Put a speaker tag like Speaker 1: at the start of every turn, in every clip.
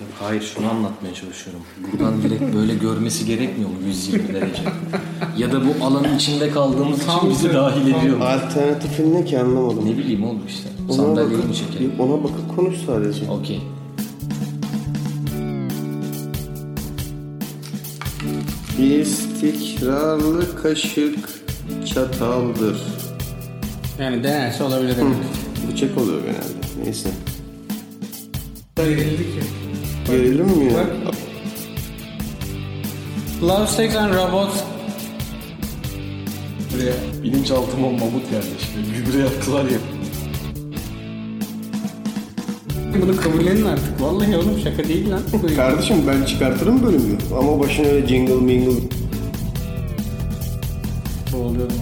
Speaker 1: Yok, hayır şunu anlatmaya çalışıyorum. Buradan direkt böyle görmesi gerekmiyor mu 120 derece? ya da bu alanın içinde kaldığımız için bizi dahil ediyor mu?
Speaker 2: Alternatifin ne ki anlamadım.
Speaker 1: Ne bileyim oğlum işte.
Speaker 2: Ona
Speaker 1: Sandalyeyi
Speaker 2: bakıp-
Speaker 1: mi çekelim?
Speaker 2: Ona bakıp konuş sadece.
Speaker 1: Okey.
Speaker 2: İstikrarlı kaşık çataldır.
Speaker 3: Yani denerse olabilir demek.
Speaker 2: Bıçak oluyor genelde. Neyse.
Speaker 3: Gerildi ki.
Speaker 2: Gerilim mi ya?
Speaker 3: Bak. Love, Sex and Robots. Buraya.
Speaker 1: Bilinçaltıma mamut yerleşti. Gübre yaptılar ya.
Speaker 3: Bunu kabullenin artık. Vallahi oğlum şaka değil lan.
Speaker 2: Kardeşim ben çıkartırım bölümü. Ama başına öyle jingle mingle.
Speaker 3: Boğuluyordum.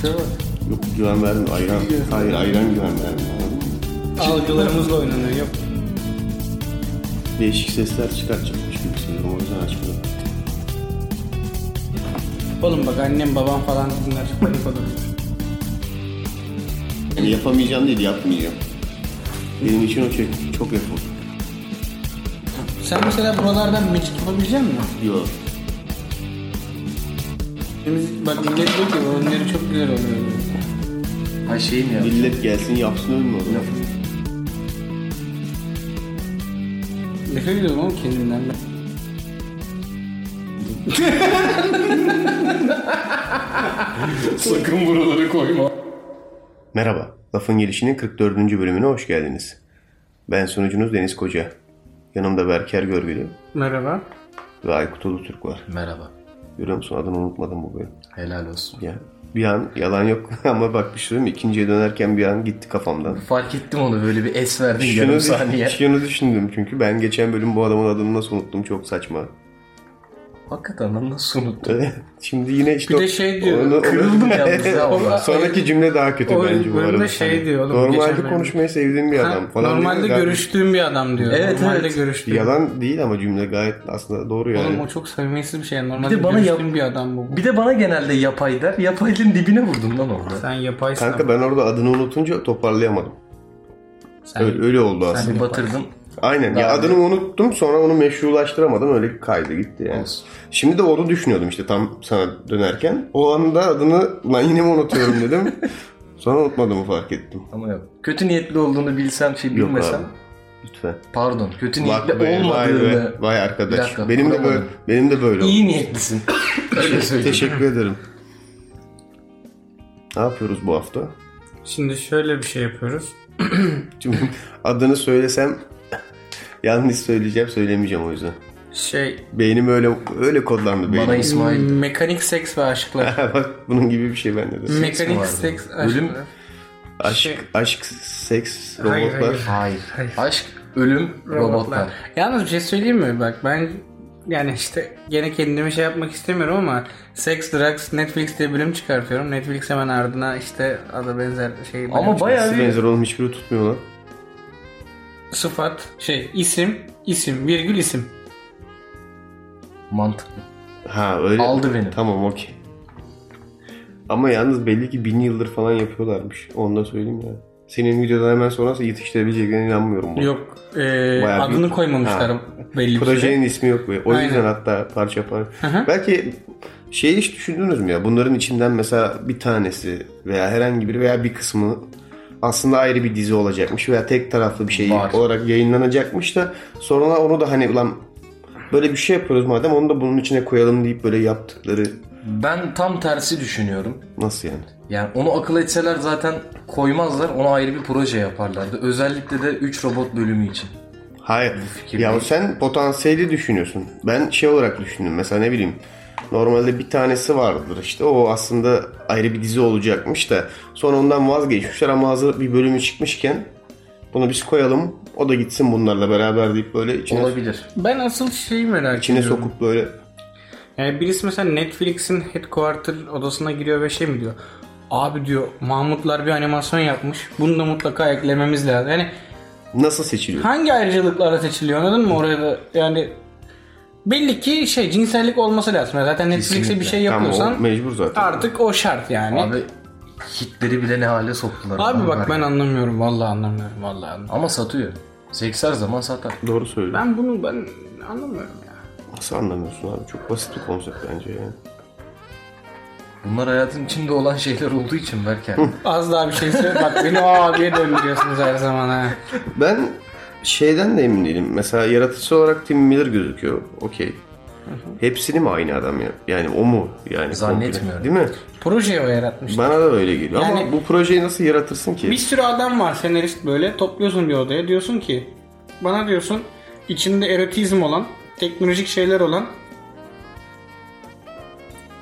Speaker 3: Şöyle bak.
Speaker 2: Yok güven vermiyor. Ayran.
Speaker 3: Şey
Speaker 2: Hayır ayran güven vermiyor. Anladın mı?
Speaker 3: Algılarımızla oynanıyor. Yok.
Speaker 2: Değişik sesler çıkartacakmış gibi hissediyorum. O yüzden açmadım.
Speaker 3: Oğlum bak annem babam falan dinler. Panik olur.
Speaker 2: Yani yapamayacağım değil yapmayacağım. Benim için o çok, çok efor.
Speaker 3: Sen mesela buralardan müzik yapabilecek misin?
Speaker 2: Yok.
Speaker 3: Müzik, bak millet diyor ki onları çok güzel oluyor.
Speaker 1: Ha şey mi ya?
Speaker 2: Millet gelsin yapsın ölme o zaman.
Speaker 3: Nefret ediyorum oğlum kendimden ben.
Speaker 1: Sakın buraları koyma.
Speaker 2: Merhaba, Lafın Gelişi'nin 44. bölümüne hoş geldiniz. Ben sunucunuz Deniz Koca. Yanımda Berker Görgülü
Speaker 3: Merhaba.
Speaker 2: ve Aykut Ulutürk var.
Speaker 1: Merhaba.
Speaker 2: Görüyor musun adını unutmadım bu bölüm.
Speaker 1: Helal olsun.
Speaker 2: Ya, bir an yalan yok ama bak bir şey söyleyeyim mi? ikinciye dönerken bir an gitti kafamdan.
Speaker 1: Fark ettim onu böyle bir es verdin
Speaker 2: Şunu,
Speaker 1: yarım saniye.
Speaker 2: şunu düşündüm çünkü ben geçen bölüm bu adamın adını nasıl unuttum çok saçma.
Speaker 1: Hakikaten lan nasıl unuttun?
Speaker 2: Şimdi yine işte
Speaker 3: Bir
Speaker 2: o-
Speaker 3: de şey diyor,
Speaker 1: Kırıldım yalnız ya ona.
Speaker 2: Sonraki cümle daha kötü
Speaker 3: O
Speaker 2: bence bu
Speaker 3: bölümde
Speaker 2: arada.
Speaker 3: şey diyor oğlum, geçen
Speaker 2: Normalde
Speaker 3: bölüm.
Speaker 2: konuşmayı sevdiğim bir
Speaker 3: Ha,
Speaker 2: adam falan.
Speaker 3: normalde
Speaker 2: diyor. Gayet-
Speaker 3: görüştüğüm bir adam diyor.
Speaker 1: Evet,
Speaker 3: normalde
Speaker 1: evet.
Speaker 3: görüştüğüm.
Speaker 2: Yalan değil ama cümle gayet aslında doğru yani.
Speaker 3: Oğlum o çok samimiyetsiz bir şey. Normalde
Speaker 1: Bir de bana yap-
Speaker 3: görüştüğüm bir adam bu.
Speaker 1: Bir de bana genelde yapay der. Yapaylığın dibine vurdum lan orada.
Speaker 3: Sen yapaysın.
Speaker 2: Kanka ben orada adını unutunca toparlayamadım.
Speaker 3: Sen-
Speaker 2: öyle, öyle oldu
Speaker 3: sen-
Speaker 2: aslında.
Speaker 1: Bir Hani batırdım.
Speaker 2: Aynen. Ya
Speaker 1: Daha
Speaker 2: adını unuttum sonra onu meşrulaştıramadım. Öyle kaydı gitti yani.
Speaker 1: Olsun.
Speaker 2: Şimdi de onu düşünüyordum işte tam sana dönerken. O anda adını lan yine mi unutuyorum dedim. sonra unutmadığımı fark ettim.
Speaker 1: Ama yok. Kötü niyetli olduğunu bilsem şey
Speaker 2: Yok
Speaker 1: bilmesem.
Speaker 2: abi. Lütfen.
Speaker 1: Pardon. Kötü
Speaker 2: Bak
Speaker 1: niyetli
Speaker 2: be, vay be,
Speaker 1: olmadığını.
Speaker 2: vay
Speaker 1: Bir
Speaker 2: arkadaş.
Speaker 1: dakika,
Speaker 2: benim de böyle
Speaker 1: kuramadım.
Speaker 2: benim de böyle oldu.
Speaker 1: iyi niyetlisin. Öyle söyleyeyim.
Speaker 2: Teşekkür ederim. Ne yapıyoruz bu hafta?
Speaker 3: Şimdi şöyle bir şey yapıyoruz.
Speaker 2: Şimdi adını söylesem yanlış söyleyeceğim, söylemeyeceğim o yüzden.
Speaker 3: Şey,
Speaker 2: Beynim öyle öyle kodlandı beynim.
Speaker 1: Bana İsmail.
Speaker 3: mekanik seks ve
Speaker 2: Ah,
Speaker 3: aşklar.
Speaker 2: Bak bunun gibi bir şey bende de.
Speaker 3: mekanik
Speaker 1: vardı?
Speaker 3: seks
Speaker 1: Ölüm-
Speaker 3: aşklar.
Speaker 2: Aşk,
Speaker 3: şey-
Speaker 2: aşk, seks, robotlar.
Speaker 3: Hayır, hayır.
Speaker 1: Hayır.
Speaker 3: Hayır.
Speaker 1: Aşk, ölüm, robotlar.
Speaker 3: Yalnız bir şey söyleyeyim mi? Bak ben yani işte gene kendimi şey yapmak istemiyorum ama Sex Drugs Netflix diye bölüm çıkartıyorum. Netflix hemen ardına işte ada benzer şey bölüm
Speaker 1: Ama
Speaker 3: çıkar-
Speaker 1: bayağı
Speaker 2: Siz
Speaker 1: bir
Speaker 2: benzer oğlum hiçbiri tutmuyor lan.
Speaker 3: sıfat şey isim isim virgül isim.
Speaker 1: mantıklı.
Speaker 2: Ha öyle.
Speaker 1: Aldı beni.
Speaker 2: Tamam okey. Ama yalnız belli ki bin yıldır falan yapıyorlarmış. Onu da söyleyeyim ya. Senin videodan hemen sonrası yetiştirebileceklerine inanmıyorum. bu.
Speaker 3: Yok e,
Speaker 2: Bayağı
Speaker 3: adını
Speaker 2: büyük.
Speaker 3: koymamışlar
Speaker 2: Ha.
Speaker 3: belli bir
Speaker 2: Projenin
Speaker 3: süre.
Speaker 2: ismi yok be. O
Speaker 3: Aynen.
Speaker 2: yüzden hatta parça parça.
Speaker 3: hı.
Speaker 2: Belki şey hiç düşündünüz mü ya? Bunların içinden mesela bir tanesi veya herhangi biri veya bir kısmı aslında ayrı bir dizi olacakmış veya tek taraflı bir şey
Speaker 1: Var.
Speaker 2: olarak yayınlanacakmış da sonra onu da hani ulan böyle bir şey yapıyoruz madem onu da bunun içine koyalım deyip böyle yaptıkları
Speaker 1: Ben tam tersi düşünüyorum.
Speaker 2: nasıl yani?
Speaker 1: Yani onu akıl etseler zaten koymazlar. Ona ayrı bir proje yaparlardı. Özellikle de 3 robot bölümü için.
Speaker 2: Hayır.
Speaker 1: fikir
Speaker 2: Ya
Speaker 1: değil.
Speaker 2: sen potansiyeli düşünüyorsun. Ben şey olarak düşündüm. Mesela ne bileyim. Normalde bir tanesi vardır işte. O aslında ayrı bir dizi olacakmış da. Sonra ondan vazgeçmişler ama hazır bir bölümü çıkmışken bunu biz koyalım. O da gitsin bunlarla beraber deyip böyle içine,
Speaker 1: Olabilir.
Speaker 3: Ben asıl şeyi merak
Speaker 2: içine
Speaker 3: ediyorum.
Speaker 2: sokup böyle
Speaker 3: Yani Ee, birisi mesela Netflix'in headquarter odasına giriyor ve şey mi diyor? Abi diyor Mahmutlar bir animasyon yapmış. Bunu da mutlaka eklememiz lazım. Yani
Speaker 2: nasıl seçiliyor?
Speaker 3: hangi ayrıcalıklarla seçiliyor anladın mı oraya da? Yani belli ki şey cinsellik olması lazım. Yani zaten Netflix'e bir
Speaker 1: Kesinlikle.
Speaker 3: şey
Speaker 2: Tamam
Speaker 3: yapıyorsan
Speaker 2: o mecbur zaten.
Speaker 3: artık o şart yani. Abi,
Speaker 1: Abi hitleri bile ne hale soktular. adamlar
Speaker 3: bak ben
Speaker 1: ya.
Speaker 3: anlamıyorum vallahi anlamıyorum vallahi. anlamıyorum.
Speaker 1: Ama satıyor. Seks her zaman satar.
Speaker 2: Doğru söylüyorsun.
Speaker 3: Ben bunu ben anlamıyorum ya.
Speaker 2: Nasıl anlamıyorsun abi? Çok basit bir konsept bence yani.
Speaker 1: Bunlar hayatın içinde olan şeyler olduğu için belki.
Speaker 3: Az daha bir şey söyle. Bak beni o abiye döndürüyorsunuz her zaman ha.
Speaker 2: Ben şeyden de emin değilim. Mesela yaratıcı olarak Tim Miller gözüküyor. Okey. Hepsini mi aynı adam ya? Yani o mu? Yani
Speaker 1: Zannetmiyorum.
Speaker 2: komple, Değil mi?
Speaker 3: Projeyi o yaratmış.
Speaker 2: Bana da öyle geliyor.
Speaker 3: Yani-
Speaker 2: Ama bu projeyi nasıl yaratırsın ki?
Speaker 3: Bir sürü adam var senarist böyle. Topluyorsun bir odaya. Diyorsun ki bana diyorsun içinde erotizm olan, teknolojik şeyler olan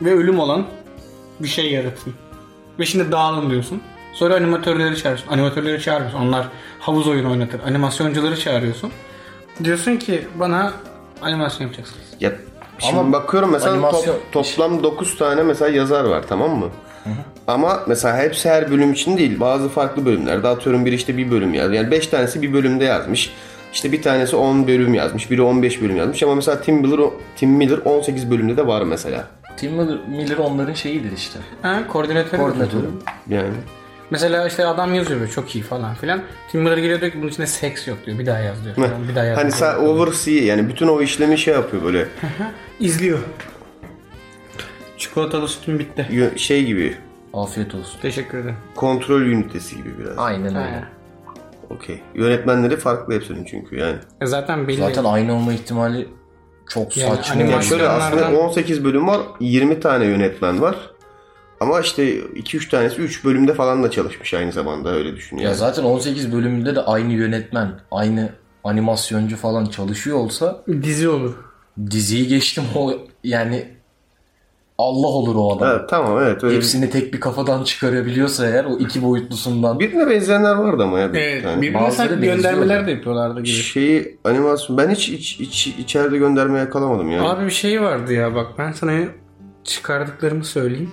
Speaker 3: ve ölüm olan bir şey yaratın. Ve şimdi dağılın diyorsun. Sonra animatörleri çağırıyorsun. Animatörleri çağırmıyorsun. Onlar havuz oyunu oynatır. Animasyoncuları çağırıyorsun. Diyorsun ki bana animasyon yapacaksınız.
Speaker 2: Ya, şimdi
Speaker 1: Ama
Speaker 2: bakıyorum mesela top-
Speaker 1: animasyon-
Speaker 2: toplam 9 tane mesela yazar var tamam mı? Ama mesela hepsi her bölüm için değil. Bazı farklı bölümlerde atıyorum bir işte bir bölüm yazmış. Yani 5 tanesi bir bölümde yazmış. İşte bir tanesi 10 bölüm yazmış. Biri 15 bölüm yazmış. Ama mesela Tim Miller, Tim Miller 18 bölümde de var mesela.
Speaker 1: Tim Miller, Miller onların şeyidir işte.
Speaker 3: Ha, koordinatör.
Speaker 1: Koordinatörü.
Speaker 2: Yani
Speaker 3: Mesela işte adam yazıyor böyle çok iyi falan filan. Tim Miller geliyor diyor ki bunun içinde seks yok diyor. Bir daha yaz diyor. Falan. Bir daha yaz.
Speaker 2: hani
Speaker 3: diyor.
Speaker 2: sen oversee yani bütün o işlemi şey yapıyor böyle
Speaker 3: İzliyor. Çikolatalı sütüm bitti.
Speaker 2: yö- şey gibi
Speaker 1: Afiyet olsun.
Speaker 3: Teşekkür ederim.
Speaker 2: kontrol ünitesi gibi biraz.
Speaker 1: Aynen öyle.
Speaker 2: Okey. Yönetmenleri farklı hepsinin çünkü yani.
Speaker 3: E zaten belli.
Speaker 1: Zaten aynı olma ihtimali çok
Speaker 3: Yani
Speaker 1: saçma.
Speaker 3: animasyon-
Speaker 2: Yani hani şöyle aslında
Speaker 3: Animasyonlardan-
Speaker 2: 18 bölüm var, 20 tane yönetmen var. Ama işte 2-3 tanesi 3 bölümde falan da çalışmış aynı zamanda öyle
Speaker 1: Ya
Speaker 2: düşünüyorum.
Speaker 1: zaten 18 bölümünde de aynı yönetmen, aynı animasyoncu falan çalışıyor olsa
Speaker 3: dizi olur.
Speaker 1: diziyi geçtim o yani Allah olur o adam.
Speaker 2: Evet, tamam evet öyle.
Speaker 1: Hepsini tek bir kafadan çıkarabiliyorsa eğer o iki boyutlusundan.
Speaker 2: Birbirine benzeyenler vardı ama ya bir iki
Speaker 3: Evet,
Speaker 2: tane.
Speaker 3: birbirine
Speaker 1: Bazıları
Speaker 3: sanki
Speaker 1: benziyor
Speaker 3: göndermeler
Speaker 1: yani.
Speaker 3: de yapıyorlardı gibi.
Speaker 2: Şeyi animasyon ben hiç, iç iç- içeride gönderme yakalamadım yani.
Speaker 3: Abi bir şey vardı ya bak ben sana çıkardıklarımı söyleyeyim.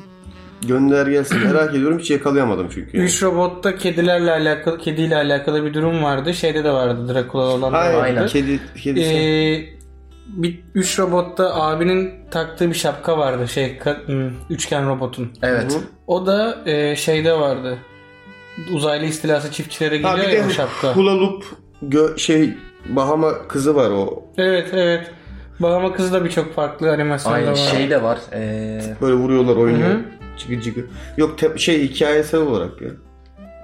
Speaker 2: Gönder gelsin merak ediyorum hiç yakalayamadım çünkü. yani.
Speaker 3: 3 robotta kedilerle alakalı kediyle alakalı bir durum vardı. Şeyde de vardı Dracula olan da
Speaker 2: Aynen.
Speaker 1: Aynen. şey.
Speaker 3: vardı.
Speaker 2: Kedi, kedisi.
Speaker 3: Ee, bir 3 robotta abinin taktığı bir şapka vardı şey ka- hmm, üçgen robotun.
Speaker 1: Evet.
Speaker 3: O da e, şeyde vardı. Uzaylı istilası çiftçilere
Speaker 2: Ha,
Speaker 3: geliyor
Speaker 2: bir
Speaker 3: ya
Speaker 2: de
Speaker 3: o şapka.
Speaker 2: Hula Loop gö- şey Bahama kızı var o.
Speaker 3: Evet evet. Bahama kızı da birçok farklı animasyonda
Speaker 1: Aynı
Speaker 3: var.
Speaker 1: şey de var. Ee,
Speaker 2: Böyle vuruyorlar oynuyor.
Speaker 3: Hı hı.
Speaker 2: Cıgı cıgı. Yok te- şey hikayesel olarak ya.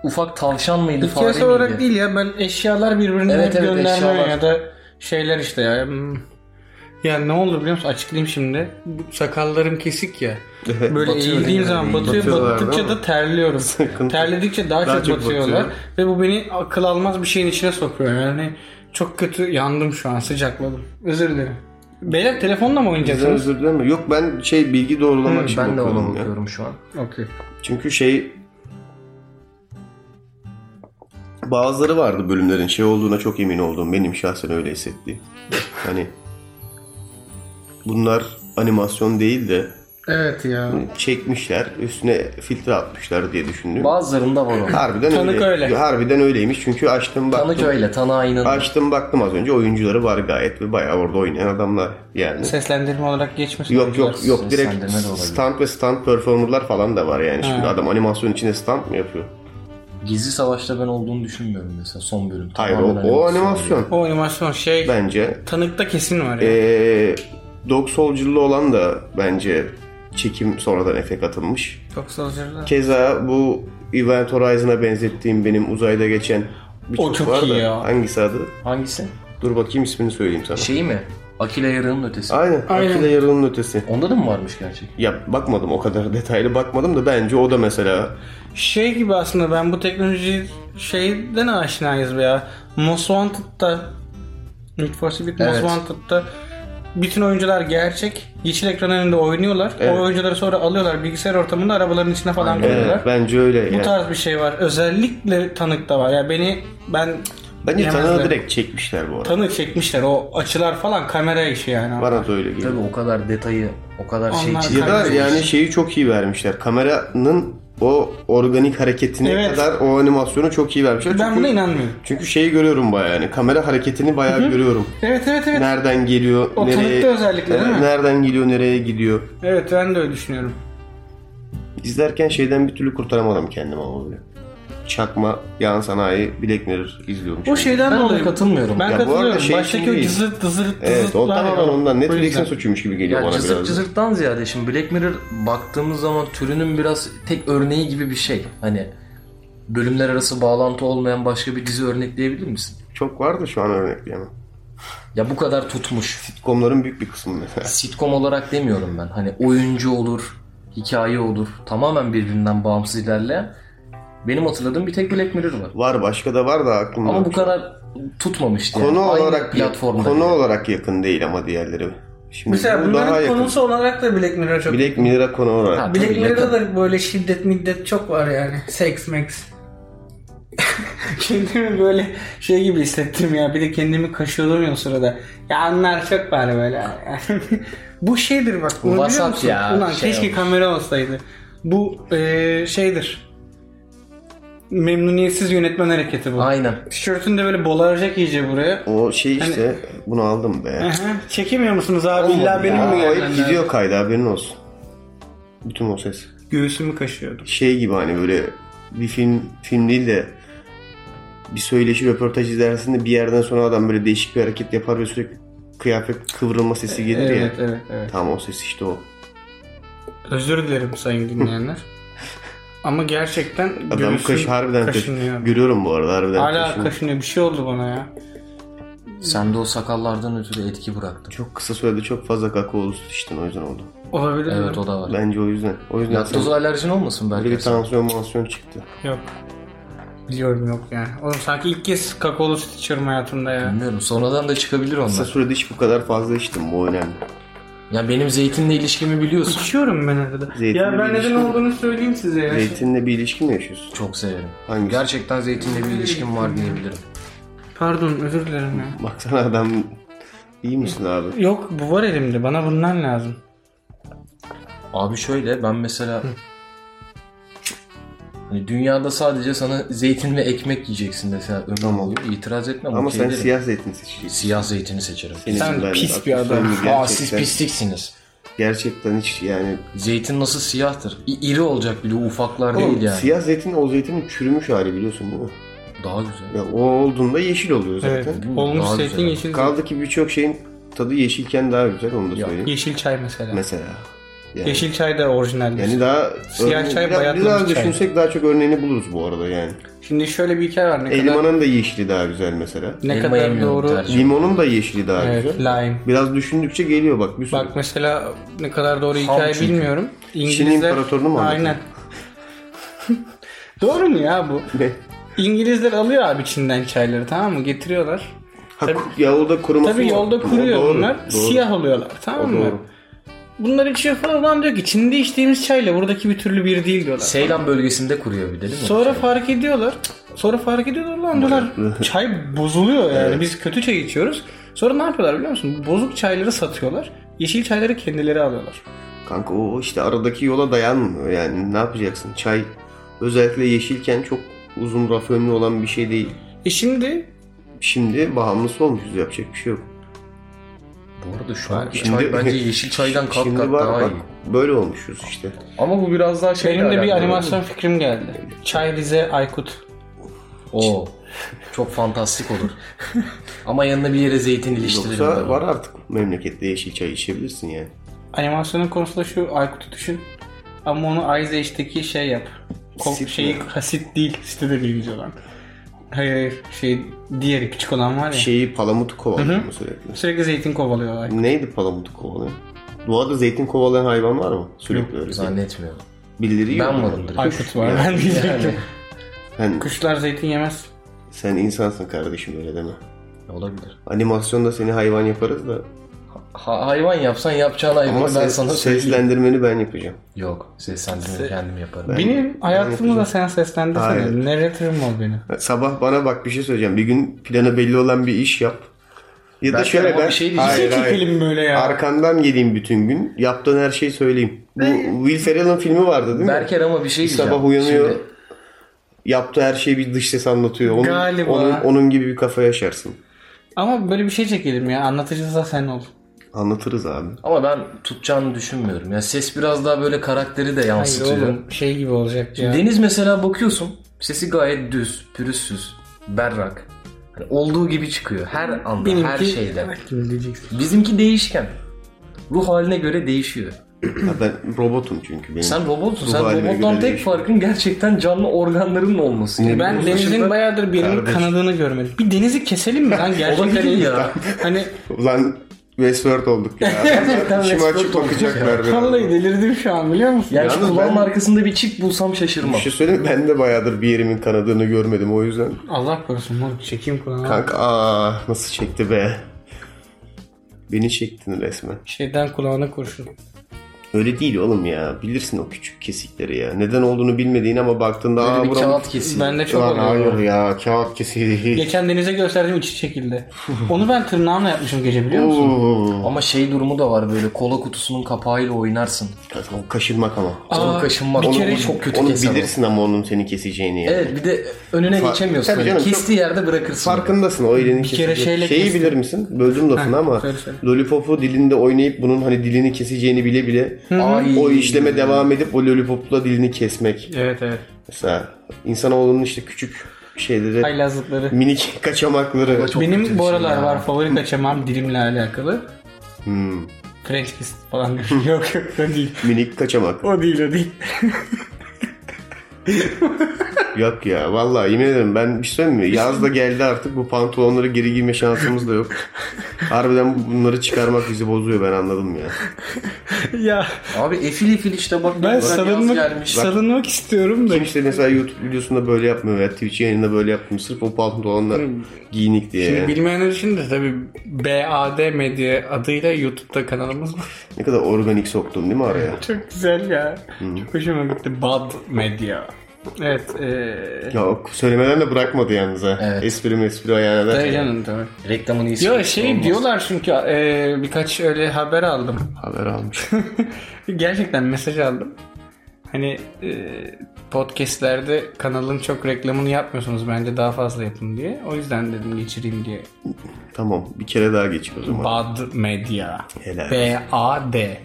Speaker 1: ufak tavşan mıydı fare
Speaker 3: İhtiyaç
Speaker 1: miydi?
Speaker 3: olarak değil ya ben eşyalar birbirine
Speaker 1: Evet, evet,
Speaker 3: gönderme
Speaker 1: eşyalar.
Speaker 3: ya da şeyler işte ya. Hmm. Ya ne oldu biliyor musun? Açıklayayım şimdi. Bu Sakallarım kesik ya. Böyle
Speaker 1: Batıyor değil
Speaker 3: eğildiğim
Speaker 1: mi?
Speaker 3: zaman batıyor.
Speaker 2: Batıyorlar,
Speaker 3: Battıkça
Speaker 2: değil mi?
Speaker 3: da terliyorum. Terledikçe daha,
Speaker 2: Daha
Speaker 3: çok,
Speaker 2: çok
Speaker 3: batıyorlar.
Speaker 2: batıyor.
Speaker 3: Ve bu beni akıl almaz bir şeyin içine sokuyor. Yani çok kötü yandım şu an sıcakladım. Özür dilerim. Beyler telefonla mı
Speaker 2: Bizden
Speaker 3: oynayacaksınız?
Speaker 2: özür dileme. Yok ben şey bilgi doğrulamak için
Speaker 1: Ben de ona
Speaker 2: bakıyordum ya.
Speaker 1: bakıyorum şu an.
Speaker 3: Okey.
Speaker 2: Çünkü şey bazıları vardı bölümlerin şey olduğuna çok emin oldum. Benim şahsen öyle hissettiğim. hani bunlar animasyon değil de
Speaker 3: Evet ya.
Speaker 2: çekmişler, üstüne filtre atmışlar diye düşündüm.
Speaker 1: Bazılarında var o.
Speaker 2: Harbiden
Speaker 3: Tanık öyle.
Speaker 2: Harbiden öyleymiş. Çünkü açtım baktım.
Speaker 1: Tanık öyle, tanığa inanın.
Speaker 2: Açtım baktım az önce oyuncuları var gayet ve bayağı orada oynayan adamlar yani.
Speaker 3: Seslendirme olarak geçmesin.
Speaker 2: Yok yok yok
Speaker 1: Seslendirme
Speaker 2: direkt
Speaker 1: de olabilir.
Speaker 2: stand ve stand performerlar falan da var yani. Şimdi
Speaker 3: Ha.
Speaker 2: adam animasyon içinde stand mı yapıyor?
Speaker 1: Gizli Savaş'ta ben olduğunu düşünmüyorum mesela son bölüm.
Speaker 2: Hayır o,
Speaker 1: Tamamen
Speaker 3: şey
Speaker 1: şey
Speaker 2: o animasyon
Speaker 3: O animasyon şey
Speaker 2: bence.
Speaker 3: tanıkta kesin var ya.
Speaker 2: Ee, Dog Soldier'lı olan da bence çekim sonradan efekt atılmış.
Speaker 3: Çok saldırılar.
Speaker 2: Keza bu Event Horizon'a benzettiğim benim uzayda geçen bir
Speaker 3: O çok
Speaker 2: var
Speaker 3: iyi
Speaker 2: da,
Speaker 3: ya. Şey-
Speaker 2: Hangisi adı?
Speaker 1: Hangisi?
Speaker 2: Dur bakayım ismini söyleyeyim sana.
Speaker 1: Şeyi mi? Akile Yarığı'nın ötesi.
Speaker 2: Aynen.
Speaker 3: Aynen.
Speaker 2: Akile Yarıl'ın ötesi.
Speaker 1: Onda da mı varmış gerçek?
Speaker 2: Ya bakmadım o kadar detaylı bakmadım da bence o da mesela
Speaker 3: Şey gibi aslında ben bu teknoloji şeyden aşinayız be ya. Most Wanted'da Need for Speed Most
Speaker 1: Evet.
Speaker 3: Wanted'da bütün oyuncular gerçek. Yeşil ekran önünde oynuyorlar.
Speaker 2: Evet.
Speaker 3: O oyuncuları sonra alıyorlar bilgisayar ortamında arabaların içine falan koyuyorlar.
Speaker 2: Evet, e, bence öyle.
Speaker 3: Bu
Speaker 2: yani.
Speaker 3: tarz bir şey var. Özellikle tanıkta var. Ya beni ben
Speaker 2: Bence
Speaker 3: yemezler.
Speaker 2: tanığı direkt çekmişler bu arada.
Speaker 3: tanık çekmişler. O açılar falan kamera işi yani.
Speaker 2: Bana da öyle
Speaker 1: Tabii
Speaker 2: geliyor.
Speaker 1: o kadar detayı, o kadar
Speaker 3: Onlar-
Speaker 1: şey
Speaker 2: Ya da
Speaker 3: Kaybetmiş.
Speaker 2: yani şeyi çok iyi vermişler. Kameranın o organik hareketine
Speaker 3: Evet.
Speaker 2: kadar o animasyonu çok iyi vermişler.
Speaker 3: Ben
Speaker 2: çünkü,
Speaker 3: buna inanmıyorum.
Speaker 2: Çünkü şeyi görüyorum bayağı yani. Kamera hareketini bayağı görüyorum.
Speaker 3: Evet evet evet.
Speaker 2: Nereden geliyor,
Speaker 3: O
Speaker 2: nereye...
Speaker 3: tanıkta özellikle değil mi?
Speaker 2: Nereden geliyor, nereye gidiyor.
Speaker 3: Evet ben de öyle düşünüyorum.
Speaker 2: İzlerken şeyden bir türlü kurtaramadım kendimi ama böyle. çakma, yan sanayi, Black Mirror izliyorum.
Speaker 3: O şey
Speaker 2: şimdi.
Speaker 3: şeyden
Speaker 1: Ben de
Speaker 3: dolayı
Speaker 1: katılmıyorum.
Speaker 3: Ben
Speaker 2: Ya bu arada
Speaker 3: katılıyorum.
Speaker 2: şey
Speaker 3: Baştaki
Speaker 2: için
Speaker 3: o
Speaker 2: değil.
Speaker 3: cızırt cızırt
Speaker 2: Evet o
Speaker 3: cızırtlar
Speaker 2: tamamen
Speaker 3: ya.
Speaker 2: ondan.
Speaker 3: O
Speaker 2: Netflix'in
Speaker 3: yüzden.
Speaker 2: suçuymuş gibi geliyor
Speaker 1: Ya
Speaker 2: bana biraz.
Speaker 1: cızırt
Speaker 2: da.
Speaker 1: cızırttan ziyade şimdi Black Mirror baktığımız zaman türünün biraz tek örneği gibi bir şey. Hani bölümler arası bağlantı olmayan başka bir dizi örnekleyebilir misin?
Speaker 2: Çok vardı şu an örnekleyemem.
Speaker 1: Ya bu kadar tutmuş.
Speaker 2: Sitcomların büyük bir kısmı mesela.
Speaker 1: Sitcom olarak demiyorum ben. Hani oyuncu olur, hikaye olur. Tamamen birbirinden bağımsız ilerleyen. Benim hatırladığım bir tek Black Mirror var.
Speaker 2: Var başka da var da aklımda.
Speaker 1: Ama
Speaker 2: yok
Speaker 1: bu
Speaker 2: şu an.
Speaker 1: kadar tutmamıştı. yani.
Speaker 2: konu
Speaker 1: Aynı
Speaker 2: olarak
Speaker 1: platformda.
Speaker 2: konu
Speaker 1: bile.
Speaker 2: olarak yakın değil ama diğerleri. Şimdi
Speaker 3: Mesela
Speaker 2: bu daha
Speaker 3: bunların
Speaker 2: yakın.
Speaker 3: konusu olarak da Black Mirror çok.
Speaker 2: Black Mirror'a konu olarak.
Speaker 1: Ha,
Speaker 3: Black
Speaker 1: tabii,
Speaker 3: Mirror'da
Speaker 1: yakın.
Speaker 3: da böyle şiddet middet çok var yani. Sex max. kendimi böyle şey gibi hissettim ya. Bir de kendimi kaşıyordum ya o sırada. Ya onlar çok var böyle. yani. Bu şeydir bak. bunu biliyor
Speaker 1: Vasat
Speaker 3: musun?
Speaker 1: ya,
Speaker 3: Ulan
Speaker 1: şey
Speaker 3: keşke
Speaker 1: olmuş.
Speaker 3: kamera olsaydı. Bu eee, şeydir. Memnuniyetsiz yönetmen hareketi bu.
Speaker 1: Aynen.
Speaker 3: Tişörtün de böyle bolaracak iyice buraya.
Speaker 2: O şey
Speaker 1: hani-
Speaker 2: işte bunu aldım be.
Speaker 3: Aha, çekemiyor musunuz abi?
Speaker 2: Olmadı
Speaker 3: İlla benim
Speaker 2: ya.
Speaker 3: mi
Speaker 2: O hep
Speaker 3: geldi?
Speaker 2: gidiyor kayda haberin olsun. Bütün o ses.
Speaker 3: Göğsümü kaşıyordum.
Speaker 2: Şey gibi hani böyle bir film film değil de bir söyleşi röportaj izlersin de bir yerden sonra adam böyle değişik bir hareket yapar ve sürekli kıyafet kıvrılma sesi gelir ya.
Speaker 3: Evet, evet, evet.
Speaker 2: Tam o ses işte o.
Speaker 3: Özür dilerim sayın dinleyenler. Ama gerçekten
Speaker 2: Adam
Speaker 3: göğsüm
Speaker 2: kaş harbiden kaş.
Speaker 3: kaşınıyor.
Speaker 2: Görüyorum bu arada harbiden
Speaker 3: Hala
Speaker 2: kaşınıyor.
Speaker 3: kaşınıyor. Bir şey oldu bana ya.
Speaker 1: Sende o sakallardan ötürü etki bıraktı.
Speaker 2: Çok kısa sürede çok fazla kakao oluştu o yüzden oldu.
Speaker 3: Olabilir
Speaker 1: Evet
Speaker 3: mi?
Speaker 1: o da var.
Speaker 2: Bence o yüzden. O yüzden
Speaker 1: Laktoz
Speaker 2: sen
Speaker 1: alerjin olmasın belki.
Speaker 2: böyle bir tansiyon mansiyon çıktı.
Speaker 3: Yok. Biliyorum yok yani. Oğlum sanki ilk kez kakaolu süt içiyorum hayatımda ya.
Speaker 1: Bilmiyorum. Sonradan da çıkabilir
Speaker 2: Kısa
Speaker 1: onlar.
Speaker 2: sürede hiç bu kadar fazla içtim bu önemli.
Speaker 1: Ya benim zeytinle ilişkimi biliyorsun.
Speaker 3: İçiyorum ben arada.
Speaker 2: Zeytinli
Speaker 3: ya
Speaker 2: bir
Speaker 3: ben neden
Speaker 2: ilişki.
Speaker 3: olduğunu söyleyeyim size ya.
Speaker 2: Zeytinle bir ilişki mi yaşıyorsun?
Speaker 1: Çok severim.
Speaker 2: Hangisi?
Speaker 1: Gerçekten zeytinle bir ilişkim var diyebilirim.
Speaker 3: Pardon özür dilerim ya.
Speaker 2: Baksana adam iyi misin abi?
Speaker 3: Yok bu var elimde. Bana bundan lazım.
Speaker 1: Abi şöyle ben mesela hani dünyada sadece sana zeytin ve ekmek yiyeceksin mesela ömür
Speaker 2: Tamam.
Speaker 1: boyu itiraz etmem.
Speaker 2: Ama
Speaker 1: okey
Speaker 2: sen
Speaker 1: derim.
Speaker 2: siyah zeytin seçeceksin.
Speaker 1: Siyah zeytini seçerim.
Speaker 2: Senin
Speaker 3: Sen
Speaker 2: için ben-
Speaker 3: pis
Speaker 2: bak,
Speaker 3: bir adam.
Speaker 2: söyleyeyim mi?
Speaker 1: Aa siz
Speaker 2: Gerçekten-
Speaker 1: pisliksiniz.
Speaker 2: Gerçekten hiç yani.
Speaker 1: Zeytin nasıl siyahtır? İ- iri olacak bile ufaklar
Speaker 2: Oğlum,
Speaker 1: değil yani.
Speaker 2: Siyah zeytin o zeytinin çürümüş hali biliyorsun değil mi?
Speaker 1: Daha güzel.
Speaker 2: Ya, o olduğunda yeşil oluyor
Speaker 3: Evet.
Speaker 2: zaten.
Speaker 3: Olmuş
Speaker 1: Daha
Speaker 3: zeytin
Speaker 1: güzel.
Speaker 3: yeşil.
Speaker 2: Kaldı ki birçok şeyin tadı yeşilken daha güzel onu da
Speaker 1: Ya,
Speaker 2: söyleyeyim.
Speaker 3: Yeşil çay mesela.
Speaker 2: Mesela. Yani.
Speaker 3: Yeşil çay da şey. orijinaldir.
Speaker 2: Yani daha
Speaker 3: Siyah
Speaker 2: örneği-
Speaker 3: çay,
Speaker 2: biraz-
Speaker 3: bayatlamış
Speaker 2: biraz
Speaker 3: çay.
Speaker 2: düşünsek daha çok örneğini buluruz bu arada yani.
Speaker 3: Şimdi şöyle bir hikaye var. Ne kadar,
Speaker 2: Elmanın da yeşili daha güzel mesela.
Speaker 3: ne
Speaker 1: Elma
Speaker 3: kadar
Speaker 1: yemiyorum
Speaker 3: doğru.
Speaker 1: tercih.
Speaker 2: Limonun da yeşili daha
Speaker 3: Evet,
Speaker 2: güzel.
Speaker 3: lime.
Speaker 2: Biraz düşündükçe geliyor bak bir sürü.
Speaker 3: Bak mesela ne kadar doğru
Speaker 1: Ham
Speaker 3: hikaye
Speaker 1: çünkü.
Speaker 3: bilmiyorum. İngilizler...
Speaker 2: imparatorunu mu anlatıyor?
Speaker 3: Aynen. doğru mu ya bu?
Speaker 2: Ne?
Speaker 3: İngilizler alıyor abi Çin'den çayları tamam mı? Getiriyorlar.
Speaker 2: Ha, ku- yolda kuruması
Speaker 3: Tabii
Speaker 2: var.
Speaker 3: yolda
Speaker 2: O
Speaker 3: kuruyor
Speaker 2: doğru,
Speaker 3: bunlar.
Speaker 2: doğru.
Speaker 3: Siyah oluyorlar
Speaker 2: O
Speaker 3: tamam mı?
Speaker 2: doğru.
Speaker 3: Bunlar içiyor falan Ulan diyor ki Çin'de içtiğimiz çayla buradaki bir türlü bir değil diyorlar.
Speaker 1: Seylan bölgesinde kuruyor bir de değil mi?
Speaker 3: Sonra fark ediyorlar. Sonra fark ediyorlar lan diyorlar. Çay bozuluyor yani. Biz kötü çay içiyoruz. Sonra ne yapıyorlar biliyor musun? Bozuk çayları satıyorlar. Yeşil çayları kendileri alıyorlar.
Speaker 2: Kanka o işte aradaki yola dayanmıyor yani ne yapacaksın? Çay özellikle yeşilken çok uzun rafönlü olan bir şey değil.
Speaker 3: E şimdi
Speaker 2: Şimdi bağımlısı olmuşuz yapacak bir şey yok.
Speaker 1: Bu arada şu an
Speaker 2: Şimdi-
Speaker 1: çay bence yeşil çaydan kat
Speaker 2: Şimdi
Speaker 1: kat
Speaker 2: var
Speaker 1: daha
Speaker 2: bak
Speaker 1: iyi.
Speaker 2: böyle olmuşuz işte.
Speaker 1: Ama bu biraz daha şey şeyle
Speaker 3: benim de bir
Speaker 1: alakalı.
Speaker 3: animasyon fikrim geldi. Çay Rize Aykut.
Speaker 1: Oo. Çok fantastik olur. Ama yanına bir yere zeytin iliştiririm.
Speaker 2: Yoksa
Speaker 1: ben.
Speaker 2: var artık memlekette yeşil çay içebilirsin yani.
Speaker 3: Animasyonun konusu da şu Aykut'u düşün. Ama onu Ayzeş'teki şey yap. Ko-
Speaker 2: Sit
Speaker 3: şeyi
Speaker 2: mi?
Speaker 3: hasit değil. Sitede birinci olan. Hayır hayır. Şey, diğeri küçük olan var ya.
Speaker 2: Şeyi palamut kovalıyor
Speaker 3: Hı
Speaker 2: mu sürekli?
Speaker 3: Sürekli zeytin kovalıyorlar.
Speaker 2: Neydi palamut kovalayan? Doğada zeytin kovalayan hayvan var mı? Sürekli öyle.
Speaker 1: Zannetmiyorum.
Speaker 2: Bildiriyor.
Speaker 1: Ben
Speaker 2: mu?
Speaker 1: varımdır.
Speaker 3: Aykut var. Ben diyecektim.
Speaker 1: Yani
Speaker 2: Sen,
Speaker 3: Kuşlar zeytin yemez.
Speaker 2: sen insansın kardeşim öyle deme.
Speaker 1: olabilir.
Speaker 2: Animasyonda seni hayvan yaparız da.
Speaker 1: Ha- hayvan yapsan yapacağın hayvanı
Speaker 2: Ama
Speaker 1: ben
Speaker 2: sen,
Speaker 1: sana söyleyeyim.
Speaker 2: seslendirmeni ben yapacağım.
Speaker 1: Yok. Seslendirme kendim yaparım.
Speaker 2: Ben-
Speaker 3: Benim hayatımı da sen
Speaker 2: Hayır.
Speaker 3: seslendirsene. Narratörüm ol benim.
Speaker 2: Sabah bana bak bir şey söyleyeceğim. Bir gün planı belli olan bir iş yap. Ya da
Speaker 1: Belki
Speaker 2: şöyle
Speaker 1: ama
Speaker 2: ben
Speaker 1: bir şey diyeceğim.
Speaker 2: hayır,
Speaker 3: Çekil
Speaker 2: hayır.
Speaker 3: film böyle ya.
Speaker 2: arkandan geleyim bütün gün. Yaptığın her şeyi söyleyeyim. Bu Will Ferrell'ın filmi vardı değil mi?
Speaker 1: Berker ama bir şey
Speaker 2: Bir
Speaker 1: diyeceğim.
Speaker 2: sabah uyanıyor.
Speaker 1: Şimdi
Speaker 2: Yaptığı her şeyi bir dış ses anlatıyor. Onun,
Speaker 3: Galiba.
Speaker 2: onun, onun gibi bir kafa yaşarsın.
Speaker 3: Ama böyle bir şey çekelim ya. Anlatıcısı da sen ol.
Speaker 2: Anlatırız abi.
Speaker 1: Ama ben tutacağını düşünmüyorum. Ya ses biraz daha böyle karakteri de
Speaker 3: Hayır
Speaker 1: yansıtıyor.
Speaker 3: oğlum şey gibi olacak ya.
Speaker 1: Deniz mesela bakıyorsun sesi gayet düz, pürüzsüz, berrak. Hani olduğu gibi çıkıyor her anda, her şeyde.
Speaker 3: Bak Gibi diyeceksin.
Speaker 1: Bizimki değişken. Ruh haline göre değişiyor.
Speaker 2: Ya ben robotum çünkü benim.
Speaker 1: Sen robotsun.
Speaker 2: Ruh
Speaker 1: Sen
Speaker 2: haline
Speaker 1: robottan
Speaker 2: göre
Speaker 1: tek
Speaker 2: değişiyor.
Speaker 1: farkın gerçekten canlı organlarının olması.
Speaker 2: Ne
Speaker 1: Yani.
Speaker 3: Ben
Speaker 2: Biliyorsun
Speaker 3: Deniz'in
Speaker 1: şimdi-
Speaker 3: bayağıdır bir elinin
Speaker 2: Kardeş.
Speaker 3: kanadını görmedim. Bir Deniz'i keselim mi lan gerçekten?
Speaker 1: Olabilir
Speaker 3: iyi.
Speaker 1: ya.
Speaker 3: Hani
Speaker 2: Ulan Westworld olduk ya.
Speaker 1: Gerçekten
Speaker 2: İçimi
Speaker 1: Westworld
Speaker 2: açıp
Speaker 1: olduk
Speaker 2: bakacaklar. biraz.
Speaker 3: vallahi delirdim şu an biliyor musun?
Speaker 1: Yani şu
Speaker 2: Yalnız
Speaker 1: kulağın
Speaker 2: ben-
Speaker 1: arkasında bir çip bulsam
Speaker 2: Bir
Speaker 1: şaşırmam.
Speaker 2: şey söyleyeyim mi? ben de bayağıdır bir yerimin kanadını görmedim o yüzden.
Speaker 3: Allah korusun oğlum çekeyim kulağına.
Speaker 2: Kanka aa nasıl çekti be. Beni çektin resmen.
Speaker 3: Şeyden kulağına kurşun.
Speaker 2: Öyle değil oğlum ya. Bilirsin o küçük kesikleri ya. Neden olduğunu bilmediğin ama baktığında
Speaker 1: Böyle
Speaker 2: aa
Speaker 1: bir
Speaker 2: buram...
Speaker 1: kağıt kesin.
Speaker 3: Ben de çok
Speaker 2: Ulan
Speaker 3: oluyor.
Speaker 2: hayır ya kağıt kesiği.
Speaker 3: Geçen Deniz'e gösterdim içi çekildi. Onu ben tırnağımla yapmışım gece biliyor musun?
Speaker 2: Oo.
Speaker 1: Ama şey durumu da var böyle kola kutusunun kapağıyla oynarsın.
Speaker 2: O kaşınmak ama.
Speaker 1: Sonra kaşınmak.
Speaker 3: bir
Speaker 1: Onu-
Speaker 3: kere-
Speaker 1: onu çok kötü
Speaker 2: Onu
Speaker 1: keser o.
Speaker 2: bilirsin ama onun seni keseceğini yani.
Speaker 1: Evet bir de önüne
Speaker 2: Fa-
Speaker 1: geçemiyorsun.
Speaker 2: Tabii
Speaker 1: Hani
Speaker 2: canım, çok-
Speaker 1: Kestiği yerde bırakırsın.
Speaker 2: Farkındasın o elini
Speaker 3: kere
Speaker 2: keseceği-
Speaker 3: şeyle
Speaker 2: Şeyi
Speaker 3: kestim.
Speaker 2: bilir misin? Böldüm lafını ama
Speaker 3: söyle, söyle.
Speaker 2: Lollipop'u dilinde oynayıp bunun hani dilini keseceğini bile bile
Speaker 1: Ay.
Speaker 2: o işleme devam edip o Lollipop'la dilini kesmek.
Speaker 3: Evet evet.
Speaker 2: Mesela insanoğlunun işte küçük şeyleri,
Speaker 3: Haylazlıkları.
Speaker 2: minik kaçamakları.
Speaker 1: Çok kötü
Speaker 3: Benim
Speaker 1: bir
Speaker 3: bu
Speaker 1: şey
Speaker 3: aralar
Speaker 1: ya.
Speaker 3: var favori kaçamam dilimle alakalı.
Speaker 2: Hmm,
Speaker 3: French kiss falan diyor. yok yok o değil.
Speaker 2: minik kaçamak.
Speaker 3: O değil o değil.
Speaker 2: Yok ya vallahi yemin ederim ben bir şey söyleyeyim mi? Yaz da geldi artık bu pantolonları geri giyme şansımız da yok. Harbiden bunları çıkarmak bizi bozuyor ben anladım ya.
Speaker 3: ya
Speaker 1: Abi efil efil işte bak.
Speaker 3: ben
Speaker 1: bak, yaz
Speaker 3: salınmak,
Speaker 1: gelmiş.
Speaker 3: salınmak istiyorum da.
Speaker 2: Kim işte mesela YouTube videosunda böyle yapmıyor veya Twitch yayınında böyle yapmıyor. Sırf o pantolonlar giyinik diye.
Speaker 3: Şimdi
Speaker 2: yani.
Speaker 3: bilmeyenler için de tabii BAD Medya adıyla YouTube'da kanalımız var.
Speaker 2: Ne kadar organik soktum değil mi araya?
Speaker 3: Çok güzel ya. Çok hoşuma gitti. Bad Medya. Evet. e, Eee...
Speaker 2: Ya o söylemeden de bırakmadı yalnız ha.
Speaker 1: Evet.
Speaker 2: Espri mespri ayağına
Speaker 3: Tabii
Speaker 2: da.
Speaker 3: canım tabii.
Speaker 1: Reklamın iyisi.
Speaker 3: Ya
Speaker 1: kötüsü
Speaker 3: şey
Speaker 1: olmaz.
Speaker 3: diyorlar çünkü eee, birkaç öyle haber aldım.
Speaker 2: Haber almış.
Speaker 3: Gerçekten mesaj aldım. Hani eee, podcastlerde kanalın çok reklamını yapmıyorsunuz bence daha fazla yapın diye. O yüzden dedim geçireyim diye.
Speaker 2: tamam bir kere daha geçeyim o zaman.
Speaker 3: Bad Medya.
Speaker 2: Helal.
Speaker 3: B-A-D.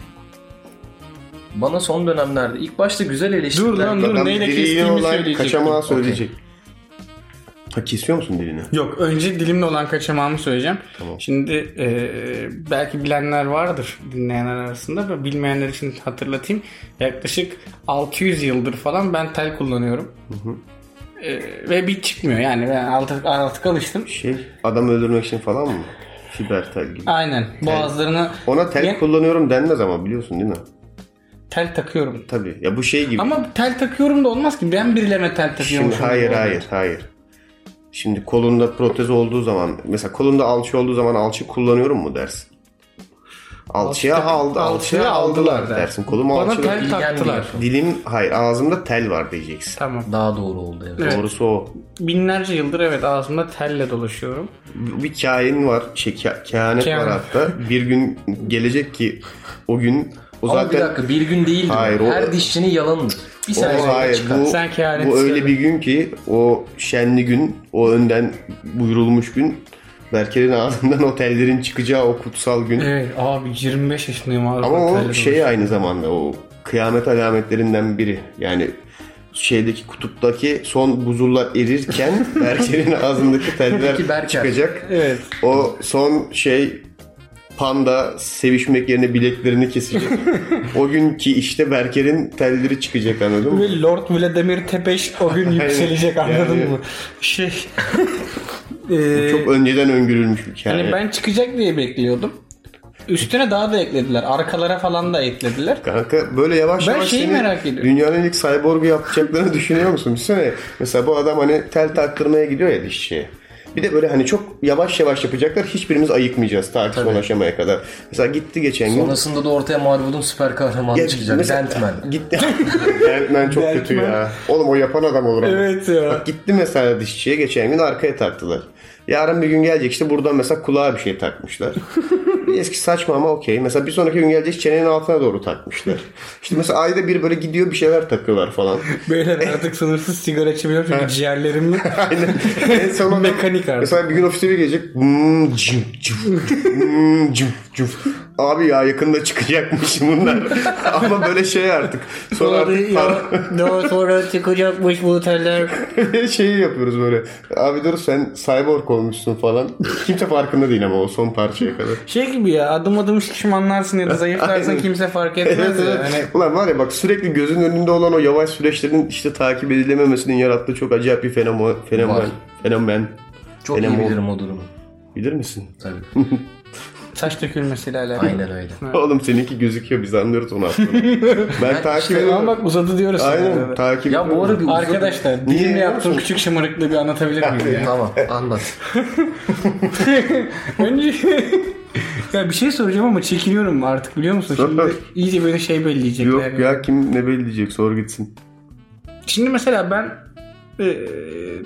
Speaker 1: Bana son dönemlerde ilk başta güzel eleştiriler.
Speaker 3: Dur lan, dur.
Speaker 2: Adam
Speaker 3: neyle
Speaker 2: diliyle
Speaker 3: kestiğimi
Speaker 2: olan
Speaker 3: söyleyecektim.
Speaker 2: Kaçamağı söyleyecek. Ha kesiyor musun dilini?
Speaker 3: Yok önce dilimle olan kaçamağımı söyleyeceğim.
Speaker 2: Tamam.
Speaker 3: Şimdi eee, belki bilenler vardır dinleyenler arasında ve bilmeyenler için hatırlatayım. Yaklaşık 600 yıldır falan ben tel kullanıyorum. Eee, ve bir çıkmıyor yani ben artık, artık alıştım.
Speaker 2: Şey adam öldürmek için falan mı? Fiber tel gibi.
Speaker 3: Aynen boğazlarına
Speaker 2: Ona tel
Speaker 3: Ya-
Speaker 2: kullanıyorum denmez ama biliyorsun değil mi?
Speaker 3: tel takıyorum.
Speaker 2: Tabii. Ya bu şey gibi.
Speaker 3: Ama tel takıyorum da olmaz ki ben birilerine tel takıyorum.
Speaker 2: Şimdi hayır hayır hayır. Şimdi kolunda protez olduğu zaman mesela kolunda alçı olduğu zaman alçı kullanıyorum mu dersin? Alçıya
Speaker 3: Alçı-
Speaker 2: aldı, alçıya
Speaker 3: alçıya
Speaker 2: aldılar
Speaker 3: aldılar
Speaker 2: dersin. Kolum
Speaker 3: Bana
Speaker 2: alçıda.
Speaker 3: tel
Speaker 1: İlgen bir
Speaker 3: taktılar.
Speaker 1: yapı.
Speaker 2: Dilim hayır ağzımda tel var diyeceksin.
Speaker 3: Tamam.
Speaker 1: Daha doğru oldu evet.
Speaker 3: Evet.
Speaker 2: Doğrusu o.
Speaker 3: Binlerce yıldır evet ağzımda telle dolaşıyorum.
Speaker 2: Bir kain var. Şey, ka- kehanet
Speaker 3: Kehanet.
Speaker 2: var hatta. Bir gün gelecek ki o gün o
Speaker 1: Ama bir
Speaker 2: zaten
Speaker 1: dakika bir gün değildir.
Speaker 2: Hayır, o-
Speaker 1: Her dişçinin yalanıdır. Bir
Speaker 2: o
Speaker 1: sene sonra
Speaker 2: hayır
Speaker 1: çıkar.
Speaker 2: bu,
Speaker 3: Sen kehanet
Speaker 2: bu öyle
Speaker 3: söyle.
Speaker 2: bir gün ki o şenli gün o önden buyurulmuş gün Berker'in ağzından o tellerin çıkacağı o kutsal gün.
Speaker 3: Evet abi 25 yaşındayım abi.
Speaker 2: Ama
Speaker 3: Telle
Speaker 2: o şey aynı zamanda o kıyamet alametlerinden biri. Yani şeydeki kutuptaki son buzullar erirken Berker'in ağzındaki
Speaker 1: Peki
Speaker 2: teller
Speaker 1: Berker.
Speaker 2: çıkacak.
Speaker 3: Evet.
Speaker 2: O son şey panda sevişmek yerine bileklerini kesecek. o günkü işte Berker'in telleri çıkacak anladın mı?
Speaker 3: Ve Lord Vladimir Tepeş o gün yükselecek anladın
Speaker 2: Yani-
Speaker 3: mı? Şey. Eee,
Speaker 2: Çok önceden öngörülmüş bir hikaye.
Speaker 3: hani ben çıkacak diye bekliyordum. Üstüne daha da eklediler. Arkalara falan da eklediler.
Speaker 2: Kanka böyle yavaş
Speaker 3: Ben
Speaker 2: yavaş
Speaker 3: şeyi
Speaker 2: seni
Speaker 3: merak ediyorum.
Speaker 2: dünyanın ilk cyborg'u yapacaklarını düşünüyor musun? Düşünsene mesela bu adam hani tel taktırmaya gidiyor ya dişçiye. Bir de böyle hani çok yavaş yavaş yapacaklar. Hiçbirimiz ayıkmayacağız ta ki son aşamaya kadar. Mesela gitti geçen gün.
Speaker 1: Sonrasında da ortaya Marvel'ın süper kahramanı
Speaker 2: Ya
Speaker 1: çıkacak.
Speaker 2: mesela-
Speaker 1: Sandman.
Speaker 2: Gitti. Ant-Man çok kötü
Speaker 3: Ant-Man.
Speaker 2: ya. Oğlum o yapan adam olur ama.
Speaker 3: Evet ya.
Speaker 2: Bak gitti mesela dişçiye geçen gün arkaya taktılar. Yarın bir gün gelecek işte buradan mesela kulağa bir şey takmışlar. Bir Eski saçma ama okey. Mesela bir sonraki gün gelecek çenenin altına doğru takmışlar. İşte mesela ayda bir böyle gidiyor bir şeyler takıyorlar falan.
Speaker 3: Beyler artık sınırsız sigara içebiliyorum çünkü ciğerlerim
Speaker 2: Aynen. En son adam-
Speaker 3: Mekanik artık.
Speaker 2: Mesela bir gün ofiste bir gelecek. Hmm, cım, cım, hmm, cım, cım. Abi ya yakında çıkacakmış bunlar. Ama böyle şey artık. Sonra artık para-
Speaker 3: Daha sonra çıkacakmış bu teller.
Speaker 2: şeyi yapıyoruz böyle. Abi dur sen cyborg olmuşsun falan. Kimse farkında değil ama o son parçaya kadar.
Speaker 3: Şey gibi ya adım adım şişmanlarsın ya da zayıflarsın
Speaker 2: Aynen.
Speaker 3: kimse fark
Speaker 2: Evet,
Speaker 3: etmez
Speaker 2: evet.
Speaker 3: ya. Hani
Speaker 2: Ulan var ya bak sürekli gözün önünde olan o yavaş süreçlerin işte takip edilememesinin yarattığı çok acayip bir fenomen.
Speaker 1: Var.
Speaker 2: Fenomen. Fenomen.
Speaker 1: Çok
Speaker 2: Benim
Speaker 1: iyi
Speaker 2: o-
Speaker 1: bilirim o durumu.
Speaker 2: Bilir misin?
Speaker 1: Tabii.
Speaker 3: saç dökülmesiyle alakalı.
Speaker 1: Aynen öyle.
Speaker 2: Oğlum seninki gözüküyor biz anlıyoruz onu aslında. ben takip
Speaker 3: Şimdi
Speaker 2: ediyorum.
Speaker 3: ama bak uzadı diyoruz. sana
Speaker 2: Aynen
Speaker 3: böyle.
Speaker 2: takip
Speaker 1: Ya bu
Speaker 2: ediyorum.
Speaker 1: ara bir uzadı.
Speaker 3: Arkadaşlar
Speaker 2: Niye
Speaker 3: dilimle
Speaker 2: biliyor
Speaker 3: yaptığım
Speaker 2: musun?
Speaker 3: küçük şımarıklığı bir anlatabilir miyim ya?
Speaker 1: Tamam anlat.
Speaker 3: Önce ya bir şey soracağım ama çekiniyorum artık biliyor musun? Şimdi iyice böyle şey belleyecekler.
Speaker 2: Yok
Speaker 3: yani.
Speaker 2: ya kim ne belirleyecek sor gitsin.
Speaker 3: Şimdi mesela ben e,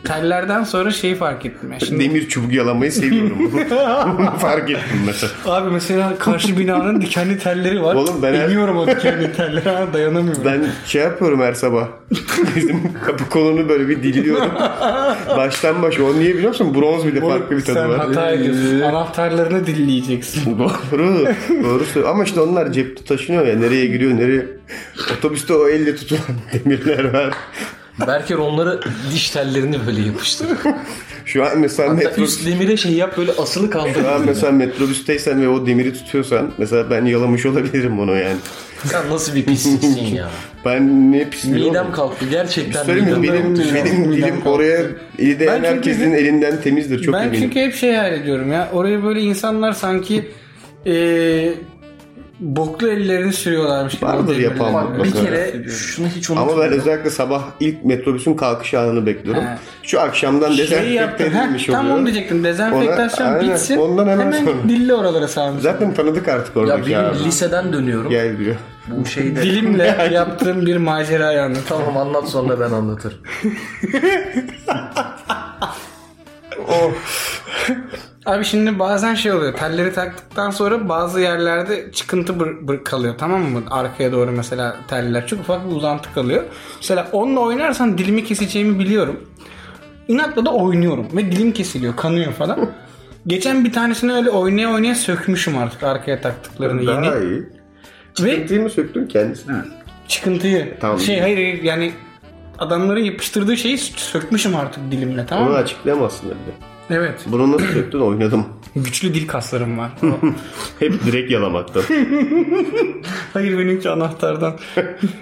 Speaker 3: tellerden sonra şeyi fark ettim. ya. Şimdi
Speaker 2: Demir çubuk yalamayı seviyorum. Bunu Fark ettim mesela.
Speaker 3: Abi mesela karşı binanın dikenli telleri var.
Speaker 2: Oğlum ben her-
Speaker 3: Emiyorum o dikenli telleri ha, dayanamıyorum.
Speaker 2: Ben şey yapıyorum her sabah. Bizim kapı kolunu böyle bir diliyorum. Baştan başa. O niye biliyor musun? Bronz bir de farklı bir
Speaker 3: Sen
Speaker 2: tadı var.
Speaker 3: hata ediyorsun. Anahtarlarını dilleyeceksin.
Speaker 2: Doğru. Doğru söylüyor. Ama işte onlar cepte taşınıyor ya. Nereye giriyor nereye. Otobüste o elle tutulan demirler var.
Speaker 1: Berker onlara diş tellerini böyle yapıştır.
Speaker 2: Şu an mesela
Speaker 1: Hatta
Speaker 2: metro...
Speaker 1: üst demire şey yap böyle asılı
Speaker 2: Şu an
Speaker 1: kaldır.
Speaker 2: mesela metrobüsteysen ve o demiri tutuyorsan mesela ben yalamış olabilirim onu yani.
Speaker 1: Sen nasıl bir pisliksin ya.
Speaker 2: Ben ne pis bir oğlum. şey
Speaker 1: Midem kalktı gerçekten.
Speaker 2: Söyleyeyim mi?
Speaker 1: midem
Speaker 2: Benim,
Speaker 1: kalktı.
Speaker 2: benim
Speaker 3: Midem
Speaker 2: dilim
Speaker 3: kalktı.
Speaker 2: oraya eli değen
Speaker 3: çünkü-
Speaker 2: herkesin elinden temizdir. Çok
Speaker 3: ben
Speaker 2: eminim.
Speaker 3: çünkü hep şey hayal ediyorum ya. Oraya böyle insanlar sanki e, boklu ellerini sürüyorlarmış gibi.
Speaker 2: Vardır
Speaker 3: Demirleri.
Speaker 2: yapan
Speaker 1: Bak bir
Speaker 2: Bakın.
Speaker 1: kere şunu hiç
Speaker 2: Ama ben
Speaker 1: unutmuyorum.
Speaker 2: özellikle sabah ilk metrobüsün kalkış anını bekliyorum.
Speaker 3: He.
Speaker 2: Şu akşamdan
Speaker 3: şey
Speaker 2: dezenfekte
Speaker 3: yaptım. Ha,
Speaker 2: edilmiş
Speaker 3: tam
Speaker 2: oluyor.
Speaker 3: onu diyecektim. Dezenfektasyon
Speaker 2: Ona- aynen.
Speaker 3: bitsin.
Speaker 2: Ondan hemen
Speaker 3: hemen
Speaker 2: sonra.
Speaker 3: dille oralara sarmış.
Speaker 2: Zaten tanıdık artık
Speaker 1: Ya
Speaker 2: oradaki
Speaker 1: bir
Speaker 2: abi.
Speaker 1: gün liseden dönüyorum.
Speaker 2: Gel diyor.
Speaker 1: Bu şeyde.
Speaker 3: Dilimle yaptığım bir macera yani.
Speaker 1: Tamam anlat sonra ben anlatırım.
Speaker 3: Abi şimdi bazen şey oluyor. Telleri taktıktan sonra bazı yerlerde çıkıntı bır- bır- kalıyor tamam mı? Arkaya doğru mesela teller çok ufak bir uzantı kalıyor. Mesela onunla oynarsan dilimi keseceğimi biliyorum. İnatla da oynuyorum ve dilim kesiliyor, kanıyor falan. Geçen bir tanesini öyle oynaya oynaya sökmüşüm artık arkaya taktıklarını yeni.
Speaker 2: Daha iyi.
Speaker 3: Ve
Speaker 2: Ciddi mi söktün kendisini?
Speaker 3: çıkıntıyı
Speaker 2: Tamam.
Speaker 3: şey hayır, hayır yani adamların yapıştırdığı şeyi sö- sökmüşüm artık dilimle tamam
Speaker 2: Onu
Speaker 3: mı?
Speaker 2: açıklayamazsın dedi.
Speaker 3: Evet.
Speaker 2: Bunu nasıl söktün? Oynadım.
Speaker 3: Güçlü dil kaslarım var.
Speaker 2: Hep direkt yalamaktan.
Speaker 3: Hayır benimki anahtardan.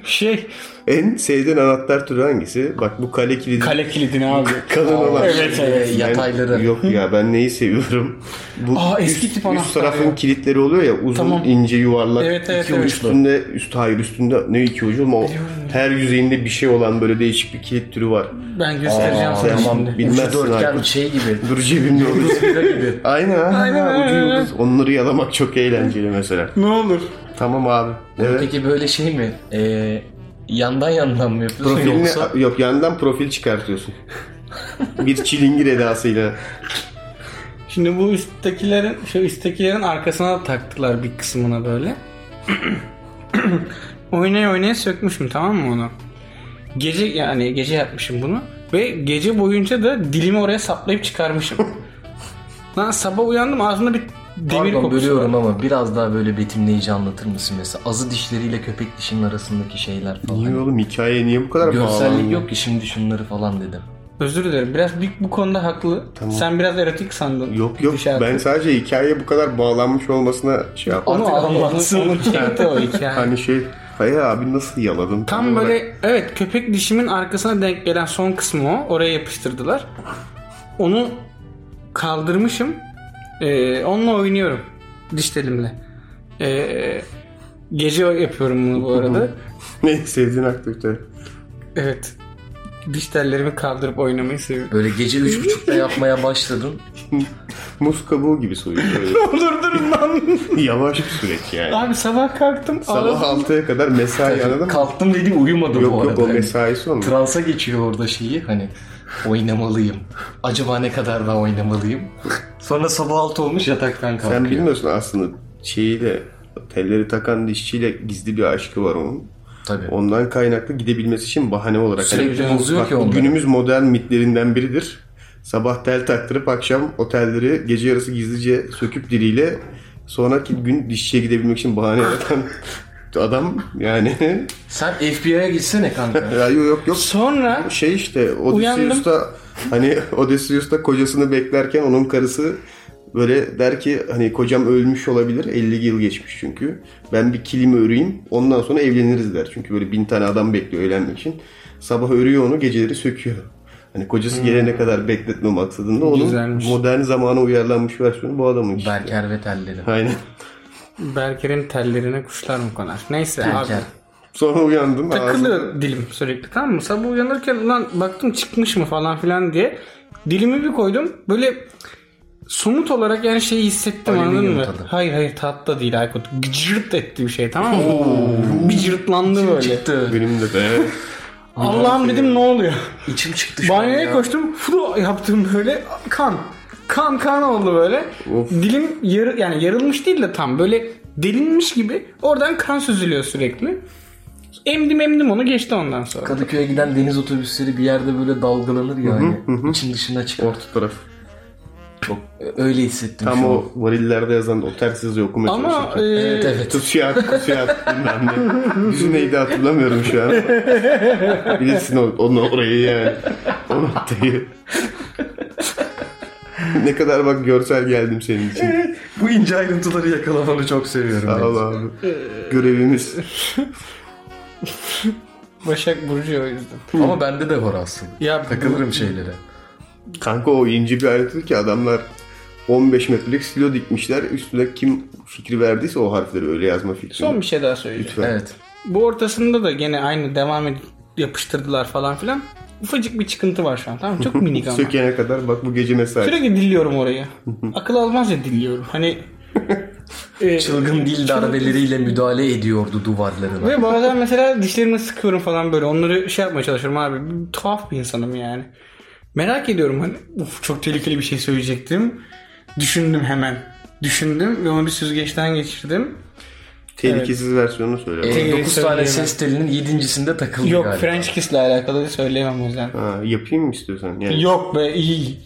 Speaker 3: şey
Speaker 2: en sevdiğin anahtar türü hangisi? Bak bu kale kilidi.
Speaker 3: kale kilidini abi.
Speaker 2: Kalın olan.
Speaker 3: Evet
Speaker 1: Ee,
Speaker 3: evet.
Speaker 1: yatayları.
Speaker 2: Yok ya ben neyi seviyorum? Bu
Speaker 3: Aa, eski
Speaker 2: üst,
Speaker 3: tip anahtar
Speaker 2: üst tarafın
Speaker 3: ya.
Speaker 2: kilitleri oluyor ya uzun
Speaker 3: Tamam.
Speaker 2: ince yuvarlak
Speaker 3: Evet, evet,
Speaker 2: iki
Speaker 3: evet.
Speaker 2: üstünde üst hayır üstünde ne iki ucu ama o her yüzeyinde bir şey olan böyle değişik bir kilit türü var.
Speaker 3: Ben göstereceğim
Speaker 1: Aa,
Speaker 3: sana
Speaker 2: tamam.
Speaker 3: şimdi.
Speaker 2: Bilmezsin
Speaker 1: Şu dörtgen
Speaker 2: artık.
Speaker 1: şey gibi.
Speaker 2: Dur cebimde olur.
Speaker 1: Fıra gibi.
Speaker 2: Aynen, aynen
Speaker 3: Aynen,
Speaker 2: ucu
Speaker 3: aynen.
Speaker 2: yıldız. Onları yalamak çok eğlenceli mesela.
Speaker 3: Ne olur.
Speaker 2: Tamam abi. Evet.
Speaker 1: Peki böyle şey mi? Ee, yandan yandan mı yapıyorsun
Speaker 2: Profilini
Speaker 1: yoksa?
Speaker 2: yok yandan profil çıkartıyorsun. bir çilingir edasıyla.
Speaker 3: Şimdi bu üsttekilerin şu üsttekilerin arkasına da taktılar bir kısmına böyle. oynaya oynaya sökmüşüm tamam mı onu? Gece yani gece yapmışım bunu ve gece boyunca da dilimi oraya saplayıp çıkarmışım. Lan sabah uyandım ağzımda bir demir
Speaker 1: Pardon
Speaker 3: kokusu. var.
Speaker 1: bölüyorum ama biraz daha böyle betimleyici anlatır mısın mesela? Azı dişleriyle köpek dişinin arasındaki şeyler falan.
Speaker 2: Niye oğlum hikaye niye bu kadar
Speaker 1: Görsellik
Speaker 2: bağlandı?
Speaker 1: yok ki şimdi şunları falan dedim.
Speaker 3: Özür dilerim. Biraz bir, bu konuda haklı. Sen biraz erotik sandın. şey
Speaker 2: Yok yok
Speaker 3: Gidişatı.
Speaker 2: ben sadece hikayeye bu kadar bağlanmış olmasına şey yap.
Speaker 3: onu
Speaker 1: Artık anlatsın.
Speaker 3: anlatsın. Onu, onu çekti o hikaye.
Speaker 2: Hani şey Kaya abi nasıl yaladın?
Speaker 3: Tam böyle evet köpek dişimin arkasına denk gelen son kısmı o. Oraya yapıştırdılar. Onu kaldırmışım. Ee, onunla oynuyorum. Diş telimle. Ee, gece yapıyorum bunu bu arada.
Speaker 2: Ne sevdiğin aktivite?
Speaker 3: evet. Diş tellerimi kaldırıp oynamayı seviyorum.
Speaker 1: Böyle gece üç buçukta yapmaya başladın.
Speaker 2: Muz kabuğu gibi soyuyor. Öyle
Speaker 3: Olur durun lan.
Speaker 2: Yavaş bir süreç yani.
Speaker 3: Abi sabah kalktım.
Speaker 2: Sabah
Speaker 3: aradım.
Speaker 2: 6'ya kadar mesai anladın mı?
Speaker 1: Kalktım dediğim uyumadı bu
Speaker 2: Yok
Speaker 1: arada.
Speaker 2: yok o
Speaker 1: Hani
Speaker 2: mesai sonu.
Speaker 1: Transa geçiyor orada şeyi hani oynamalıyım. Acaba ne kadar daha oynamalıyım? Sonra sabah altı olmuş yataktan kalkıyor.
Speaker 2: Sen bilmiyorsun aslında şeyiyle telleri takan dişçiyle gizli bir aşkı var onun.
Speaker 1: Tabii.
Speaker 2: Ondan kaynaklı gidebilmesi için bahane olarak.
Speaker 1: Sürekli
Speaker 2: Hani-
Speaker 1: bozuyor
Speaker 2: bak,
Speaker 1: ki
Speaker 2: bu
Speaker 1: onları.
Speaker 2: Günümüz modern mitlerinden biridir. Sabah tel taktırıp akşam otelleri gece yarısı gizlice söküp diliyle sonraki gün dişçiye gidebilmek için bahane yaratan adam yani.
Speaker 1: Sen FBI'ye gitsene kanka.
Speaker 2: ya yok yok yok.
Speaker 3: Sonra
Speaker 2: Şey işte Odysseus'ta hani Odysseus'ta kocasını beklerken onun karısı böyle der ki hani kocam ölmüş olabilir 50 yıl geçmiş çünkü. Ben bir kilim öreyim ondan sonra evleniriz der. Çünkü böyle bin tane adam bekliyor evlenmek için. Sabah örüyor onu geceleri söküyor. Hani kocası gelene kadar bekletme maksadında onun
Speaker 3: Güzelmiş.
Speaker 2: modern zamana uyarlanmış versiyonu bu adamın işte.
Speaker 1: Berker ve telleri.
Speaker 2: Aynen.
Speaker 3: Berker'in tellerine kuşlar mı konar? Neyse
Speaker 1: Berker.
Speaker 3: abi.
Speaker 2: Sonra uyandın. ağzın-
Speaker 3: Takılıyor dilim sürekli tamam mı? Sabah uyanırken lan baktım çıkmış mı falan filan diye. Dilimi bir koydum. Böyle somut olarak yani şeyi hissettim anladın
Speaker 1: Alüminyum
Speaker 3: mı?
Speaker 1: tadı.
Speaker 3: Hayır hayır tat da değil Aykut. Gıcırt etti bir şey tamam mı? bir cırtlandı böyle.
Speaker 1: Çıktı.
Speaker 2: Benim de de.
Speaker 3: Allah'ım dedim ne oluyor?
Speaker 1: İçim çıktı şu an
Speaker 3: Banyoya
Speaker 1: ya.
Speaker 3: koştum. Flu yaptım böyle kan. Kan kan oldu böyle.
Speaker 2: Of.
Speaker 3: Dilim yarı, yani yarılmış değil de tam böyle delinmiş gibi oradan kan süzülüyor sürekli. Emdim emdim onu geçti ondan sonra.
Speaker 1: Kadıköy'e giden deniz otobüsleri bir yerde böyle dalgalanır ya hani. İçin dışına çıkar.
Speaker 2: Orta taraf.
Speaker 1: Öyle hissettim
Speaker 2: Tam
Speaker 1: şu an.
Speaker 2: o varillerde yazan o tersiz okum
Speaker 3: Ama e,
Speaker 1: Evet evet.
Speaker 2: Tusyak, tusyak bilmem ne. Yüzü neydi hatırlamıyorum şu an. Bilirsin o- onu orayı yani. O noktayı. ne kadar bak görsel geldim senin için.
Speaker 1: Bu ince ayrıntıları yakalamanı çok seviyorum.
Speaker 2: Sağ ol abi. Görevimiz.
Speaker 3: Başak Burcu o yüzden.
Speaker 1: Ama bende de var aslında.
Speaker 3: Ya
Speaker 1: Takılırım şeylere.
Speaker 2: Kanka o ince bir ayrıntı ki adamlar 15 metrelik stilo dikmişler. Üstüne kim fikri verdiyse o harfleri öyle yazma fikri.
Speaker 3: Son bir şey daha söyleyeceğim.
Speaker 2: Lütfen.
Speaker 1: Evet.
Speaker 3: Bu ortasında da gene aynı devam edip yapıştırdılar falan filan. Ufacık bir çıkıntı var şu an tamam mı? Çok minik ama.
Speaker 2: Sökene kadar bak bu gece mesai.
Speaker 3: Sürekli dilliyorum orayı. Akıl almaz ya dilliyorum. Hani e,
Speaker 1: Çılgın dil darbeleriyle müdahale ediyordu duvarlarına.
Speaker 3: Ve bazen mesela dişlerimi sıkıyorum falan böyle. Onları şey yapmaya çalışıyorum abi. Bir Tuhaf bir insanım yani. Merak ediyorum hani. Uf çok tehlikeli bir şey söyleyecektim. Düşündüm hemen. Düşündüm ve onu bir süzgeçten geçirdim.
Speaker 2: Tehlikesiz versiyonunu söyle.
Speaker 1: E,
Speaker 3: Tek-
Speaker 1: 9 tane
Speaker 3: söyleyemem.
Speaker 1: ses telinin 7.sinde takıldı
Speaker 3: şey Yok
Speaker 1: galiba.
Speaker 3: French Kiss'le alakalı söyleyemem o yüzden.
Speaker 2: Ha, yapayım mı istiyorsan? Yani.
Speaker 3: Yok be iyi.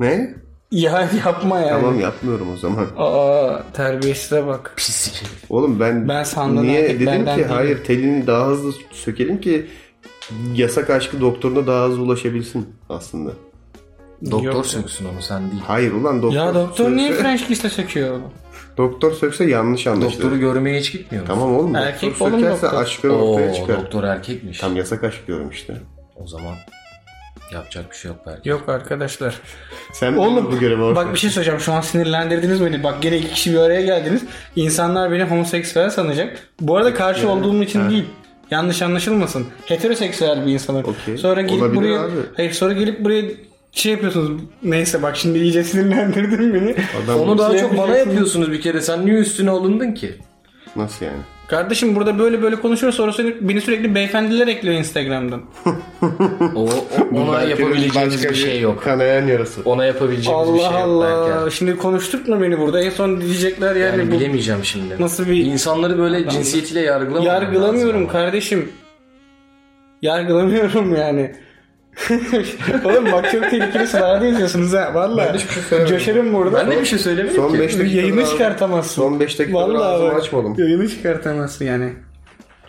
Speaker 2: Ne?
Speaker 3: Ya yapma yani.
Speaker 2: Tamam yapmıyorum o zaman.
Speaker 3: Aa terbiyesize bak.
Speaker 1: Pislik. herif.
Speaker 2: Oğlum ben,
Speaker 3: Ben sandım
Speaker 2: niye
Speaker 3: erkek
Speaker 2: dedim ki
Speaker 3: benden değil.
Speaker 2: hayır telini daha hızlı sökelim ki yasak aşkı doktoruna daha hızlı ulaşabilsin aslında.
Speaker 1: Doktor
Speaker 3: Yok.
Speaker 1: söksün onu sen değil.
Speaker 2: Hayır ulan doktor.
Speaker 3: Ya doktor
Speaker 2: sökse,
Speaker 3: niye French Kiss'le söküyor onu?
Speaker 2: Doktor sökse yanlış anlaşılır.
Speaker 1: Doktoru görmeye hiç gitmiyor musun?
Speaker 2: Tamam oğlum
Speaker 3: Erkek
Speaker 2: doktor
Speaker 3: oğlum
Speaker 2: sökerse
Speaker 3: doktor.
Speaker 2: aşkı ortaya
Speaker 1: Oo,
Speaker 2: çıkar.
Speaker 1: doktor erkekmiş.
Speaker 2: Tam yasak aşk diyorum işte.
Speaker 1: O zaman yapacak bir şey yok belki.
Speaker 3: Yok arkadaşlar.
Speaker 2: Sen
Speaker 3: Oğlum
Speaker 2: bu görevi
Speaker 3: bak bir şey söyleyeceğim şu an sinirlendirdiniz beni. Bak gene iki kişi bir araya geldiniz. İnsanlar beni homoseksüel sanacak. Bu arada karşı olduğum için değil. Yanlış anlaşılmasın. Heteroseksüel bir insanım.
Speaker 2: Okey.
Speaker 3: Sonra gelip
Speaker 2: Olabilir
Speaker 3: buraya
Speaker 2: abi.
Speaker 3: Hayır sonra gelip buraya şey yapıyorsunuz. Neyse bak şimdi iyice sinirlendirdin beni.
Speaker 2: Adam
Speaker 1: Onu daha
Speaker 3: Şey
Speaker 1: çok bana
Speaker 3: yapacaksın.
Speaker 1: yapıyorsunuz bir kere. Sen niye üstüne alındın ki?
Speaker 2: nasıl yani?
Speaker 3: Kardeşim burada böyle böyle konuşuyor sonra seni- beni sürekli beyefendiler ekliyor Instagram'dan.
Speaker 1: O, o- ona
Speaker 2: Belki de
Speaker 1: yapabileceğiniz
Speaker 2: başka
Speaker 1: bir şey yok.
Speaker 2: Kanayan yarası.
Speaker 1: Ona yapabileceğiniz bir
Speaker 3: Allah
Speaker 1: şey yok
Speaker 3: Allah.
Speaker 1: belki.
Speaker 3: Şimdi konuşturtma beni burada. En son diyecekler yani,
Speaker 1: Yani
Speaker 3: bu-
Speaker 1: bilemeyeceğim şimdi.
Speaker 3: Nasıl bir-
Speaker 1: İnsanları böyle cinsiyetiyle yargılamam
Speaker 3: Yargılamıyorum kardeşim. Yargılamıyorum yani. Oğlum bak çok tehlikeli sırada yazıyorsunuz ha valla. Coşarım burada.
Speaker 1: Ben de bir şey söylemiyorum
Speaker 2: şey Son
Speaker 1: ki.
Speaker 2: 5 dakika
Speaker 3: Yayını çıkartamazsın.
Speaker 2: Son 5 dakikadır
Speaker 3: Vallahi
Speaker 2: ağzımı
Speaker 3: bak,
Speaker 2: açmadım.
Speaker 3: Yayını çıkartamazsın yani.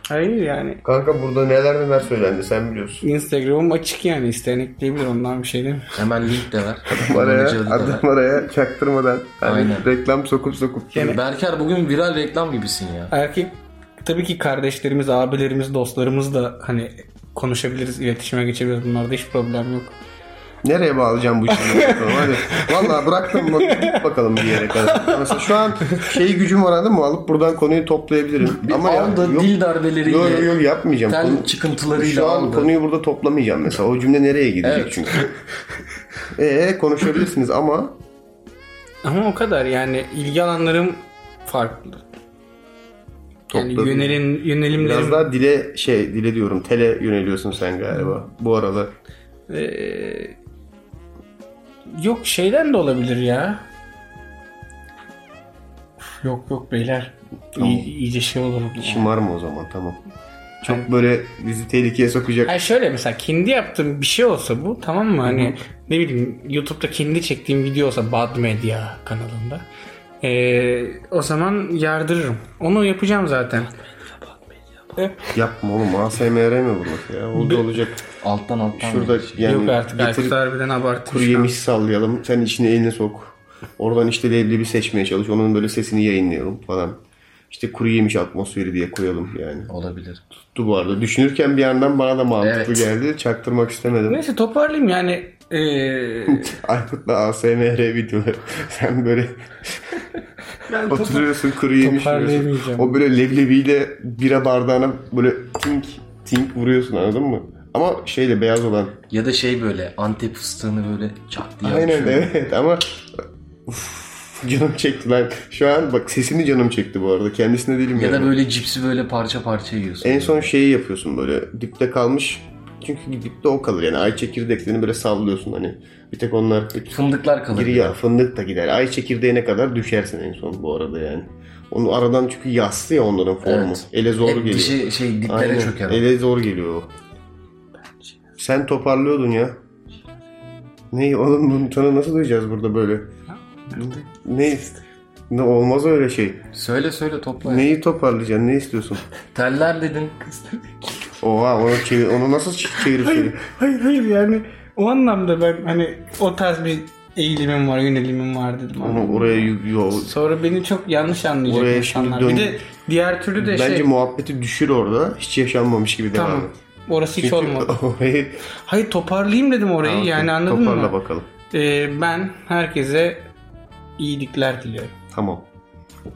Speaker 3: Hayır yani.
Speaker 2: Kanka burada neler neler söylendi sen biliyorsun.
Speaker 3: Instagram'ım açık yani isteyen ekleyebilir ondan bir şey değil mi?
Speaker 1: Hemen link de ver.
Speaker 2: Araya,
Speaker 1: Kullanıcı adı da ver.
Speaker 2: adam araya çaktırmadan hani
Speaker 1: Aynen.
Speaker 2: reklam sokup sokup.
Speaker 3: Yani-
Speaker 1: Berker bugün viral reklam gibisin ya.
Speaker 3: Erkek tabii ki kardeşlerimiz, abilerimiz, dostlarımız da hani konuşabiliriz, iletişime geçebiliriz. Bunlarda hiç problem yok.
Speaker 2: Nereye bağlayacağım bu işi? Hadi. Valla bıraktım bak, git bakalım bir yere kadar. Mesela şu an şey gücüm var anladın mı? Alıp buradan konuyu toplayabilirim. Ama ya,
Speaker 1: Al da
Speaker 2: yok,
Speaker 1: dil darbeleriyle,
Speaker 2: yok, yok, yok, yapmayacağım.
Speaker 1: tel
Speaker 2: Konu-
Speaker 1: çıkıntılarıyla
Speaker 2: şu an
Speaker 1: al da.
Speaker 2: konuyu burada toplamayacağım mesela. O cümle nereye gidecek Ee,
Speaker 1: Evet.
Speaker 2: çünkü. Eee konuşabilirsiniz ama
Speaker 3: Ama o kadar yani ilgi alanlarım farklı. Yani
Speaker 2: Topladım.
Speaker 3: yönelin, yönelimlerim
Speaker 2: Biraz daha dile şey dile diyorum tele yöneliyorsun sen galiba bu aralar.
Speaker 3: Ee, yok şeyden de olabilir ya. Üf, Yok yok beyler.
Speaker 2: Tamam.
Speaker 3: İyi, iyice şey olurum.
Speaker 2: İşin var mı o zaman tamam. Çok böyle bizi tehlikeye sokacak.
Speaker 3: Yani şöyle mesela kendi yaptığım bir şey olsa bu tamam mı? Hani ne bileyim YouTube'da kendi çektiğim video olsa Bad Media kanalında. Ee, o zaman yardırırım. Onu yapacağım zaten. E,
Speaker 2: Yapma oğlum ASMR mi burası ya? Oldu olacak.
Speaker 1: Alttan alttan. şey
Speaker 2: Şurada yani
Speaker 3: Yok artık
Speaker 2: getir
Speaker 3: Aykut harbiden abartmış.
Speaker 2: kuru yemiş sallayalım. Sen içine elini sok. Oradan işte leblebi seçmeye çalış. Onun böyle sesini yayınlayalım falan. İşte kuru yemiş atmosferi diye koyalım yani.
Speaker 1: Olabilir.
Speaker 2: Tuttu bu arada. Düşünürken bir yandan bana da mantıklı
Speaker 1: Evet.
Speaker 2: geldi. Çaktırmak istemedim.
Speaker 3: Neyse toparlayayım yani. Ee,
Speaker 2: Aykut'la ASMR videoları. Sen böyle Oturuyorsun kuru yemiş yiyorsun.
Speaker 3: Toparlayamayacağım.
Speaker 2: O böyle leblebiyle bira bardağına böyle tink tink vuruyorsun anladın mı? Ama şeyle beyaz olan.
Speaker 1: Ya da şey böyle Antep fıstığını böyle çat diye
Speaker 2: Aynen
Speaker 1: atıyor.
Speaker 2: evet ama Uf, canım çekti lan. Şu an bak sesini canım çekti bu arada. Kendisine değilim
Speaker 1: Ya
Speaker 2: yani.
Speaker 1: da böyle cipsi böyle parça parça yiyorsun.
Speaker 2: En son şeyi yapıyorsun böyle dipte kalmış. Çünkü dipte o kalır yani ay çekirdeklerini böyle sallıyorsun hani. Bir tek onlar
Speaker 1: Fındıklar kalır.
Speaker 2: giriyor fındık da gider. Ay çekirdeğine kadar düşersin en son bu arada yani. Onu aradan çünkü yassı ya onların formu.
Speaker 1: Evet.
Speaker 2: Ele zor
Speaker 1: Hep
Speaker 2: geliyor.
Speaker 1: dişi şey diplere
Speaker 2: Aynen.
Speaker 1: çöker. o.
Speaker 2: Ele zor geliyor o. Sen toparlıyordun ya. Ne oğlum bunu sana nasıl duyacağız burada böyle? Ne ist- Ne olmaz öyle şey.
Speaker 1: Söyle söyle topla.
Speaker 2: Neyi toparlayacaksın? Ne istiyorsun?
Speaker 1: Teller dedin.
Speaker 2: Oha onu çevir, onu nasıl ç- çevirip
Speaker 3: hayır,
Speaker 2: çevirip?
Speaker 3: hayır hayır yani o anlamda ben hani o tarz bir eğilimim var, yönelimim var dedim. ama
Speaker 2: Onu oraya y- yo.
Speaker 3: Sonra beni çok yanlış anlayacak
Speaker 2: Oraya
Speaker 3: insanlar.
Speaker 2: şimdi dön-
Speaker 3: Bir de diğer türlü de
Speaker 2: Bence
Speaker 3: şey
Speaker 2: muhabbeti düşür orada. Hiç yaşanmamış gibi devam
Speaker 3: tamam.
Speaker 2: et.
Speaker 3: Orası hiç
Speaker 2: Çünkü
Speaker 3: olmadı.
Speaker 2: orayı-
Speaker 3: Hayır toparlayayım dedim orayı.
Speaker 2: Tamam,
Speaker 3: yani anladın
Speaker 2: toparla
Speaker 3: mı?
Speaker 2: bakalım.
Speaker 3: Ee, ben herkese iyilikler diliyorum.
Speaker 2: Tamam.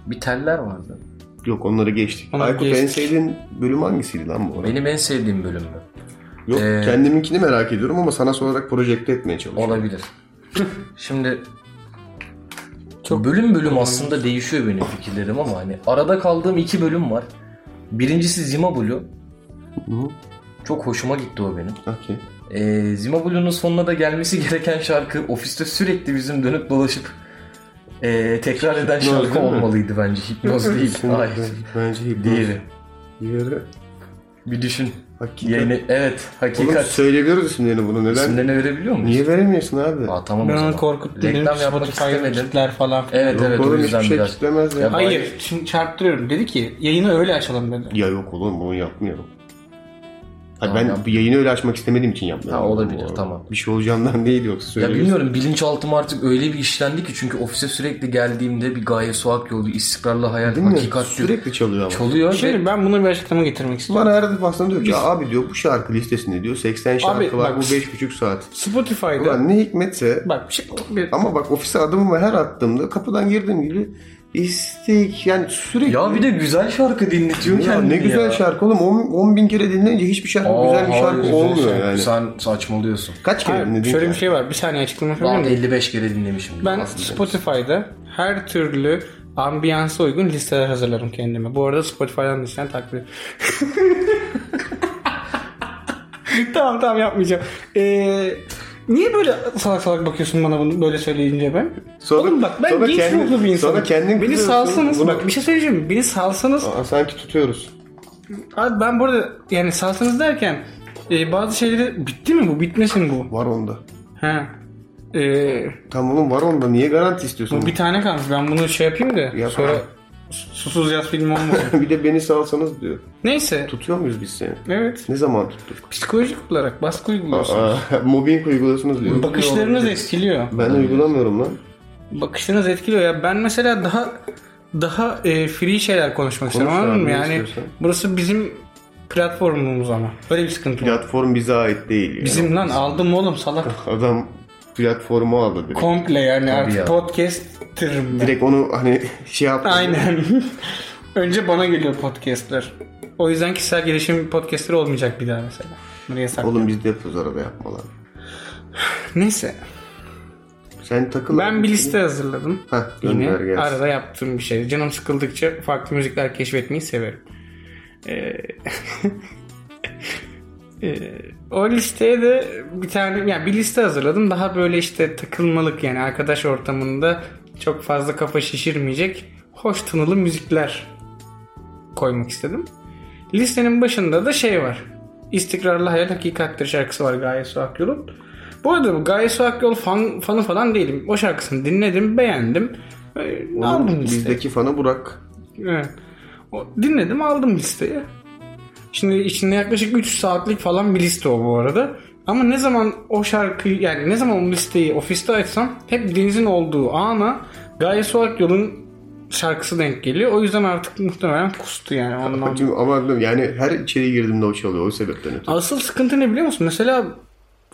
Speaker 1: Bir teller vardı.
Speaker 2: Yok onları geçtik.
Speaker 3: Onları
Speaker 2: Aykut en
Speaker 3: geçtik.
Speaker 2: sevdiğin bölüm hangisiydi lan bu arada?
Speaker 1: Benim en sevdiğim bölüm mü?
Speaker 2: Yok
Speaker 1: Ee,
Speaker 2: kendiminkini merak ediyorum ama sanat olarak projekte etmeye çalışıyorum.
Speaker 1: Olabilir. Şimdi
Speaker 3: Çok-
Speaker 1: bölüm bölüm aslında değişiyor benim fikirlerim ama hani arada kaldığım iki bölüm var. Birincisi Zima Blue.
Speaker 2: Hı.
Speaker 1: Çok hoşuma gitti o benim.
Speaker 2: Okey.
Speaker 1: Ee, Zima Blue'nun sonuna da gelmesi gereken şarkı ofiste sürekli bizim dönüp dolaşıp ee, tekrar eden
Speaker 2: Hipnoz
Speaker 1: şarkı
Speaker 2: değil mi?
Speaker 1: olmalıydı bence. Hipnoz değil. Hayır.
Speaker 2: Bence hipnoz.
Speaker 1: Diğeri.
Speaker 2: Diğeri.
Speaker 1: Bir düşün.
Speaker 2: Hakikat.
Speaker 1: Yayını, evet
Speaker 2: Oğlum
Speaker 1: hakikat.
Speaker 2: söyleyebiliyoruz isimlerini bunu neden?
Speaker 1: İsimlerini verebiliyor muyuz?
Speaker 2: Niye veremiyorsun abi?
Speaker 1: Aa, tamam
Speaker 3: Ben
Speaker 1: o
Speaker 3: onu
Speaker 1: zaman.
Speaker 3: korkuttum. dedim,
Speaker 1: Reklam yapmak
Speaker 3: Spotify'a
Speaker 1: istemedim.
Speaker 3: kitler falan.
Speaker 1: Evet
Speaker 2: Yok
Speaker 1: evet o
Speaker 2: oğlum hiçbir
Speaker 1: yüzden
Speaker 2: şey
Speaker 1: biraz.
Speaker 2: kitlemez ya.
Speaker 1: Ya
Speaker 3: Hayır, şimdi çarptırıyorum. Dedi ki yayını öyle açalım dedi.
Speaker 2: Ya yok oğlum bunu yapmıyorum. Ha,
Speaker 1: Tamam,
Speaker 2: ben
Speaker 1: yap.
Speaker 2: bir yayını öyle açmak istemediğim için yapmıyorum.
Speaker 1: Ha, olabilir,
Speaker 2: Bu arada.
Speaker 1: tamam.
Speaker 2: Bir şey olacağından değil yoksa
Speaker 1: Ya
Speaker 2: söylüyorsun.
Speaker 1: bilmiyorum bilinçaltım artık öyle bir işlendi ki çünkü ofise sürekli geldiğimde bir gaye suak yolu, istikrarlı hayal,
Speaker 2: Değil mi?
Speaker 1: hakikat diyor.
Speaker 2: Sürekli çalıyor ama.
Speaker 1: Çalıyor ve
Speaker 3: Şimdi ben buna bir açıklama getirmek istiyorum.
Speaker 2: şey- Bana her defasında diyor ki ya abi diyor bu şarkı listesinde diyor 80 şarkı
Speaker 3: Abi,
Speaker 2: var
Speaker 3: bak-
Speaker 2: bu 5,5 saat.
Speaker 3: Spotify'da
Speaker 2: Ulan ne hikmetse
Speaker 3: bak bir şey bir-
Speaker 2: Ama bak ofise adımımı her attığımda kapıdan girdiğim gibi istik yani sürekli.
Speaker 1: ya bir de güzel şarkı dinletiyor
Speaker 2: Ya
Speaker 1: kendini
Speaker 2: ne güzel
Speaker 1: ya.
Speaker 2: şarkı oğlum 10, 10 bin kere dinleyince hiçbir şarkı
Speaker 1: Aa,
Speaker 2: güzel bir şarkı
Speaker 1: hayır, güzel
Speaker 2: olmuyor
Speaker 1: şarkı.
Speaker 2: yani.
Speaker 1: Sen saçmalıyorsun.
Speaker 2: Kaç kere
Speaker 3: Hayır,
Speaker 2: dinledin
Speaker 3: şöyle
Speaker 2: ki?
Speaker 3: bir şey var. Bir saniye açıklama yapabilir
Speaker 1: Ben
Speaker 3: miyim?
Speaker 1: 55 kere dinlemişim.
Speaker 3: Ben Spotify'da her türlü ambiyansa uygun listeler hazırlarım kendime. Bu arada Spotify'dan listeni takip ediyorum. tamam tamam yapmayacağım. Ee, niye böyle salak salak bakıyorsun bana bunu böyle söyleyince ben?
Speaker 2: Sonra-
Speaker 3: Oğlum bak ben
Speaker 2: sonra
Speaker 3: genç
Speaker 2: kendin-
Speaker 3: ruhlu bir insanım.
Speaker 2: sonra kendin
Speaker 3: Beni
Speaker 2: kızıyorsun.
Speaker 3: salsanız
Speaker 2: Buna-
Speaker 3: bak bir şey söyleyeceğim. mi? Beni salsanız
Speaker 2: Aa, sanki tutuyoruz.
Speaker 3: abi ben bu arada yani salsanız derken e, bazı şeyleri bitti mi bu? Bitmesin bu.
Speaker 2: Var onda.
Speaker 3: Ha. Ee,
Speaker 2: Tamam oğlum var onda. Niye garanti istiyorsun?
Speaker 3: bu bir tane kalmış. Ben bunu şey yapayım da
Speaker 2: Yap.
Speaker 3: sonra su- susuz yaz filmi olmasın.
Speaker 2: bir de beni salsanız diyor.
Speaker 3: Neyse.
Speaker 2: Tutuyor muyuz biz seni?
Speaker 3: Evet.
Speaker 2: Ne zaman tuttuk?
Speaker 3: Psikolojik olarak baskı uyguluyorsunuz.
Speaker 2: Aa, mobbing uyguluyorsunuz diyor.
Speaker 3: Bakışlarınız etkiliyor.
Speaker 2: Ben uygulamıyorum lan.
Speaker 3: Bakışlarınız etkiliyor ya. Ben mesela daha daha e, free şeyler konuşmak istiyorum
Speaker 2: Konuş
Speaker 3: anladın
Speaker 2: abi,
Speaker 3: mı? Yani
Speaker 2: ne istiyorsan.
Speaker 3: burası bizim platformumuz ama. Böyle bir sıkıntı yok.
Speaker 2: Platform bize ait değil. yani.
Speaker 3: Bizim lan aldım oğlum salak.
Speaker 2: Adam platformu aldı direkt.
Speaker 3: Komple yani artık
Speaker 1: ya.
Speaker 3: podcast'tırım ben.
Speaker 2: Direkt onu hani şey yaptı.
Speaker 3: Aynen. Önce bana geliyor podcastler. O yüzden kişisel gelişim podcastleri olmayacak bir daha mesela. Bunu yasak.
Speaker 2: Oğlum biz de yapıyoruz arada yapmalar.
Speaker 3: Neyse.
Speaker 2: Sen takıl.
Speaker 3: Ben bir liste hazırladım.
Speaker 2: Heh,
Speaker 3: Yine
Speaker 2: gönder gelsin.
Speaker 3: arada yaptığım bir şey. Canım sıkıldıkça farklı müzikler keşfetmeyi severim. Ee, ee, o listeye de bir tane yani bir liste hazırladım. Daha böyle işte takılmalık yani arkadaş ortamında çok fazla kafa şişirmeyecek hoş tınılı müzikler koymak istedim. Listenin başında da şey var. İstikrarlı Hayal Hakikattir şarkısı var Gaye Su Akyol'un. Bu arada bu Gaye Su Akyol fan, fanı falan değilim. O şarkısını dinledim, beğendim. Ee,
Speaker 2: Onun
Speaker 3: aldım listeye.
Speaker 2: bizdeki fanı Burak.
Speaker 3: Evet. O, dinledim, aldım listeye. Şimdi içinde yaklaşık 3 saatlik falan bir liste o bu arada. Ama ne zaman o şarkıyı yani ne zaman o listeyi ofiste açsam hep Deniz'in olduğu ana Gaye Su Akyol'un şarkısı denk geliyor. O yüzden artık muhtemelen kustu yani ondan.
Speaker 2: Çünkü Ama yani her içeri girdiğimde o çalıyor o sebepten ötürü.
Speaker 3: Asıl sıkıntı ne biliyor musun? Mesela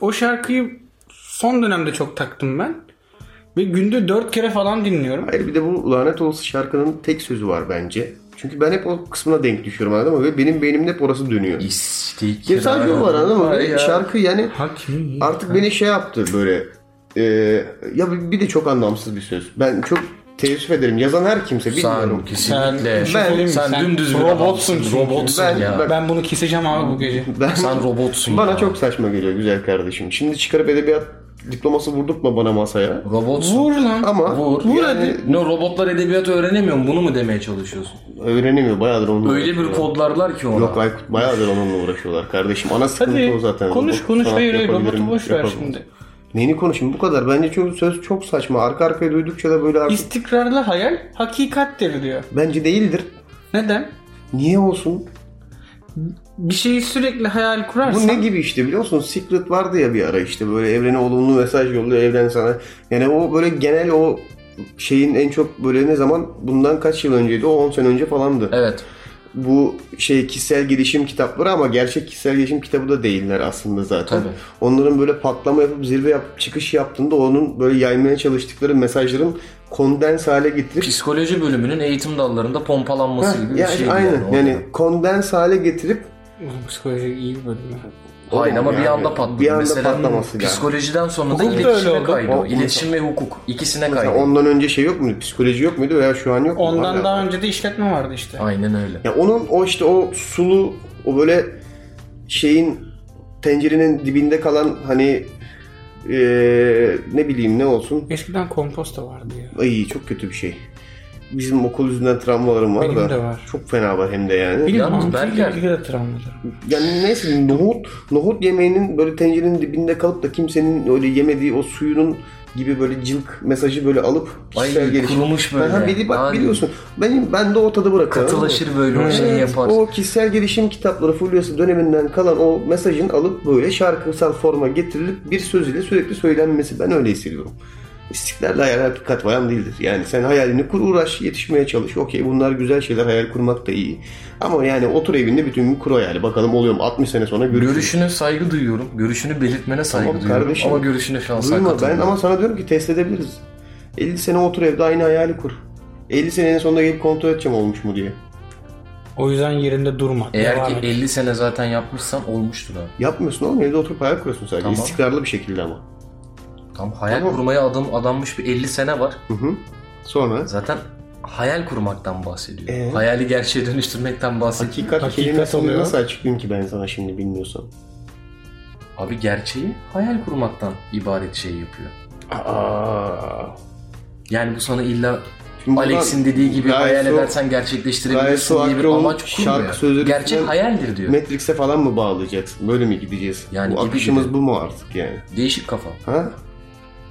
Speaker 3: o şarkıyı son dönemde çok taktım ben. Ve günde 4 kere falan dinliyorum.
Speaker 2: Hayır bir de bu lanet olası şarkının tek sözü var bence. Çünkü ben hep o kısmına denk düşüyorum anladın mı? Ve benim beynimde hep orası dönüyor.
Speaker 1: İstikrar.
Speaker 2: Ya sadece o var anladın mı? Ve Şarkı yani
Speaker 3: Hakim.
Speaker 2: artık beni şey yaptı böyle. Ee, ya bir- bir de çok anlamsız bir söz. Ben çok teessüf ederim. Yazan her kimse
Speaker 1: Sen
Speaker 2: bilmiyorum.
Speaker 1: kesinlikle.
Speaker 3: Sen-
Speaker 1: sen,
Speaker 3: ben- sen
Speaker 1: dümdüz bir
Speaker 3: robotsun
Speaker 1: adamsın.
Speaker 3: çünkü.
Speaker 1: Robotsun
Speaker 2: Ben-
Speaker 1: ya.
Speaker 2: bak-
Speaker 3: Ben bunu keseceğim abi bu gece.
Speaker 2: Ben,
Speaker 1: sen robotsun
Speaker 2: Bana
Speaker 1: ya.
Speaker 2: çok saçma geliyor güzel kardeşim. Şimdi çıkarıp edebiyat diploması vurdurtma bana masaya.
Speaker 1: Robotsun.
Speaker 3: Vur lan.
Speaker 2: Ama
Speaker 1: Vur.
Speaker 2: yani
Speaker 1: Ne robotlar edebiyat öğrenemiyor mu? Bunu mu demeye çalışıyorsun?
Speaker 2: öğrenemiyor bayağıdır onunla.
Speaker 1: Öyle bir
Speaker 2: uğraşıyorlar.
Speaker 1: kodlarlar ki ona.
Speaker 2: Yok Aykut bayağıdır onunla uğraşıyorlar kardeşim. Ana sıkıntı
Speaker 3: Hadi
Speaker 2: o zaten.
Speaker 3: konuş
Speaker 2: Bu
Speaker 3: konuş
Speaker 2: sanat
Speaker 3: hayır hayır
Speaker 2: yapabilirim,
Speaker 3: robotu boş ver
Speaker 2: yapamam.
Speaker 3: şimdi.
Speaker 2: Neyini konuşayım bu kadar. Bence çok söz çok saçma. Arka arkaya duydukça da böyle artık
Speaker 3: İstikrarlı hayal hakikattir diyor.
Speaker 2: bence değildir.
Speaker 3: Neden?
Speaker 2: Niye olsun?
Speaker 3: Bir şeyi sürekli hayal kurarsan
Speaker 2: Bu ne gibi işte biliyor musun? Secret vardı ya bir ara işte böyle evrene olumlu mesaj yolluyor evren sana. Yani o böyle genel o şeyin en çok böyle ne zaman bundan kaç yıl önceydi? O 10 sene önce falandı.
Speaker 1: Evet.
Speaker 2: bu şey kişisel gelişim kitapları ama gerçek kişisel gelişim kitabı da değiller aslında zaten.
Speaker 1: Tabii.
Speaker 2: Onların böyle patlama yapıp zirve yapıp çıkış yaptığında onun böyle yaymaya çalıştıkları mesajların kondens hale getirip
Speaker 1: Psikoloji bölümünün eğitim dallarında pompalanması gibi bir
Speaker 2: yani
Speaker 1: şey.
Speaker 2: aynen
Speaker 1: orada.
Speaker 2: yani kondens hale getirip
Speaker 3: Oğlum psikoloji iyi bir bölüm. ya.
Speaker 1: Hayır ama
Speaker 2: Yani
Speaker 1: bir anda patladı.
Speaker 2: bir anda
Speaker 1: Mesela
Speaker 2: patlaması yani.
Speaker 1: psikolojiden sonra da
Speaker 3: Hukuk da öyle
Speaker 1: iletişime
Speaker 3: oldu.
Speaker 1: kaydı.
Speaker 2: Hukuk-
Speaker 1: İletişim ve hukuk. ikisine
Speaker 2: mesela
Speaker 1: kaydı.
Speaker 2: ondan önce şey yok muydu? Psikoloji yok muydu veya şu an yok mu?
Speaker 3: Ondan
Speaker 2: Hala-
Speaker 3: daha önce de işletme vardı işte.
Speaker 1: Aynen öyle.
Speaker 2: Ya onun o işte o sulu o böyle şeyin tencerenin dibinde kalan hani eee, ne bileyim ne olsun
Speaker 3: Eskiden komposta vardı ya.
Speaker 2: Ay çok kötü bir şey. Bizim okul yüzünden travmalarım var
Speaker 3: Benim
Speaker 2: da.
Speaker 3: de var.
Speaker 2: Çok fena var hem de yani.
Speaker 3: Benim
Speaker 1: Yalnız
Speaker 3: mantığıyla
Speaker 1: Berker-
Speaker 3: ilgili de travmalarım. var.
Speaker 2: Yani neyse nohut, nohut yemeğinin böyle tencerenin dibinde kalıp da kimsenin öyle yemediği o suyunun gibi böyle cılk mesajı böyle alıp
Speaker 1: Ay,
Speaker 2: kişisel gelişim.
Speaker 1: kurumuş böyle.
Speaker 2: Aha, bili- bak,
Speaker 1: Aynen.
Speaker 2: biliyorsun benim ben de o tadı bırakıyorum.
Speaker 1: Katılaşır böyle o
Speaker 2: Evet,
Speaker 1: şey yapar.
Speaker 2: O kişisel gelişim kitapları Fulyası döneminden kalan o mesajın alıp böyle şarkısal forma getirilip bir söz ile sürekli söylenmesi ben öyle hissediyorum. İstiklal hayal hakikat falan değildir. Yani sen hayalini kur uğraş yetişmeye çalış. Okey bunlar güzel şeyler hayal kurmak da iyi. Ama yani otur evinde bütün gün kur hayali. Bakalım oluyor mu 60 sene sonra görüşürüz.
Speaker 1: Görüşüne saygı duyuyorum. Görüşünü belirtmene saygı
Speaker 2: Tamam
Speaker 1: duyuyorum.
Speaker 2: kardeşim.
Speaker 1: Ama görüşüne şu an
Speaker 2: Duyma
Speaker 1: saygı
Speaker 2: ben ama sana diyorum ki test edebiliriz. 50 sene otur evde aynı hayali kur. 50 senenin sonunda gelip kontrol edeceğim olmuş mu diye.
Speaker 3: O yüzden yerinde durma.
Speaker 1: Eğer
Speaker 3: Devam
Speaker 1: ki
Speaker 3: et.
Speaker 1: 50 sene zaten yapmışsan olmuştur abi.
Speaker 2: Yapmıyorsun oğlum evde oturup hayal kuruyorsun sadece.
Speaker 1: Tamam.
Speaker 2: İstikrarlı bir şekilde ama.
Speaker 1: Tam hayal
Speaker 2: Ama-
Speaker 1: kurmaya adım adanmış bir 50 sene var.
Speaker 2: Hı hı. Sonra
Speaker 1: Zaten hayal kurmaktan bahsediyor.
Speaker 2: Ee?
Speaker 1: Hayali gerçeğe dönüştürmekten bahsediyor.
Speaker 2: hakikat,
Speaker 3: Hakikat
Speaker 2: kelimesini
Speaker 3: oluyor.
Speaker 2: nasıl açıklayayım ki ben sana şimdi bilmiyorsan?
Speaker 1: Abi gerçeği hayal kurmaktan ibaret şey yapıyor.
Speaker 2: Aa.
Speaker 1: Yani bu sana illa
Speaker 2: Şimdi
Speaker 1: Alex'in
Speaker 2: buradan
Speaker 1: dediği gibi
Speaker 2: Gaye
Speaker 1: hayal
Speaker 2: Su-
Speaker 1: edersen
Speaker 2: Gaye
Speaker 1: gerçekleştirebilirsin
Speaker 2: Su
Speaker 1: diye bir
Speaker 2: Akyol'un
Speaker 1: amaç
Speaker 2: şarkı
Speaker 1: kurmuyor.
Speaker 2: sözleri
Speaker 1: Gerçek
Speaker 2: falan-
Speaker 1: hayaldir diyor.
Speaker 2: Matrix'e falan mı bağlayacaksın? Böyle mi gideceğiz?
Speaker 1: Yani
Speaker 2: bu
Speaker 1: gibi
Speaker 2: akışımız
Speaker 1: gibi.
Speaker 2: bu mu artık yani?
Speaker 1: Değişik kafa.
Speaker 2: Ha?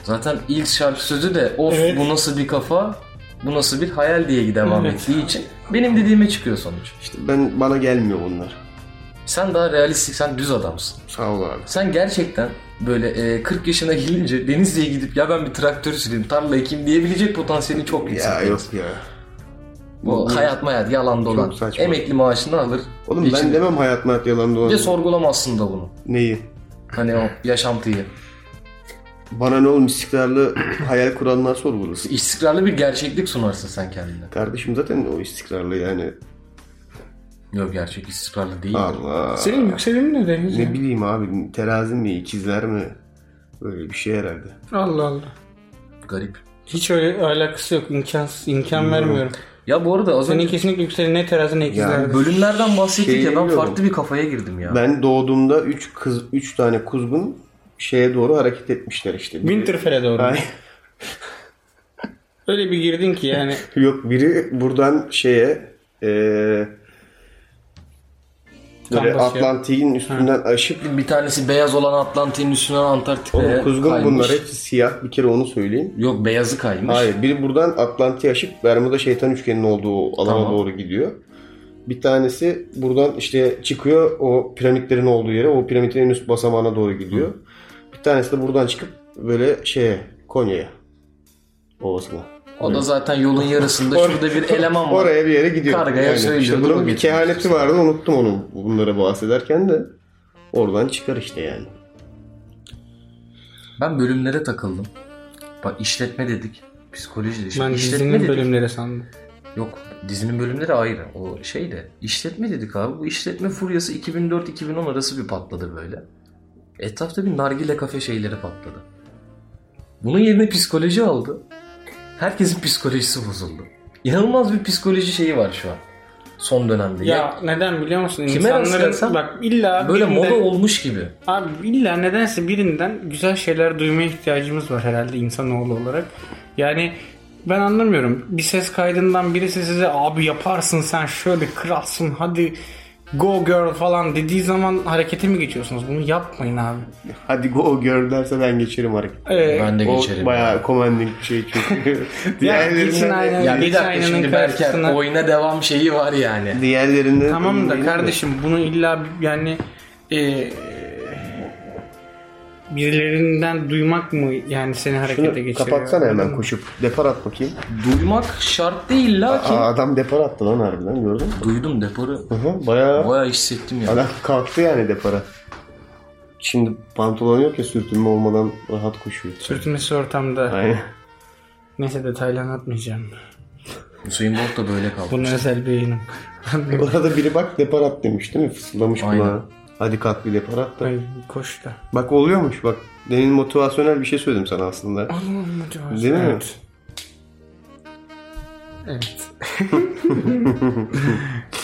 Speaker 1: Zaten ilk şarkı sözü de of
Speaker 3: Evet.
Speaker 1: bu nasıl bir kafa, bu nasıl bir hayal diye devam
Speaker 3: Evet.
Speaker 1: ettiği için benim dediğime çıkıyor sonuç.
Speaker 2: İşte ben bana gelmiyor bunlar.
Speaker 1: Sen daha realistik, sen düz adamsın.
Speaker 2: Sağ ol abi.
Speaker 1: Sen gerçekten böyle e, 40 yaşına gelince Denizli'ye gidip ya ben bir traktör süreyim, tarla ekeyim diyebilecek potansiyelin çok yüksek.
Speaker 2: Ya yok ya.
Speaker 1: Bu hayat mayat yalan dolan.
Speaker 2: saçma.
Speaker 1: Emekli maaşını alır.
Speaker 2: Oğlum ben
Speaker 1: geçinir.
Speaker 2: demem hayat mayat yalan
Speaker 1: Bir
Speaker 2: dolan.
Speaker 1: de sorgulamazsın da bunu.
Speaker 2: Neyi?
Speaker 1: Hani o yaşantıyı.
Speaker 2: Bana ne oğlum istikrarlı hayal kuranlar sorgulasın.
Speaker 1: İstikrarlı bir gerçeklik sunarsın sen kendine.
Speaker 2: Kardeşim zaten o istikrarlı yani.
Speaker 1: Yok gerçek istikrarlı değil.
Speaker 2: Allah.
Speaker 3: Senin yükselenin ne Deniz? ya?
Speaker 2: Ne bileyim abi terazi mi ikizler mi? Böyle bir şey herhalde.
Speaker 3: Allah Allah.
Speaker 1: garip.
Speaker 3: Hiç öyle alakası yok. İmkansız. imkan vermiyorum.
Speaker 1: Ya bu arada az
Speaker 3: Senin
Speaker 1: önce
Speaker 3: kesinlikle yükselen ne terazi ne ikizlerdir.
Speaker 1: bölümlerden bahsettik
Speaker 2: Şey
Speaker 1: ya ben
Speaker 2: biliyorum.
Speaker 1: farklı bir kafaya girdim ya.
Speaker 2: Ben doğduğumda 3 kız 3 tane kuzgun şeye doğru hareket etmişler işte. Biri-
Speaker 3: Winterfell'e doğru.
Speaker 2: Ay,
Speaker 3: Öyle bir girdin ki yani.
Speaker 2: Yok biri buradan şeye e, eee böyle
Speaker 3: Kambas ya.
Speaker 2: Atlantik'in üstünden aşıp
Speaker 1: Bir tanesi beyaz olan Atlantik'in üstünden Antarktika'ya
Speaker 2: Oğlum kuzgun
Speaker 1: kaymış.
Speaker 2: bunlar hepsi siyah bir kere onu söyleyeyim.
Speaker 1: Yok beyazı kaymış.
Speaker 2: Hayır biri buradan Atlantik'i aşıp Bermuda şeytan üçgeninin olduğu alana
Speaker 1: Tamam.
Speaker 2: doğru gidiyor. Bir tanesi buradan işte çıkıyor o piramitlerin olduğu yere o piramidin en üst basamağına doğru gidiyor. Bir tanesi de buradan çıkıp böyle şeye Konya'ya ovasına.
Speaker 1: O da zaten yolun yarısında şurada bir eleman var.
Speaker 2: Oraya bir yere gidiyor.
Speaker 1: Kargaya söylüyor,
Speaker 2: İşte
Speaker 1: bunu
Speaker 2: bunun bir
Speaker 1: getirmiş.
Speaker 2: kehaneti vardı unuttum onu bunlara bahsederken de. Oradan çıkar işte yani.
Speaker 1: Ben bölümlere takıldım. Bak işletme dedik. Psikoloji dedik.
Speaker 3: Ben
Speaker 1: işletme
Speaker 3: dizinin
Speaker 1: dedik.
Speaker 3: bölümleri sandım.
Speaker 1: Yok dizinin bölümleri ayrı. O şey de işletme dedik abi. Bu işletme furyası 2004-2010 arası bir patladı böyle. Etrafta bir nargile kafe şeyleri patladı. Bunun yerine psikoloji aldı. Herkesin psikolojisi bozuldu. İnanılmaz bir psikoloji şeyi var şu an. Son dönemde.
Speaker 3: Ya,
Speaker 1: Ya,
Speaker 3: neden biliyor musun?
Speaker 1: Kime rastlarsam
Speaker 3: İnsanların bak illa
Speaker 1: böyle
Speaker 3: birinde-
Speaker 1: moda olmuş gibi.
Speaker 3: Abi illa nedense birinden güzel şeyler duymaya ihtiyacımız var herhalde insanoğlu olarak. Yani ben anlamıyorum. Bir ses kaydından birisi size abi yaparsın sen şöyle kralsın hadi go girl falan dediği zaman harekete mi geçiyorsunuz? Bunu yapmayın abi.
Speaker 2: Hadi go gör derse ben geçerim hareket.
Speaker 3: Ee,
Speaker 1: Ben de
Speaker 2: O
Speaker 1: geçerim.
Speaker 2: bayağı commanding bir şey çünkü.
Speaker 3: geçin
Speaker 2: diğerlerinden,
Speaker 3: aynen.
Speaker 1: Ya bir dakika
Speaker 3: Aynanın
Speaker 1: şimdi Berker
Speaker 3: karşısına-
Speaker 1: oyuna devam şeyi var yani.
Speaker 2: diğerlerinden
Speaker 3: Tamam da kardeşim bunu illa yani e, birilerinden duymak mı yani seni harekete
Speaker 2: Şunu
Speaker 3: geçiriyor?
Speaker 2: kapatsana hemen koşup. Depar at bakayım.
Speaker 1: Duymak şart değil lakin.
Speaker 2: Aa, adam depar attı lan harbiden gördün mü?
Speaker 1: Duydum deporu.
Speaker 2: Hı hı, Bayağı
Speaker 1: Bayağı hissettim ya.
Speaker 2: adam kalktı yani depara. Şimdi pantolon yok ya sürtünme olmadan rahat koşuyor.
Speaker 3: Sürtünmesi ortamda.
Speaker 2: Aynen.
Speaker 3: Neyse detaylı anlatmayacağım.
Speaker 1: Hüseyin Bolt da böyle kaldı.
Speaker 3: Bunun özel bir yayınım.
Speaker 2: Bu arada biri bak depar at demiş değil mi? Fısıldamış
Speaker 1: Aynen.
Speaker 2: buna. Hadi kalk bir depar at da.
Speaker 3: Ay koş da.
Speaker 2: Bak oluyormuş bak. Demin motivasyonel bir şey söyledim sana aslında.
Speaker 3: Anam acaba.
Speaker 2: Değil mi?
Speaker 3: Evet. Evet.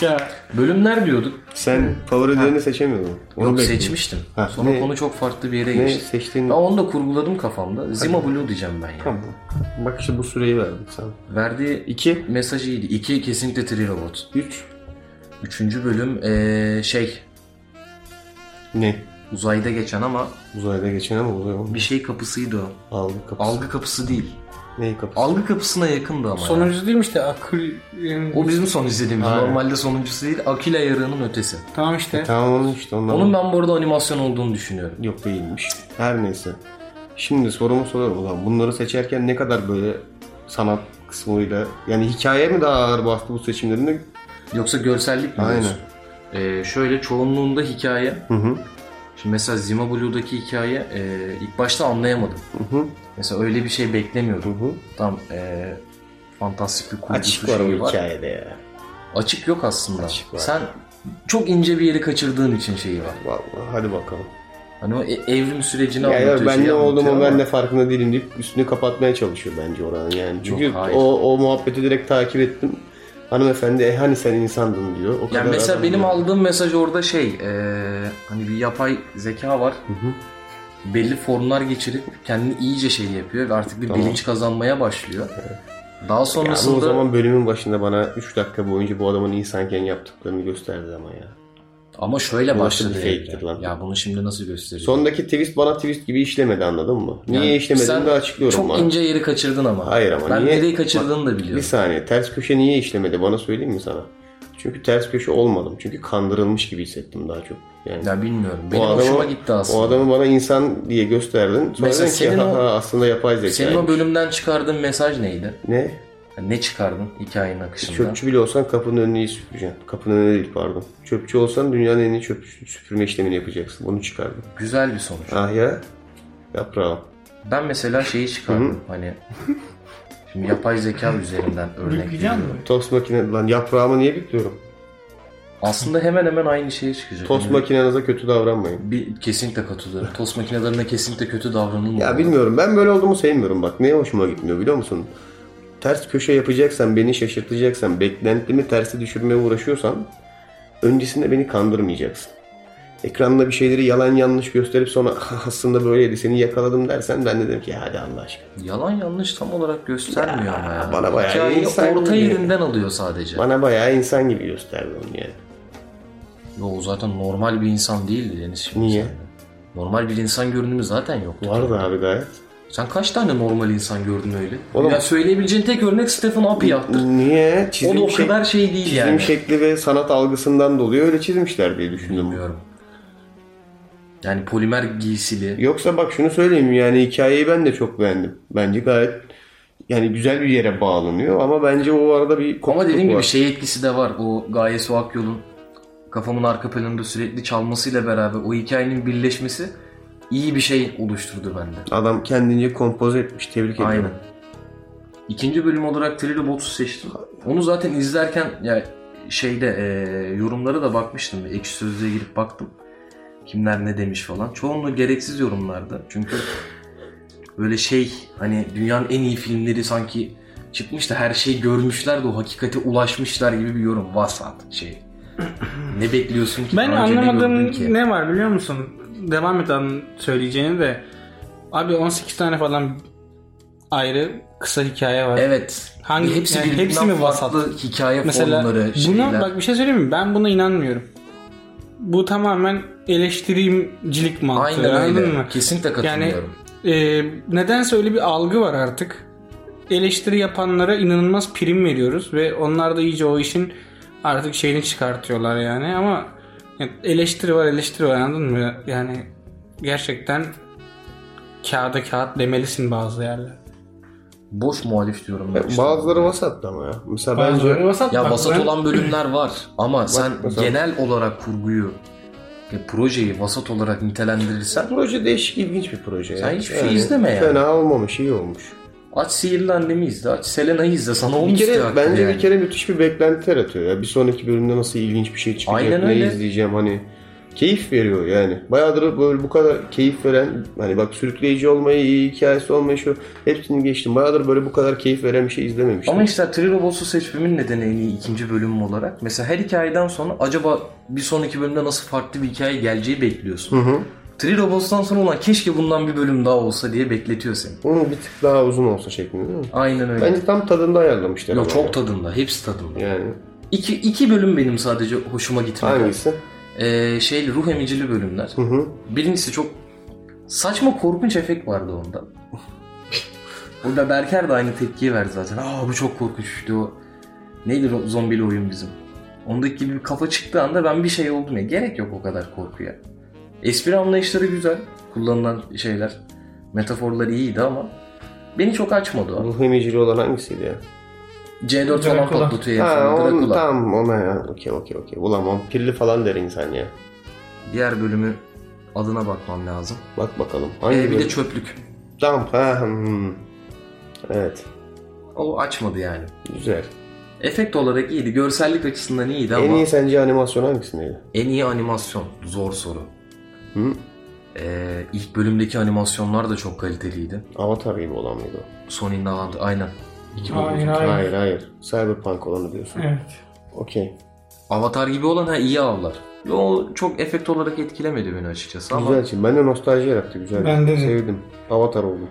Speaker 3: ya
Speaker 1: Bölümler diyorduk.
Speaker 2: Sen favorilerini seçemiyordun. Onu
Speaker 1: Yok
Speaker 2: bekliyorum.
Speaker 1: seçmiştim.
Speaker 2: Ha,
Speaker 1: Sonra
Speaker 2: ne?
Speaker 1: konu çok farklı bir yere
Speaker 2: Ne
Speaker 1: geçti. Ben
Speaker 2: seçtiğin...
Speaker 1: onu da kurguladım kafamda. Zima Blue diyeceğim ben ya.
Speaker 2: Tamam. Bak işte bu süreyi verdik sana.
Speaker 1: Verdiği
Speaker 2: 2,
Speaker 1: mesaj iyiydi. İki kesinlikle Tri Robot.
Speaker 2: 3,
Speaker 1: Üçüncü bölüm ee, şey
Speaker 2: ne?
Speaker 1: uzayda geçen ama
Speaker 2: Uzayda geçen ama uzay olmuş.
Speaker 1: bir şey kapısıydı o.
Speaker 2: Algı kapısı.
Speaker 1: Algı kapısı değil.
Speaker 2: Neyi kapısı?
Speaker 1: Algı kapısına yakındı ama. yani.
Speaker 3: sonuncu değilmiş de akıl... yani-
Speaker 1: O bizim son izlediğimiz.
Speaker 2: Aynen.
Speaker 1: Normalde sonuncusu değil. Akil ayarının ötesi.
Speaker 3: Tamam
Speaker 1: E,
Speaker 3: işte.
Speaker 2: Tamam onun işte ondan.
Speaker 1: Onun ben bu arada animasyon olduğunu düşünüyorum.
Speaker 2: Yok değilmiş. Her neyse. Şimdi sorumu soruyorum ulan. Bunları seçerken ne kadar böyle sanat kısmıyla yani hikaye mi daha ağır bastı bu seçimlerinde?
Speaker 1: Yoksa görsellik mi
Speaker 2: Aynen.
Speaker 1: diyorsun? Ee, şöyle çoğunluğunda hikaye.
Speaker 2: Hı hı.
Speaker 1: Şimdi mesela Zima Blue'daki hikaye e, ilk başta anlayamadım.
Speaker 2: Hı hı.
Speaker 1: Mesela öyle bir şey
Speaker 2: Hı
Speaker 1: beklemiyordum.
Speaker 2: hı.
Speaker 1: Tam e, fantastik bir şey kurgusu
Speaker 2: Açık var
Speaker 1: şeyi
Speaker 2: o hikayede ya.
Speaker 1: Açık yok aslında.
Speaker 2: Açık var.
Speaker 1: Sen çok ince bir yeri kaçırdığın için şeyi var.
Speaker 2: Vallahi hadi bakalım.
Speaker 1: Hani o e- evrim sürecini
Speaker 2: Ya,
Speaker 1: anlatıyor.
Speaker 2: ya ben
Speaker 1: şeyi
Speaker 2: ne oldum
Speaker 1: anlatıyor
Speaker 2: o ben
Speaker 1: ama
Speaker 2: de farkında değilim deyip üstünü kapatmaya çalışıyor bence oranın yani. Çünkü
Speaker 1: hayır.
Speaker 2: o, o muhabbeti direkt takip ettim. Hanımefendi e hani sen insandın diyor. O kadar
Speaker 1: Yani mesela
Speaker 2: adam
Speaker 1: benim
Speaker 2: diyor.
Speaker 1: aldığım mesaj orada şey, e, hani bir yapay zeka var.
Speaker 2: hı.
Speaker 1: Belli formlar geçirip kendini iyice şey yapıyor ve artık bir
Speaker 2: Tamam.
Speaker 1: bilinç kazanmaya başlıyor. Daha
Speaker 2: Ya ama
Speaker 1: sonrasında
Speaker 2: o zaman bölümün başında bana 3 dakika boyunca bu adamın insanken yaptıklarını gösterdi ama ya.
Speaker 1: Ama şöyle
Speaker 2: Bu
Speaker 1: başladı.
Speaker 2: nasıl bir
Speaker 1: evren.
Speaker 2: fake'tir lan?
Speaker 1: Ya bunu şimdi nasıl göstereceğim?
Speaker 2: Sondaki twist bana twist gibi işlemedi anladın mı? Niye
Speaker 1: Yani sen
Speaker 2: işlemediğini de açıklıyorum
Speaker 1: Çok
Speaker 2: bana.
Speaker 1: ince yeri kaçırdın ama.
Speaker 2: Hayır ama
Speaker 1: ben
Speaker 2: niye?
Speaker 1: nereyi kaçırdığını da biliyorum.
Speaker 2: Bir saniye ters köşe niye işlemedi bana söyleyeyim mi sana? Çünkü ters köşe olmadım. Çünkü kandırılmış gibi hissettim daha çok. Yani
Speaker 1: Ya bilmiyorum. Benim hoşuma gitti aslında.
Speaker 2: O adamı bana insan diye gösterdin. Sonra
Speaker 1: Mesela
Speaker 2: dedin ki
Speaker 1: senin
Speaker 2: ha,
Speaker 1: o-
Speaker 2: ha, aslında yapay zeka.
Speaker 1: Senin o bölümden çıkardığın mesaj neydi?
Speaker 2: Ne?
Speaker 1: Yani ne çıkardın hikayenin akışında?
Speaker 2: Çöpçü bile olsan kapının önüne iyi süpüreceksin. Kapının önüne değil pardon. Çöpçü olsan dünyanın en iyi çöp süpürme işlemini yapacaksın. Bunu çıkardım.
Speaker 1: Güzel bir sonuç.
Speaker 2: Ah ya. Yaprağım.
Speaker 1: Ben mesela şeyi çıkardım. hani şimdi yapay zeka üzerinden örnek
Speaker 3: Büyükleyecek
Speaker 1: veriyorum.
Speaker 3: misin?
Speaker 2: Tost makine lan yaprağımı niye bitiriyorum?
Speaker 1: Aslında hemen hemen aynı şeye çıkacak.
Speaker 2: Tost
Speaker 1: Yani
Speaker 2: makinenize kötü davranmayın.
Speaker 1: bir, kesinlikle katılıyorum. Tost makinelerine kesinlikle kötü davranılmıyor.
Speaker 2: Ya bilmiyorum ben böyle olduğumu sevmiyorum bak. Neye hoşuma gitmiyor biliyor musun? Ters köşe yapacaksan, beni şaşırtacaksan, beklentimi tersi düşürmeye uğraşıyorsan öncesinde beni kandırmayacaksın. Ekranda bir şeyleri yalan yanlış gösterip sonra "Ah, aslında böyleydi seni yakaladım dersen ben de derim ki "Ya hadi Allah aşkına.
Speaker 1: Yalan yanlış tam olarak göstermiyor ama ya.
Speaker 2: bana bayağı
Speaker 1: Hikayeyi
Speaker 2: insan
Speaker 1: orta
Speaker 2: gibi.
Speaker 1: yerinden alıyor sadece.
Speaker 2: Bana bayağı insan gibi gösterdi onu yani.
Speaker 1: Yo, o zaten normal bir insan değildi Deniz şimdi.
Speaker 2: Niye?
Speaker 1: sen de. Normal bir insan görünümü zaten yoktu.
Speaker 2: Vardı abi gayet.
Speaker 1: Sen kaç tane normal insan gördün öyle?
Speaker 2: Oğlum-
Speaker 1: ya söyleyebileceğin tek örnek Stephen Appiah'tır.
Speaker 2: Niye?
Speaker 1: O da
Speaker 2: Çizim,
Speaker 1: o
Speaker 2: şek-
Speaker 1: kadar şey değil
Speaker 2: çizim
Speaker 1: yani.
Speaker 2: şekli ve sanat algısından dolayı öyle çizmişler diye düşündüm.
Speaker 1: Bilmiyorum. Yani polimer giysili.
Speaker 2: Yoksa bak şunu söyleyeyim yani hikayeyi ben de çok beğendim. Bence gayet yani güzel bir yere bağlanıyor ama bence o arada bir
Speaker 1: Ama
Speaker 2: kopukluk
Speaker 1: dediğim gibi
Speaker 2: var.
Speaker 1: şey etkisi de var. O Gaye Su Akyol'un kafamın arka planında sürekli çalmasıyla beraber o hikayenin birleşmesi iyi bir şey oluşturdu bende.
Speaker 2: Adam kendince kompoze etmiş. Tebrik ediyorum.
Speaker 1: Aynen. İkinci bölüm olarak Trilobots'u seçtim. Onu zaten izlerken ya şeyde e, yorumlara da bakmıştım. Ekşi Sözlüğe girip baktım. Kimler ne demiş falan. Çoğunluğu gereksiz yorumlardı. Çünkü böyle şey hani dünyanın en iyi filmleri sanki çıkmış da her şeyi görmüşler de o hakikate ulaşmışlar gibi bir yorum. Vasat şey. ne bekliyorsun ki?
Speaker 3: Ben
Speaker 1: Daha önce ne
Speaker 3: anlamadığım
Speaker 1: gördün ki?
Speaker 3: ne var biliyor musun? Devam et an söyleyeceğini de. Abi 18 tane falan ayrı kısa hikaye var.
Speaker 1: Evet.
Speaker 3: Hangi-
Speaker 1: hepsi,
Speaker 3: yani
Speaker 1: birbirinden
Speaker 3: hepsi mi vasat?
Speaker 1: farklı Hikaye
Speaker 3: Mesela
Speaker 1: formları, şeyler.
Speaker 3: buna bak bir şey söyleyeyim mi? Ben buna inanmıyorum. Bu tamamen eleştirimcilik mantığı.
Speaker 1: Aynen öyle.
Speaker 3: anladın mı?
Speaker 1: Kesinlikle
Speaker 3: Yani
Speaker 1: katılıyorum.
Speaker 3: e, nedense öyle bir algı var artık. Eleştiri yapanlara inanılmaz prim veriyoruz ve onlar da iyice o işin artık şeyini çıkartıyorlar yani ama yani eleştiri var eleştiri var anladın mı? Yani gerçekten kağıda kağıt demelisin bazı yerler.
Speaker 1: Boş muhalif diyorum. ben işte.
Speaker 2: E, Bazıları vasat ama ya. Mesela bence
Speaker 3: vasat,
Speaker 1: Ya
Speaker 3: bak
Speaker 1: vasat
Speaker 3: ben-
Speaker 1: olan bölümler var ama sen
Speaker 2: mesela-
Speaker 1: genel olarak kurguyu ve projeyi vasat olarak nitelendirirsen
Speaker 2: proje değişik ilginç bir proje.
Speaker 1: Sen
Speaker 2: ya.
Speaker 1: hiçbir şey izleme yani.
Speaker 2: Fena olmamış iyi olmuş.
Speaker 1: aç Sihirli Annemi izle, aç Selena'yı izle sana
Speaker 2: Bir
Speaker 1: olmuş
Speaker 2: kere
Speaker 1: diyor
Speaker 2: bence
Speaker 1: yani.
Speaker 2: bir kere müthiş bir beklenti yaratıyor ya. Bir sonraki bölümde nasıl ilginç bir şey çıkacak,
Speaker 1: Aynen
Speaker 2: ne
Speaker 1: öyle.
Speaker 2: izleyeceğim hani. Keyif veriyor yani. Bayağıdır böyle bu kadar keyif veren hani bak sürükleyici olmayı, iyi hikayesi olmayı şu hepsini geçtim. Bayağıdır böyle bu kadar keyif veren bir şey izlememiştim.
Speaker 1: Ama işte Trilobots'u seçmemin nedeni en iyi ikinci bölüm olarak. Mesela her hikayeden sonra acaba bir sonraki bölümde nasıl farklı bir hikaye geleceği bekliyorsun.
Speaker 2: Hı hı.
Speaker 1: Trilobots'tan sonra olan keşke bundan bir bölüm daha olsa diye bekletiyor seni.
Speaker 2: Onun bir tık daha uzun olsa şeklinde değil mi?
Speaker 1: Aynen öyle.
Speaker 2: Bence tam tadında ayarlamışlar.
Speaker 1: Yok
Speaker 2: ama
Speaker 1: çok
Speaker 2: ya.
Speaker 1: tadında, hepsi tadında.
Speaker 2: Yani
Speaker 1: İki, iki bölüm benim sadece hoşuma gitmedi.
Speaker 2: hangisi?
Speaker 1: Ee, şeyli ruh emicili bölümler.
Speaker 2: Hı hı.
Speaker 1: Birincisi çok saçma korkunç efekt vardı onda. Burada Berker de aynı tepkiyi verdi zaten. Aa bu çok korkunç işte o. Neydi o zombili oyun bizim? Ondaki gibi bir kafa çıktığı anda ben bir şey oldum ya. Gerek yok o kadar korkuya. Espri anlayışları güzel. Kullanılan şeyler, metaforlar iyiydi ama beni çok açmadı o.
Speaker 2: Ruh emicili olan hangisiydi ya?
Speaker 1: C4 falan
Speaker 3: Drakula.
Speaker 1: patlatıyor ya.
Speaker 2: ha,
Speaker 1: falan,
Speaker 2: on,
Speaker 1: Drakula.
Speaker 2: tamam ona ya. Okey okey okey. Ulan vampirli falan der insan ya.
Speaker 1: Diğer bölümü adına bakmam lazım.
Speaker 2: Bak bakalım. Hangi
Speaker 1: Ee, bir
Speaker 2: bölüm?
Speaker 1: de çöplük.
Speaker 2: Dump ha. hmm. Evet.
Speaker 1: O açmadı yani.
Speaker 2: Güzel.
Speaker 1: Efekt olarak iyiydi. Görsellik açısından iyiydi ama
Speaker 2: En iyi sence animasyon hangisindeydi?
Speaker 1: en iyi animasyon. Zor soru.
Speaker 2: Hı?
Speaker 1: Ee, ilk bölümdeki animasyonlar da çok kaliteliydi.
Speaker 2: Avatar gibi olan mıydı o?
Speaker 1: Sonic'in Avatar. Aynen. İki bölüm.
Speaker 3: Hayır, hayır.
Speaker 2: Hayır hayır. Cyberpunk olanı diyorsun.
Speaker 3: Evet.
Speaker 2: Okey.
Speaker 1: Avatar gibi olan ha iyi avlar. Yo çok efekt olarak etkilemedi beni açıkçası ama
Speaker 2: Güzel için. Bende nostalji yarattı güzel.
Speaker 3: Bende de.
Speaker 2: Sevdim. Avatar oldum.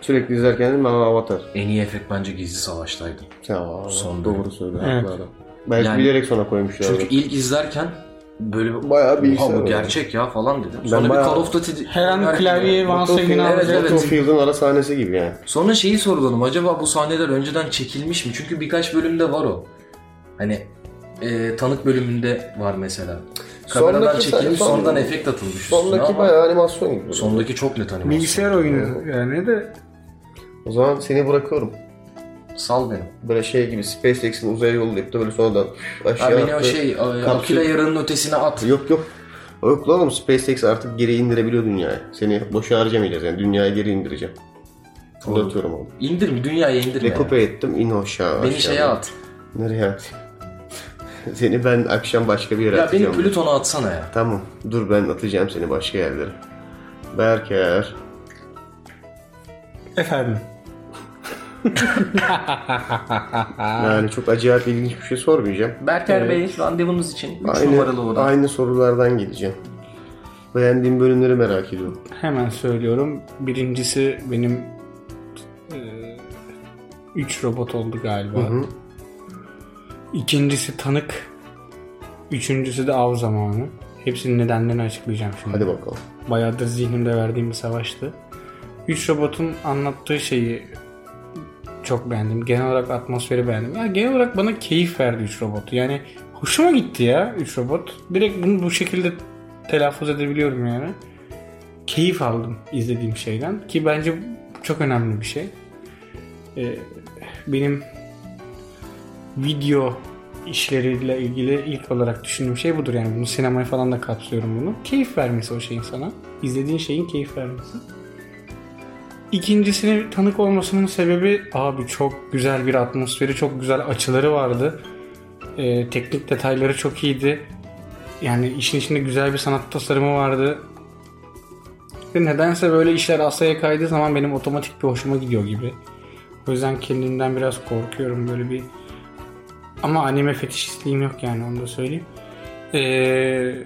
Speaker 2: Sürekli izlerken dedim ben Avatar.
Speaker 1: en iyi efekt bence Gizli Savaş'taydı.
Speaker 2: Sen
Speaker 1: Son
Speaker 2: doğru söyle.
Speaker 3: Evet.
Speaker 2: haklı adam. Belki
Speaker 1: Yani-
Speaker 2: bilerek sona koymuşlar.
Speaker 1: Çünkü ilk izlerken böyle
Speaker 2: Bayağı bir
Speaker 1: Oha
Speaker 2: işler
Speaker 1: bu
Speaker 2: var."
Speaker 1: gerçek ya falan dedim. Sonra bir
Speaker 2: bayağı-
Speaker 1: Call of Duty...
Speaker 3: Her an klavyeyi vansayını
Speaker 1: Evet,
Speaker 3: alacak.
Speaker 1: evet.
Speaker 2: Battlefield'ın ara sahnesi gibi yani.
Speaker 1: Sonra şeyi sorguladım. Acaba bu sahneler önceden çekilmiş mi? Çünkü birkaç bölümde var o. Hani e, tanık bölümünde var mesela. Kameralar
Speaker 2: Sondaki
Speaker 1: çekilmiş,
Speaker 2: sah- son-
Speaker 1: sonradan efekt atılmış üstüne
Speaker 2: Sondaki
Speaker 1: ama
Speaker 2: bayağı animasyon gibi.
Speaker 1: sondaki çok net animasyon.
Speaker 3: Bilgisayar oyunu yani de
Speaker 2: O zaman seni bırakıyorum.
Speaker 1: Sal beni.
Speaker 2: Böyle şey gibi SpaceX'in uzaya yollayıp da böyle sonradan
Speaker 1: Ha,
Speaker 2: aşağı
Speaker 1: beni o
Speaker 2: attı.
Speaker 1: şey, e, Akila yaranın ötesine at.
Speaker 2: Yok yok. Yok lan oğlum SpaceX artık geri indirebiliyor dünyayı. Seni boşa harcamayacağız yani dünyayı geri indireceğim. Fırlatıyorum oğlum.
Speaker 1: İndir mi? Dünyaya indir mi?
Speaker 2: Rekupe ettim in aşağı.
Speaker 1: Beni
Speaker 2: aşağı.
Speaker 1: şeye at.
Speaker 2: Nereye at? Seni ben akşam başka bir yere
Speaker 1: Ya beni
Speaker 2: atacağım.
Speaker 1: Plüton'a atsana ya.
Speaker 2: Tamam dur ben atacağım seni başka yerlere. Berker.
Speaker 3: Efendim.
Speaker 2: Yani çok acayip ilginç bir şey sormayacağım.
Speaker 1: Berker Bey randevunuz için 3 numaralı
Speaker 2: Aynı,
Speaker 1: oda.
Speaker 2: aynı sorulardan geleceğim. Beğendiğim bölümleri merak ediyorum.
Speaker 3: Hemen söylüyorum. Birincisi benim 3 robot oldu galiba.
Speaker 2: hı.
Speaker 3: İkincisi tanık. Üçüncüsü de av zamanı. Hepsinin nedenlerini açıklayacağım şimdi.
Speaker 2: Hadi bakalım.
Speaker 3: Bayağıdır zihnimde verdiğim bir savaştı. 3 robotun anlattığı şeyi çok beğendim. Genel olarak atmosferi beğendim. Ya genel olarak bana keyif verdi 3 robot. Yani hoşuma gitti ya 3 robot. Direkt bunu bu şekilde telaffuz edebiliyorum yani. Keyif aldım izlediğim şeyden ki bence bu çok önemli bir şey. Ee, benim video işleriyle ilgili ilk olarak düşündüğüm şey budur yani bunu sinemaya falan da kapsıyorum bunu. Keyif vermesi o şeyin sana. İzlediğin şeyin keyif vermesi. İkincisini tanık olmasının sebebi abi çok güzel bir atmosferi, çok güzel açıları vardı. Ee, teknik detayları çok iyiydi. Yani işin içinde güzel bir sanat tasarımı vardı. Ve nedense böyle işler asaya kaydığı zaman benim otomatik bir hoşuma gidiyor gibi. O yüzden kendimden biraz korkuyorum böyle bir ama anime fetişistliğim yok yani onu da söyleyeyim. Ee,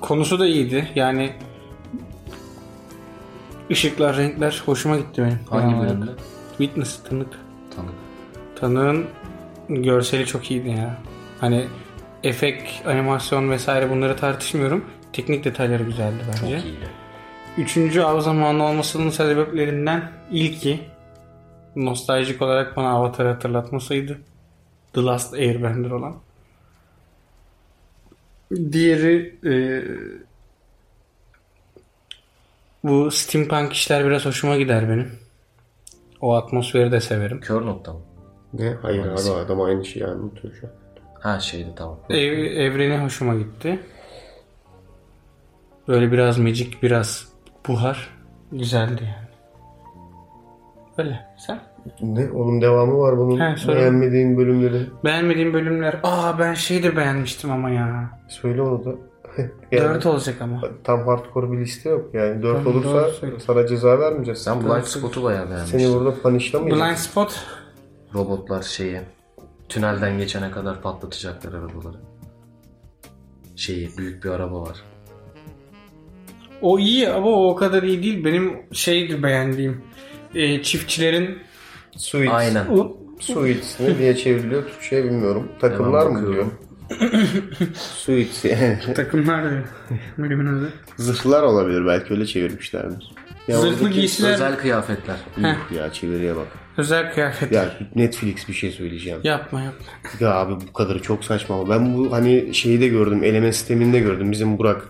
Speaker 3: konusu da iyiydi. Yani ışıklar, renkler hoşuma gitti benim.
Speaker 1: Hangi
Speaker 3: Yani
Speaker 1: bölümde?
Speaker 3: Witness, tanık.
Speaker 1: Tanık.
Speaker 3: Tanığın görseli çok iyiydi ya. Hani efekt, animasyon vesaire bunları tartışmıyorum. Teknik detayları güzeldi bence.
Speaker 1: Çok iyiydi.
Speaker 3: Üçüncü av zamanı olmasının sebeplerinden ilki nostaljik olarak bana Avatar'ı hatırlatmasıydı. The Last Airbender olan. Diğeri e, bu steampunk işler biraz hoşuma gider benim. O atmosferi de severim.
Speaker 1: Kör nokta mı?
Speaker 2: Ne? Hayır
Speaker 1: Hangisi?
Speaker 2: abi adam aynı şeyi anlatıyor şu an.
Speaker 1: Ha şeydi tamam.
Speaker 3: Ev, evreni hoşuma gitti. Böyle biraz magic, biraz buhar. Güzeldi yani. Öyle. Sen?
Speaker 2: Ne? Oğlum devamı var bunun.
Speaker 3: He, sorun.
Speaker 2: Beğenmediğin bölümleri.
Speaker 3: Beğenmediğim bölümler. Aa ben şeyi de beğenmiştim ama ya.
Speaker 2: Söyle onu da. Yani
Speaker 3: 4 olacak ama.
Speaker 2: Tam hardcore bir liste yok. Yani 4
Speaker 3: Tamam, doğru
Speaker 2: olursa
Speaker 3: söylüyorsun.
Speaker 2: sana ceza vermeyeceğiz.
Speaker 1: Sen Blind Spot'u bayağı
Speaker 2: Seni
Speaker 1: beğenmişsin.
Speaker 2: burada panişlamayacağız.
Speaker 3: Blind Spot.
Speaker 1: Robotlar şeyi tünelden geçene kadar patlatacaklar arabaları. Şeyi büyük bir araba var.
Speaker 3: O iyi ama o o kadar iyi değil. Benim şeydi beğendiğim. e, çiftçilerin
Speaker 2: Suits.
Speaker 1: Aynen.
Speaker 3: o,
Speaker 2: Suits ne diye çevriliyor Türkçe'ye bilmiyorum. Takımlar
Speaker 1: Hemen
Speaker 2: mı diyor?
Speaker 1: bakıyorum.
Speaker 2: Suits.
Speaker 3: takımlar da bölümün adı.
Speaker 2: Zırhlar olabilir belki öyle çevirmişlerdir. Ya
Speaker 3: Zırhlı
Speaker 2: oradaki-
Speaker 3: giysiler
Speaker 1: Özel kıyafetler.
Speaker 2: Yuh ya çeviriye bak.
Speaker 3: özel kıyafet.
Speaker 2: Ya Netflix bir şey söyleyeceğim.
Speaker 3: Yapma yapma.
Speaker 2: Ya abi bu kadarı çok saçma. Ben bu hani şeyi de gördüm. Eleme sisteminde gördüm. Bizim Burak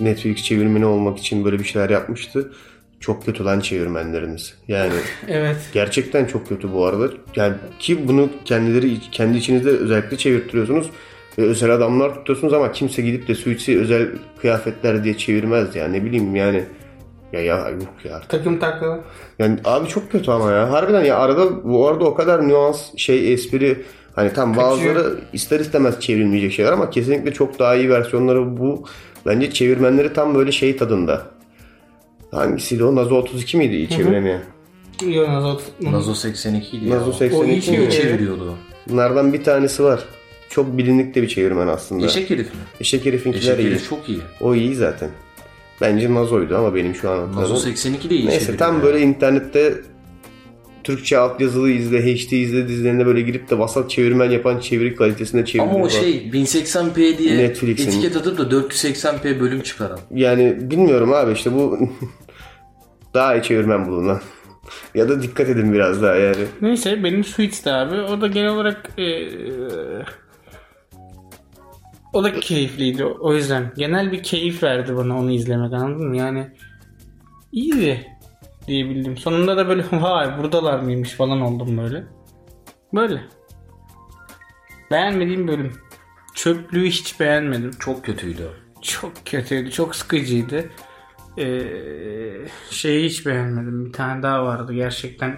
Speaker 2: Netflix çevirmeni olmak için böyle bir şeyler yapmıştı. Çok kötü lan çevirmenleriniz. Yani
Speaker 3: Evet.
Speaker 2: gerçekten çok kötü bu arada. Yani ki bunu kendileri kendi içinizde özellikle çevirtiyorsunuz. Ve özel adamlar tutuyorsunuz ama kimse gidip de Suits'i özel kıyafetler diye çevirmez ya. Ne bileyim yani. Ya ya yok ya.
Speaker 3: Takım takla.
Speaker 2: Yani abi çok kötü ama ya. Harbiden ya arada bu arada o kadar nüans şey espri hani tam
Speaker 3: Kaçıyor.
Speaker 2: bazıları ister istemez çevrilmeyecek şeyler ama kesinlikle çok daha iyi versiyonları bu. Bence çevirmenleri tam böyle şey tadında. Hangisiydi o? Nazo 32 miydi iyi çeviremeyen?
Speaker 3: Yonazot.
Speaker 1: Nazo 82 idi
Speaker 2: Nazo
Speaker 1: ya.
Speaker 3: O iyi
Speaker 2: 82
Speaker 3: çeviriyor.
Speaker 2: miydi?
Speaker 1: İyi çeviriyordu o.
Speaker 2: Bunlardan bir tanesi var. Çok bilindik de bir çevirmen aslında.
Speaker 1: Eşek
Speaker 2: Eşek,
Speaker 1: herif mi?
Speaker 2: herifinkiler
Speaker 1: Eşek
Speaker 2: iyi.
Speaker 1: herif çok iyi.
Speaker 2: O iyi zaten. Bence Nazo'ydu ama benim şu an
Speaker 1: Nazo
Speaker 2: hatırladığım.
Speaker 1: 82 de iyi
Speaker 2: Neyse
Speaker 1: çeviriyor
Speaker 2: tam
Speaker 1: ya.
Speaker 2: böyle internette Türkçe altyazılı izle, HD izle dizilerine böyle girip de vasat çevirmen yapan çeviri kalitesinde çeviriler
Speaker 1: Ama o
Speaker 2: var.
Speaker 1: şey 1080p diye
Speaker 2: Netflix'in.
Speaker 1: etiket atıp da 480p bölüm çıkaran.
Speaker 2: Yani bilmiyorum abi işte bu daha iyi çevirmen bulunan. ya da dikkat edin biraz daha yani.
Speaker 3: Neyse benim Suits'ti abi. O da genel olarak e, o da keyifliydi. O yüzden genel bir keyif verdi bana onu izlemek anladın mı? Yani iyiydi diyebildim. Sonunda da böyle vay buradalar mıymış falan oldum böyle. Böyle. Beğenmediğim bölüm. Çöplüğü hiç beğenmedim.
Speaker 1: Çok kötüydü. o.
Speaker 3: Çok kötüydü. Çok sıkıcıydı. Ee, şeyi hiç beğenmedim. Bir tane daha vardı. Gerçekten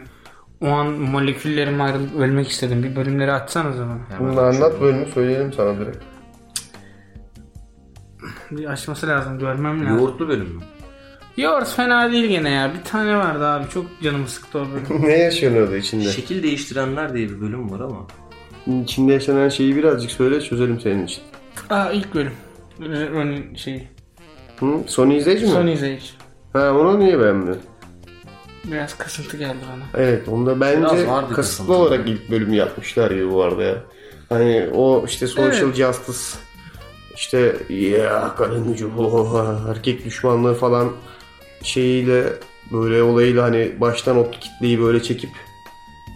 Speaker 3: O an moleküllerim ayrılıp ölmek istedim. Bir bölümleri açsanız bana.
Speaker 1: Hemen şey
Speaker 2: Bunu anlat bölümü söyleyelim sana direkt.
Speaker 3: Bir açması lazım. Görmem lazım.
Speaker 1: Yoğurtlu bölüm mü?
Speaker 3: Yoğurt fena değil gene ya. Bir tane vardı abi. Çok canımı sıktı o bölüm.
Speaker 2: ne yaşanıyordu içinde?
Speaker 1: Şekil değiştirenler diye bir bölüm var ama.
Speaker 2: İçinde yaşanan şeyi birazcık söyle çözelim senin için.
Speaker 3: Aa ilk bölüm. Ee, Ronin şeyi.
Speaker 2: Hı? Son izleyici mi?
Speaker 3: Son izleyici.
Speaker 2: Ha onu niye beğenmiyorsun?
Speaker 3: Biraz kasıntı geldi bana.
Speaker 2: Evet onda
Speaker 1: Biraz
Speaker 2: bence
Speaker 1: vardı
Speaker 2: kasıtlı
Speaker 1: kasıntı.
Speaker 2: olarak ilk bölümü yapmışlar ya bu arada ya. Hani o işte social
Speaker 3: Evet.
Speaker 2: justice işte ya kadın gücü oha, oh, erkek düşmanlığı falan şeyiyle böyle olayıyla hani baştan o kitleyi böyle çekip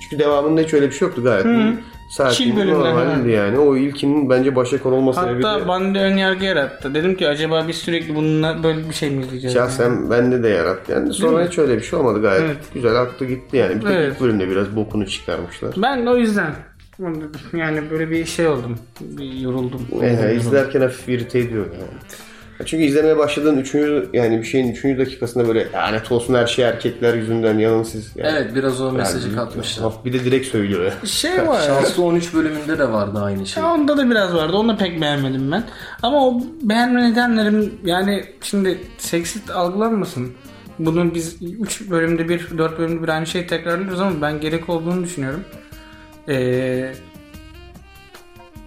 Speaker 2: çünkü devamında hiç öyle bir şey yoktu gayet.
Speaker 3: Hı. Chill
Speaker 2: Sakin
Speaker 3: bölümler
Speaker 2: normaldi
Speaker 3: herhalde.
Speaker 2: yani. O ilkinin bence başa konu olması sebebi de-
Speaker 3: Hatta bende ön yargı yarattı. Dedim ki acaba biz sürekli bununla böyle bir şey mi izleyeceğiz? yani?
Speaker 2: Şahsen bende de yarattı. Yani sonra
Speaker 3: mi?
Speaker 2: hiç öyle bir şey olmadı gayet.
Speaker 3: Evet.
Speaker 2: Güzel aktı gitti yani. Bir tek
Speaker 3: Evet.
Speaker 2: ilk bölümde biraz bokunu çıkarmışlar.
Speaker 3: Ben de o yüzden yani böyle bir şey oldum. Bir yoruldum.
Speaker 2: Ee, izlerken hafif irite ediyor yani. Çünkü izlemeye başladığın üçüncü yani bir şeyin üçüncü dakikasında böyle lanet olsun her şey erkekler yüzünden yanın siz. Yani,
Speaker 1: Evet biraz o mesajı
Speaker 2: Yani,
Speaker 1: katmışlar.
Speaker 2: Bir de direkt söylüyor. ya.
Speaker 3: Şey var. ya,
Speaker 1: Şanslı 13 bölümünde de vardı aynı şey.
Speaker 3: Ya onda da biraz vardı. Onu da pek beğenmedim ben. Ama o beğenme nedenlerim yani şimdi seksist algılanmasın. Bunu biz 3 bölümde bir, 4 bölümde bir aynı şeyi tekrarlıyoruz ama ben gerek olduğunu düşünüyorum. Ee,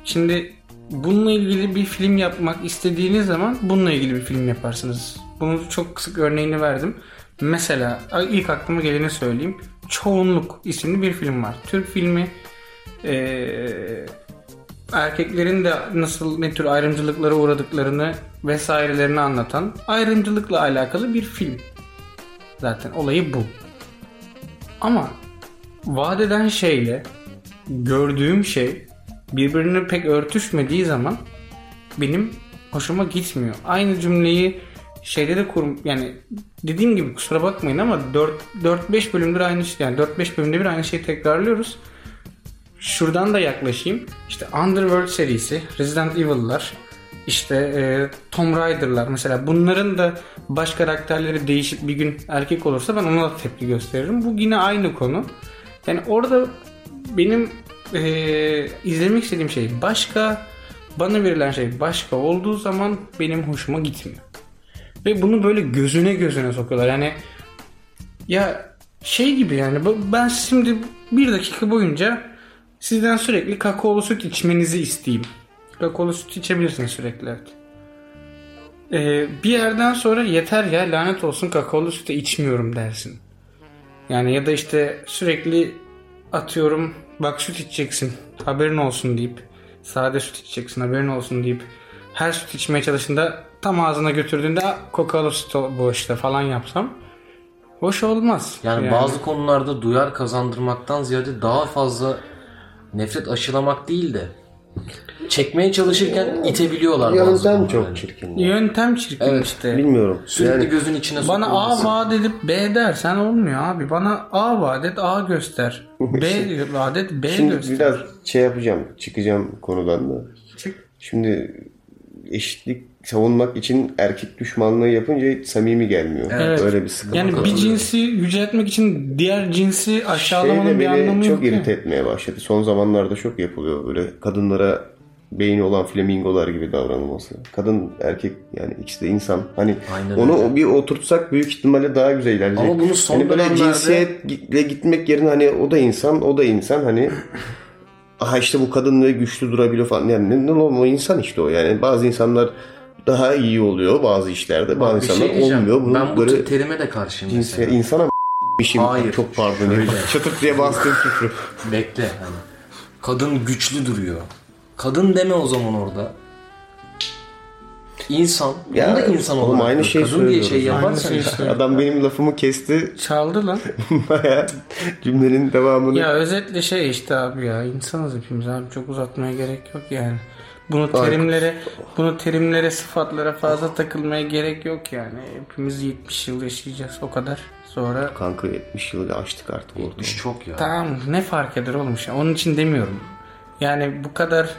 Speaker 3: şimdi bununla ilgili bir film yapmak istediğiniz zaman bununla ilgili bir film yaparsınız. Bunun çok kısık örneğini verdim. Mesela ilk aklıma geleni söyleyeyim. Çoğunluk isimli bir film var. Türk filmi ee, erkeklerin de nasıl ne tür ayrımcılıklara uğradıklarını vesairelerini anlatan ayrımcılıkla alakalı bir film. Zaten olayı bu. Ama vadeden şeyle gördüğüm şey birbirine pek örtüşmediği zaman benim hoşuma gitmiyor. Aynı cümleyi şeyde de kur yani dediğim gibi kusura bakmayın ama 4 4 5 bölümdür aynı şey yani 4 5 bölümde bir aynı şeyi tekrarlıyoruz şuradan da yaklaşayım. İşte Underworld serisi, Resident Evil'lar, işte e, Tomb Raider'lar mesela bunların da baş karakterleri değişip bir gün erkek olursa ben ona da tepki gösteririm. Bu yine aynı konu. Yani orada benim e, izlemek istediğim şey başka, bana verilen şey başka olduğu zaman benim hoşuma gitmiyor. Ve bunu böyle gözüne gözüne sokuyorlar. Yani ya şey gibi yani bu- ben şimdi bir dakika boyunca sizden sürekli kakaolu süt içmenizi isteyeyim. Kakaolu süt içebilirsiniz sürekli. Ee, bir yerden sonra yeter ya lanet olsun kakaolu sütü içmiyorum dersin. Yani ya da işte sürekli atıyorum bak süt içeceksin haberin olsun deyip sade süt içeceksin haberin olsun deyip her süt içmeye çalıştığında tam ağzına götürdüğünde "Ah, kakaolu süt o- bu işte falan yapsam hoş olmaz.
Speaker 1: Yani, bazı konularda duyar kazandırmaktan ziyade daha fazla nefret aşılamak değil de çekmeye çalışırken itebiliyorlar bazı
Speaker 2: Yanından
Speaker 1: konuları.
Speaker 2: çok çirkin. ya.
Speaker 3: yöntem çirkin
Speaker 1: Evet.
Speaker 3: işte.
Speaker 2: Bilmiyorum.
Speaker 1: Sürekli
Speaker 2: Yani
Speaker 1: gözün içine
Speaker 3: Bana A
Speaker 1: sokulması.
Speaker 3: vaat edip B dersen olmuyor abi. Bana A vaat et A göster. B vaat et B
Speaker 2: şimdi
Speaker 3: göster.
Speaker 2: biraz şey yapacağım. Çıkacağım konudan da.
Speaker 3: Çık.
Speaker 2: Şimdi eşitlik savunmak için erkek düşmanlığı yapınca hiç samimi gelmiyor.
Speaker 3: Evet.
Speaker 2: Öyle bir sıkıntı.
Speaker 3: Yani
Speaker 2: var.
Speaker 3: bir cinsi yüceltmek için diğer cinsi
Speaker 2: Şey
Speaker 3: aşağılamanın
Speaker 2: de
Speaker 3: bir
Speaker 2: beni
Speaker 3: anlamı yok.
Speaker 2: çok
Speaker 3: ki.
Speaker 2: irite etmeye başladı. Son zamanlarda çok yapılıyor böyle kadınlara beyni olan flamingolar gibi davranılması. Kadın, erkek yani ikisi de insan. Hani
Speaker 1: Aynen
Speaker 2: onu
Speaker 1: öyle.
Speaker 2: bir oturtsak büyük ihtimalle daha güzel ilerleyecek.
Speaker 1: Ama bunu son
Speaker 2: hani böyle
Speaker 1: dönemlerde-
Speaker 2: cinsiyetle gitmek yerine hani o da insan, o da insan hani aha işte bu kadın ne güçlü durabiliyor falan. Yani ne, ne oğlum, o insan işte o yani. Bazı insanlar daha iyi oluyor bazı işlerde. Bazı
Speaker 1: Bir şey
Speaker 2: insanlar
Speaker 1: diyeceğim.
Speaker 2: olmuyor. Bunun
Speaker 1: ben bu
Speaker 2: böyle
Speaker 1: terime de karşıyım
Speaker 2: cinsiyet,
Speaker 1: mesela.
Speaker 2: şey, insana mı işim.
Speaker 1: Hayır.
Speaker 2: Çok pardon.
Speaker 1: Şöyle.
Speaker 2: Çatırt diye bastığım küfrü.
Speaker 1: Bekle hani. Kadın güçlü duruyor. Kadın deme o zaman orada. İnsan.
Speaker 2: Ya,
Speaker 1: Ya, da insan
Speaker 2: oğlum
Speaker 1: olarak.
Speaker 2: aynı
Speaker 1: gör.
Speaker 2: şeyi
Speaker 1: Kadın diye şey
Speaker 2: söylüyoruz.
Speaker 1: yaparsan.
Speaker 3: Aynı şeyi
Speaker 1: işte.
Speaker 2: Adam benim lafımı kesti.
Speaker 3: Çaldı lan.
Speaker 2: Baya cümlenin devamını.
Speaker 3: ya özetle şey işte abi ya insanız hepimiz abi çok uzatmaya gerek yok yani. Bunu terimlere, bunu terimlere, sıfatlara fazla takılmaya gerek yok yani. Hepimiz 70 yıl yaşayacağız o kadar. Sonra
Speaker 2: Kanka 70 yılı da açtık artık orada.
Speaker 1: İş çok ya.
Speaker 3: Tamam ne fark eder olmuş ya. Onun için demiyorum. Yani bu kadar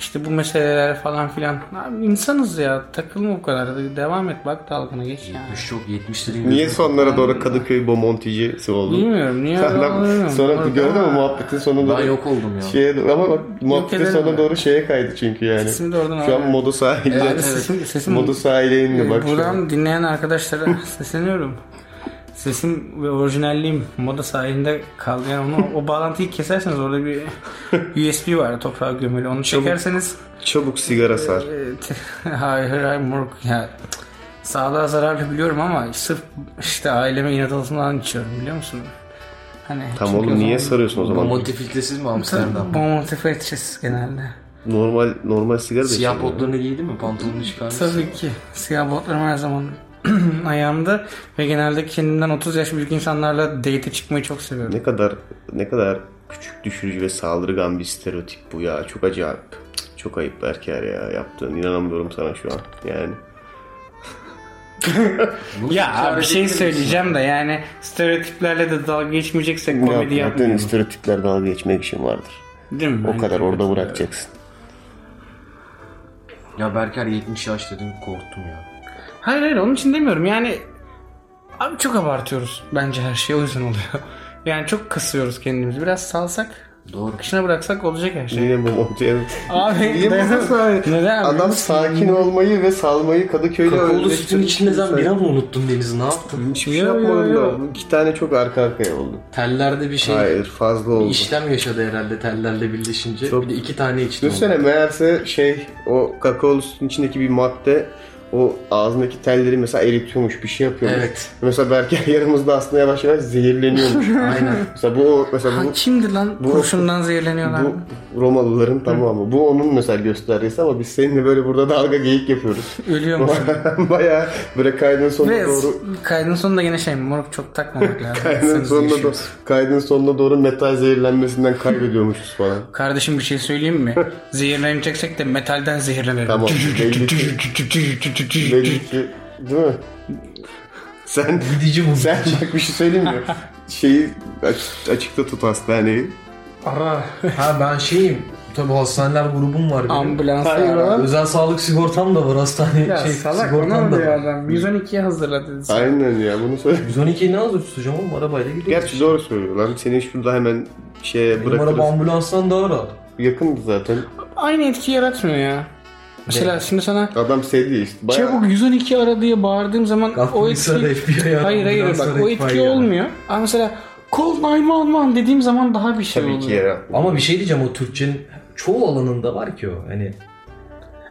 Speaker 3: İşte bu meseleler falan filan. Abi insanız ya. Takılma bu kadar. Devam et bak dalgana geç yani.
Speaker 1: Üç çok 70'lerin
Speaker 2: Niye sonlara doğru Kadıköy bomontecisi oldun?
Speaker 3: Bilmiyorum niye öyle
Speaker 2: Sonra,
Speaker 3: oluyorum.
Speaker 2: sonra bu gördün mü muhabbetin sonunda
Speaker 1: Ben yok oldum ya.
Speaker 2: şeye ama bak muhabbetin
Speaker 3: ederim
Speaker 2: sonuna
Speaker 3: ben.
Speaker 2: doğru şeye kaydı çünkü yani.
Speaker 3: Sesimi de oradan
Speaker 2: Şu
Speaker 3: al.
Speaker 2: an moda sahilde.
Speaker 3: Abi sesim, sesim
Speaker 2: Moda sahile indi bak. şu an.
Speaker 3: Buradan dinleyen arkadaşlara sesleniyorum. Sesim ve orijinalliğim moda sahilinde kaldı. Yani onu, o bağlantıyı keserseniz orada bir USB var toprağa gömülü. Onu çekerseniz
Speaker 2: Çabuk sigara sar.
Speaker 3: Evet. hayır hayır moruk ya. Sağlığa zararlı biliyorum ama sırf işte aileme inat olsundan içiyorum biliyor musun? Hani
Speaker 2: Tam
Speaker 3: çünkü
Speaker 2: oğlum
Speaker 3: o
Speaker 2: niye
Speaker 3: zaman-
Speaker 2: sarıyorsun o zaman?
Speaker 1: Bomonti filtresiz mi
Speaker 3: Tabii,
Speaker 1: Amsterdam?
Speaker 3: Bonmotif'e içeceğiz genelde.
Speaker 2: Normal normal sigara da
Speaker 1: Siyah
Speaker 2: içmiyorum.
Speaker 1: botlarını giydi mi? Pantolonunu çıkarmış.
Speaker 3: Tabii ki. Siyah botlarım her zaman ayağımda ve genelde kendimden 30 yaş büyük insanlarla date'e çıkmayı çok seviyorum.
Speaker 2: Ne kadar ne kadar küçük düşürücü ve saldırgan bir stereotip bu ya. Çok acayip. Çok ayıp Berker ya yaptığın. İnanamıyorum sana şu an. Yani
Speaker 1: Bunu
Speaker 3: Ya
Speaker 1: inkar
Speaker 3: bir şey
Speaker 1: edebilir misin?
Speaker 3: söyleyeceğim de yani stereotiplerle de dalga geçmeyeceksek komedi
Speaker 2: yaptığın
Speaker 3: yapmayalım.
Speaker 2: stereotipler dalga geçmek için vardır.
Speaker 3: Değil mi? Hani
Speaker 2: O kadar orada bırakacaksın.
Speaker 1: Ya Berker 70 yaş dedim korktum ya.
Speaker 3: Hayır hayır onun için demiyorum yani abi çok abartıyoruz bence her şey o yüzden oluyor. Yani çok kısıyoruz kendimizi. Biraz salsak,
Speaker 1: Doğru.
Speaker 3: akışına bıraksak olacak her şey.
Speaker 2: Yine bu montajı-
Speaker 3: Abi
Speaker 2: Niye
Speaker 3: dayanamıyorum.
Speaker 2: bu kadar-
Speaker 3: Neden?
Speaker 2: Adam sakin olmayı ve salmayı Kadıköy'le
Speaker 1: Kakaolu
Speaker 2: özdeşleştirmiş.
Speaker 1: sütün içinde sen bira mı unuttun Deniz ne yaptın?
Speaker 2: Hiçbir şey
Speaker 3: Yo, yo,
Speaker 2: yapmadım
Speaker 3: yo.
Speaker 2: da. İki tane çok arka arkaya oldu.
Speaker 1: Tellerde bir şey
Speaker 2: Hayır fazla
Speaker 1: bir
Speaker 2: oldu.
Speaker 1: işlem yaşadı herhalde tellerle birleşince.
Speaker 2: Çok-
Speaker 1: Bir de iki tane içti.
Speaker 2: Düşünsene meğerse şey o kakaolu sütün içindeki bir madde o ağzındaki telleri mesela eritiyormuş bir şey yapıyormuş.
Speaker 1: Evet.
Speaker 2: Mesela Berker yanımızda aslında yavaş yavaş zehirleniyormuş.
Speaker 1: Aynen.
Speaker 2: mesela bu mesela
Speaker 3: Ha,
Speaker 2: bu,
Speaker 3: kimdi lan?
Speaker 2: bu-
Speaker 3: Kurşundan zehirleniyorlar.
Speaker 2: bu
Speaker 3: mı?
Speaker 2: Romalıların tamamı. Bu onun mesela göstergesi ama biz seninle böyle burada dalga geyik yapıyoruz.
Speaker 3: Ölüyormuş.
Speaker 2: Bayağı böyle kaydın sonuna
Speaker 3: Ve
Speaker 2: doğru
Speaker 3: kaydın sonunda yine şey moruk çok takmamak lazım.
Speaker 2: kaydın
Speaker 3: Sınırsız
Speaker 2: sonuna doğru
Speaker 3: yaşıyoruz.
Speaker 2: kaydın sonuna doğru metal zehirlenmesinden kaybediyormuşuz falan.
Speaker 3: Kardeşim bir şey söyleyeyim mi? Zehirleneceksek de metalden zehirlenelim.
Speaker 2: Tamam, belli Belli ki değil mi? Sen
Speaker 1: Gidici bu.
Speaker 2: Sen bak bir şey söyleyeyim mi? Şeyi aç- açıkta tut hastaneyi.
Speaker 3: Ara.
Speaker 1: Ha ben şeyim. Tabii hastaneler grubum var benim.
Speaker 3: Ambulans
Speaker 2: Hayır
Speaker 3: ara.
Speaker 2: lan.
Speaker 1: Özel sağlık sigortam da var hastane
Speaker 3: Ya
Speaker 1: şey
Speaker 3: salak
Speaker 1: sigortam
Speaker 3: ona
Speaker 1: da
Speaker 3: ne
Speaker 1: var.
Speaker 3: adam? 112'ye hazırladı.
Speaker 2: Aynen ya bunu söyle.
Speaker 1: 112'yi ne hazır tutacağım oğlum arabayla gidiyorum.
Speaker 2: Gerçi doğru söylüyor lan. Seni şurada hemen şeye
Speaker 1: Benim araba
Speaker 2: bırakırız.
Speaker 1: ambulanstan daha rahat.
Speaker 2: Yakındı zaten.
Speaker 3: Aynı etki yaratmıyor ya. Mesela şimdi sana
Speaker 2: Adam seri işte. Bayağı...
Speaker 3: çabuk 112 ara diye bağırdığım zaman o etki...
Speaker 1: FBI
Speaker 3: Hayır hayır bak o etki olmuyor. Ama mesela call 911 dediğim zaman daha bir şey
Speaker 2: Tabii ki
Speaker 3: oluyor.
Speaker 2: yere.
Speaker 1: Ama bir şey diyeceğim o Türkçenin çoğu alanında var ki o. Hani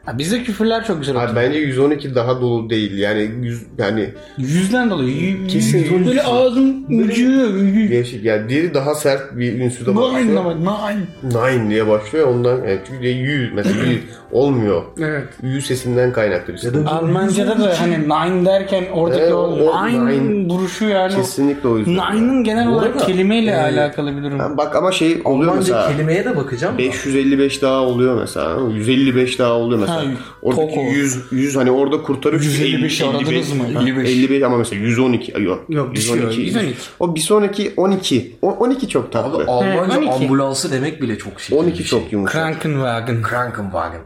Speaker 3: Ha, Bizde küfürler çok güzel
Speaker 2: Abi
Speaker 3: oldu.
Speaker 2: bence 112 daha dolu değil. Yani yüz, yani
Speaker 3: Yüzden dolayı.
Speaker 2: Kesin
Speaker 3: Kesin. Böyle ağzım ucuyor.
Speaker 2: değişik yani diğeri daha sert bir ünsüde
Speaker 3: Nine
Speaker 2: başlıyor.
Speaker 3: ama nine.
Speaker 2: Nine diye başlıyor ondan yani çünkü de 100 mesela 100 olmuyor.
Speaker 3: Evet.
Speaker 2: Ü sesinden kaynaklı bir sıkıntı.
Speaker 3: Almanca'da da hani nine derken oradaki
Speaker 2: Evet,
Speaker 3: o
Speaker 2: o
Speaker 3: nine
Speaker 2: nine.
Speaker 3: duruşu yani.
Speaker 2: Kesinlikle o yüzden.
Speaker 3: Nine'ın genel
Speaker 1: Bu
Speaker 3: olarak
Speaker 1: arada,
Speaker 3: kelimeyle
Speaker 1: e,
Speaker 3: alakalı bir durum.
Speaker 2: Ha, Bak ama şey oluyor
Speaker 1: Almanca
Speaker 2: mesela.
Speaker 1: kelimeye de bakacağım. da.
Speaker 2: 555 daha oluyor mesela. 155 daha oluyor
Speaker 3: Ha,
Speaker 2: mesela. Oradaki
Speaker 3: Poco.
Speaker 2: 100, 100 hani orada kurtarıp
Speaker 3: 155 aradınız mı?
Speaker 2: 55.
Speaker 3: 55.
Speaker 2: 55 ama mesela 112 ay yok.
Speaker 3: Yok, düşüyor, 112.
Speaker 2: O bir sonraki 12. O 12 çok tatlı.
Speaker 1: Abi Almanca
Speaker 3: Evet, 12.
Speaker 1: ambulansı demek bile çok şey.
Speaker 2: 12 çok yumuşak.
Speaker 3: Krankenwagen.
Speaker 1: Krankenwagen.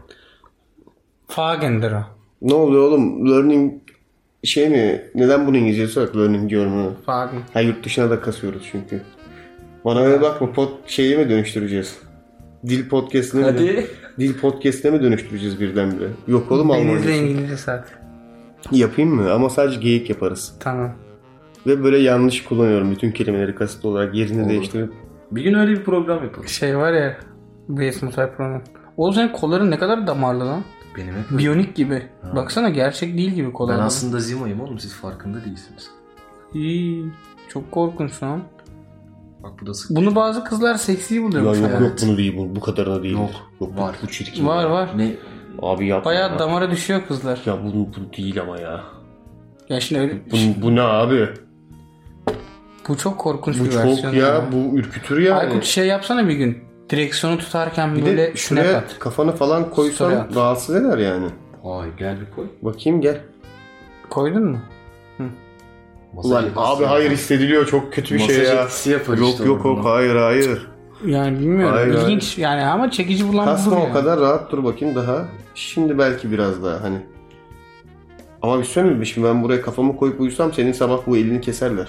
Speaker 3: Wagen'dir o.
Speaker 2: Ne oluyor oğlum? Learning şey mi? Neden bunu İngilizcesi olarak learning diyorum ha?
Speaker 3: Wagen.
Speaker 2: Ha yurt dışına da kasıyoruz çünkü. Bana öyle bakma pot şeyi mi dönüştüreceğiz? Dil podcast'ine mi?
Speaker 1: Hadi.
Speaker 2: Dil podcast'ine mi dönüştüreceğiz birdenbire? Yok oğlum
Speaker 3: Denizle
Speaker 2: Almancası.
Speaker 3: İngilizce saat.
Speaker 2: Yapayım mı? Ama sadece geyik yaparız.
Speaker 3: Tamam.
Speaker 2: Ve böyle yanlış kullanıyorum bütün kelimeleri kasıtlı olarak yerini değiştirip.
Speaker 1: Bir gün öyle bir program yapalım.
Speaker 3: Şey var ya. BS Mutfak Pro'nun. Oğlum senin kolların ne kadar damarlı lan.
Speaker 1: Benim hep
Speaker 3: Biyonik gibi. Baksana gerçek değil gibi
Speaker 1: Ben
Speaker 3: kolların.
Speaker 1: aslında Zima'yım oğlum siz farkında değilsiniz.
Speaker 3: İyi. Çok korkunç lan.
Speaker 1: Bak bu da sık.
Speaker 3: Bunu bazı kızlar seksi buluyor.
Speaker 2: Ya yok
Speaker 3: mesela.
Speaker 2: yok bunu değil bu, bu kadarına değil.
Speaker 1: Yok,
Speaker 2: yok
Speaker 1: var.
Speaker 2: Bu, bu çirkin.
Speaker 3: Var var.
Speaker 1: Ne?
Speaker 2: Abi yapma.
Speaker 3: Bayağı
Speaker 2: ya.
Speaker 3: damara düşüyor kızlar.
Speaker 2: Ya bu, bu değil ama ya.
Speaker 3: Ya şimdi öyle
Speaker 2: Bu, bu ne abi?
Speaker 3: bu çok korkunç
Speaker 2: Bu
Speaker 3: bir
Speaker 2: çok
Speaker 3: versiyon.
Speaker 2: ya bu ürkütür yani.
Speaker 3: Aykut şey yapsana bir gün. Direksiyonu tutarken
Speaker 2: bir
Speaker 3: böyle
Speaker 2: de şuraya
Speaker 3: şuraya
Speaker 2: kafanı falan koysan
Speaker 3: Story at.
Speaker 2: rahatsız eder yani.
Speaker 1: Vay gel bir koy.
Speaker 2: Bakayım gel.
Speaker 3: koydun mu?
Speaker 1: Masaj
Speaker 2: Ulan
Speaker 1: etkisi
Speaker 2: abi
Speaker 1: yapar.
Speaker 2: hayır hissediliyor çok kötü bir
Speaker 1: Masaj
Speaker 2: şey ya.
Speaker 1: etkisi yapar
Speaker 2: Yok
Speaker 1: işte
Speaker 2: yok
Speaker 1: oradan.
Speaker 2: yok hayır hayır.
Speaker 3: Yani bilmiyorum.
Speaker 2: Hayır,
Speaker 3: İlginç yani ama çekici bulan budur
Speaker 2: Kasma
Speaker 3: yani.
Speaker 2: o kadar rahat dur bakayım daha. Şimdi belki biraz daha hani. Ama bir şey mi? Şimdi ben buraya kafamı koyup uyusam senin sabah bu elini keserler.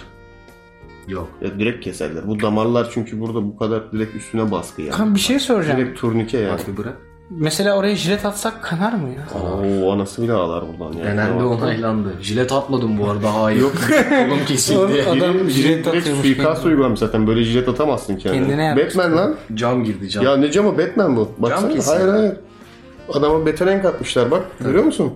Speaker 1: Yok.
Speaker 2: Ya direkt keserler. Bu damarlar çünkü burada bu kadar direkt üstüne baskı yani.
Speaker 3: Kanka bir şey soracağım.
Speaker 2: Direkt turnike yani.
Speaker 1: Bak bir bırak.
Speaker 3: Mesela oraya jilet atsak kanar mı ya?
Speaker 2: Oo anası bile ağlar buradan yani.
Speaker 1: Genelde
Speaker 2: Bak.
Speaker 1: onaylandı. Jilet atmadım bu arada. Hayır. Yok. Kolum kesildi.
Speaker 3: Adam
Speaker 2: Adam
Speaker 3: jilet
Speaker 2: jilet direkt
Speaker 3: atıyormuş
Speaker 2: suikast
Speaker 3: kendine.
Speaker 2: uygulamış zaten. Böyle jilet atamazsın kendine.
Speaker 3: Kendine yapmış.
Speaker 2: Batman lan.
Speaker 1: Cam girdi cam.
Speaker 2: Ya ne camı Batman bu. Baksana.
Speaker 1: kesin.
Speaker 2: hayır hayır. Adama betonen katmışlar bak. Görüyor musun?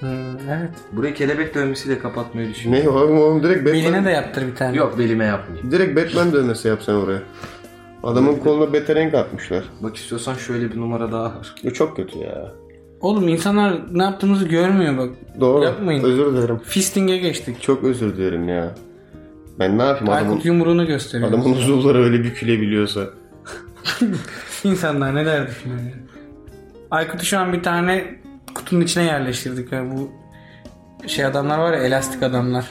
Speaker 3: Hmm, evet.
Speaker 1: Burayı kelebek dövmesiyle kapatmayı düşünüyorum.
Speaker 2: Ne oğlum oğlum direkt Batman.
Speaker 3: Beline de yaptır bir tane.
Speaker 1: Yok belime yapmayayım.
Speaker 2: Direkt Batman dövmesi yapsan oraya. Adamın koluna betonen katmışlar.
Speaker 1: Bak istiyorsan şöyle bir numara daha var.
Speaker 2: Bu çok kötü ya.
Speaker 3: Oğlum insanlar ne yaptığımızı görmüyor bak.
Speaker 2: Doğru.
Speaker 3: Yapmayın.
Speaker 2: Özür dilerim.
Speaker 3: Fisting'e geçtik.
Speaker 2: Çok özür dilerim ya. Ben ne yapayım adamın,
Speaker 3: Aykut yumruğunu gösteriyor.
Speaker 2: adamın uzuvları öyle bükülebiliyorsa.
Speaker 3: İnsanlar neler düşünüyor ya. Aykut'u şu an bir tane kutunun içine yerleştirdik ya bu şey adamlar var ya elastik adamlar.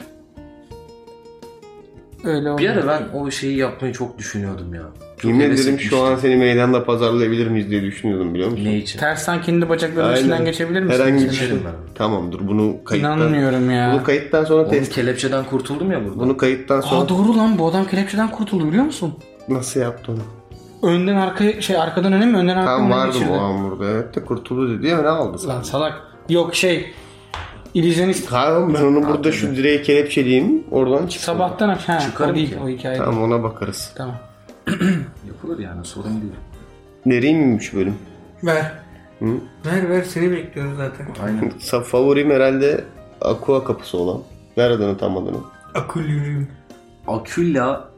Speaker 3: Öyle oldu.
Speaker 1: Bir ara ben o şeyi yapmayı çok düşünüyordum ya. Çok
Speaker 2: Yemin
Speaker 1: heves
Speaker 2: ederim şu an
Speaker 1: etmiştim.
Speaker 2: seni meydanda pazarlayabilir miyiz diye düşünüyordum biliyor musun?
Speaker 1: Ne için?
Speaker 3: Tersten kendi bacaklarının
Speaker 2: Aynen.
Speaker 3: içinden geçebilir misin?
Speaker 2: Herhangi bir
Speaker 3: İçine?
Speaker 2: şey.
Speaker 1: Geçerim ben.
Speaker 2: Tamam dur bunu kayıttan.
Speaker 3: İnanmıyorum ya.
Speaker 2: Bunu kayıttan sonra
Speaker 1: Oğlum
Speaker 2: test.
Speaker 1: kelepçeden kurtuldum ya burada.
Speaker 2: Bunu kayıttan sonra
Speaker 3: Aa doğru lan bu adam kelepçeden kurtuldu biliyor musun?
Speaker 2: nasıl yaptı onu?
Speaker 3: Önden arkaya şey arkadan öne mi önden arkaya
Speaker 2: Tam
Speaker 3: mı ne
Speaker 2: vardı
Speaker 3: geçirdi?
Speaker 2: bu an burada. Evet de kurtuldu dedi ama ne aldı sana?
Speaker 3: Lan salak. Yok şey illüzyonist
Speaker 2: Tamam ben onu burada şu direğe kelepçeleyeyim. Oradan çık.
Speaker 3: sabahtan akşam. Ha,
Speaker 1: Çıkarım
Speaker 3: o değil
Speaker 1: ki.
Speaker 3: o hikaye. değil.
Speaker 2: Tamam ona bakarız.
Speaker 3: tamam.
Speaker 1: Yapılır yani sorun değil.
Speaker 2: Nereye miymiş bölüm?
Speaker 3: Ver. Ver ver seni bekliyoruz zaten.
Speaker 1: Aynen.
Speaker 2: Sa- Favorim herhalde Aqua kapısı olan. Ver adını tam adını.
Speaker 3: Akıl yürüyüm.
Speaker 1: Akülla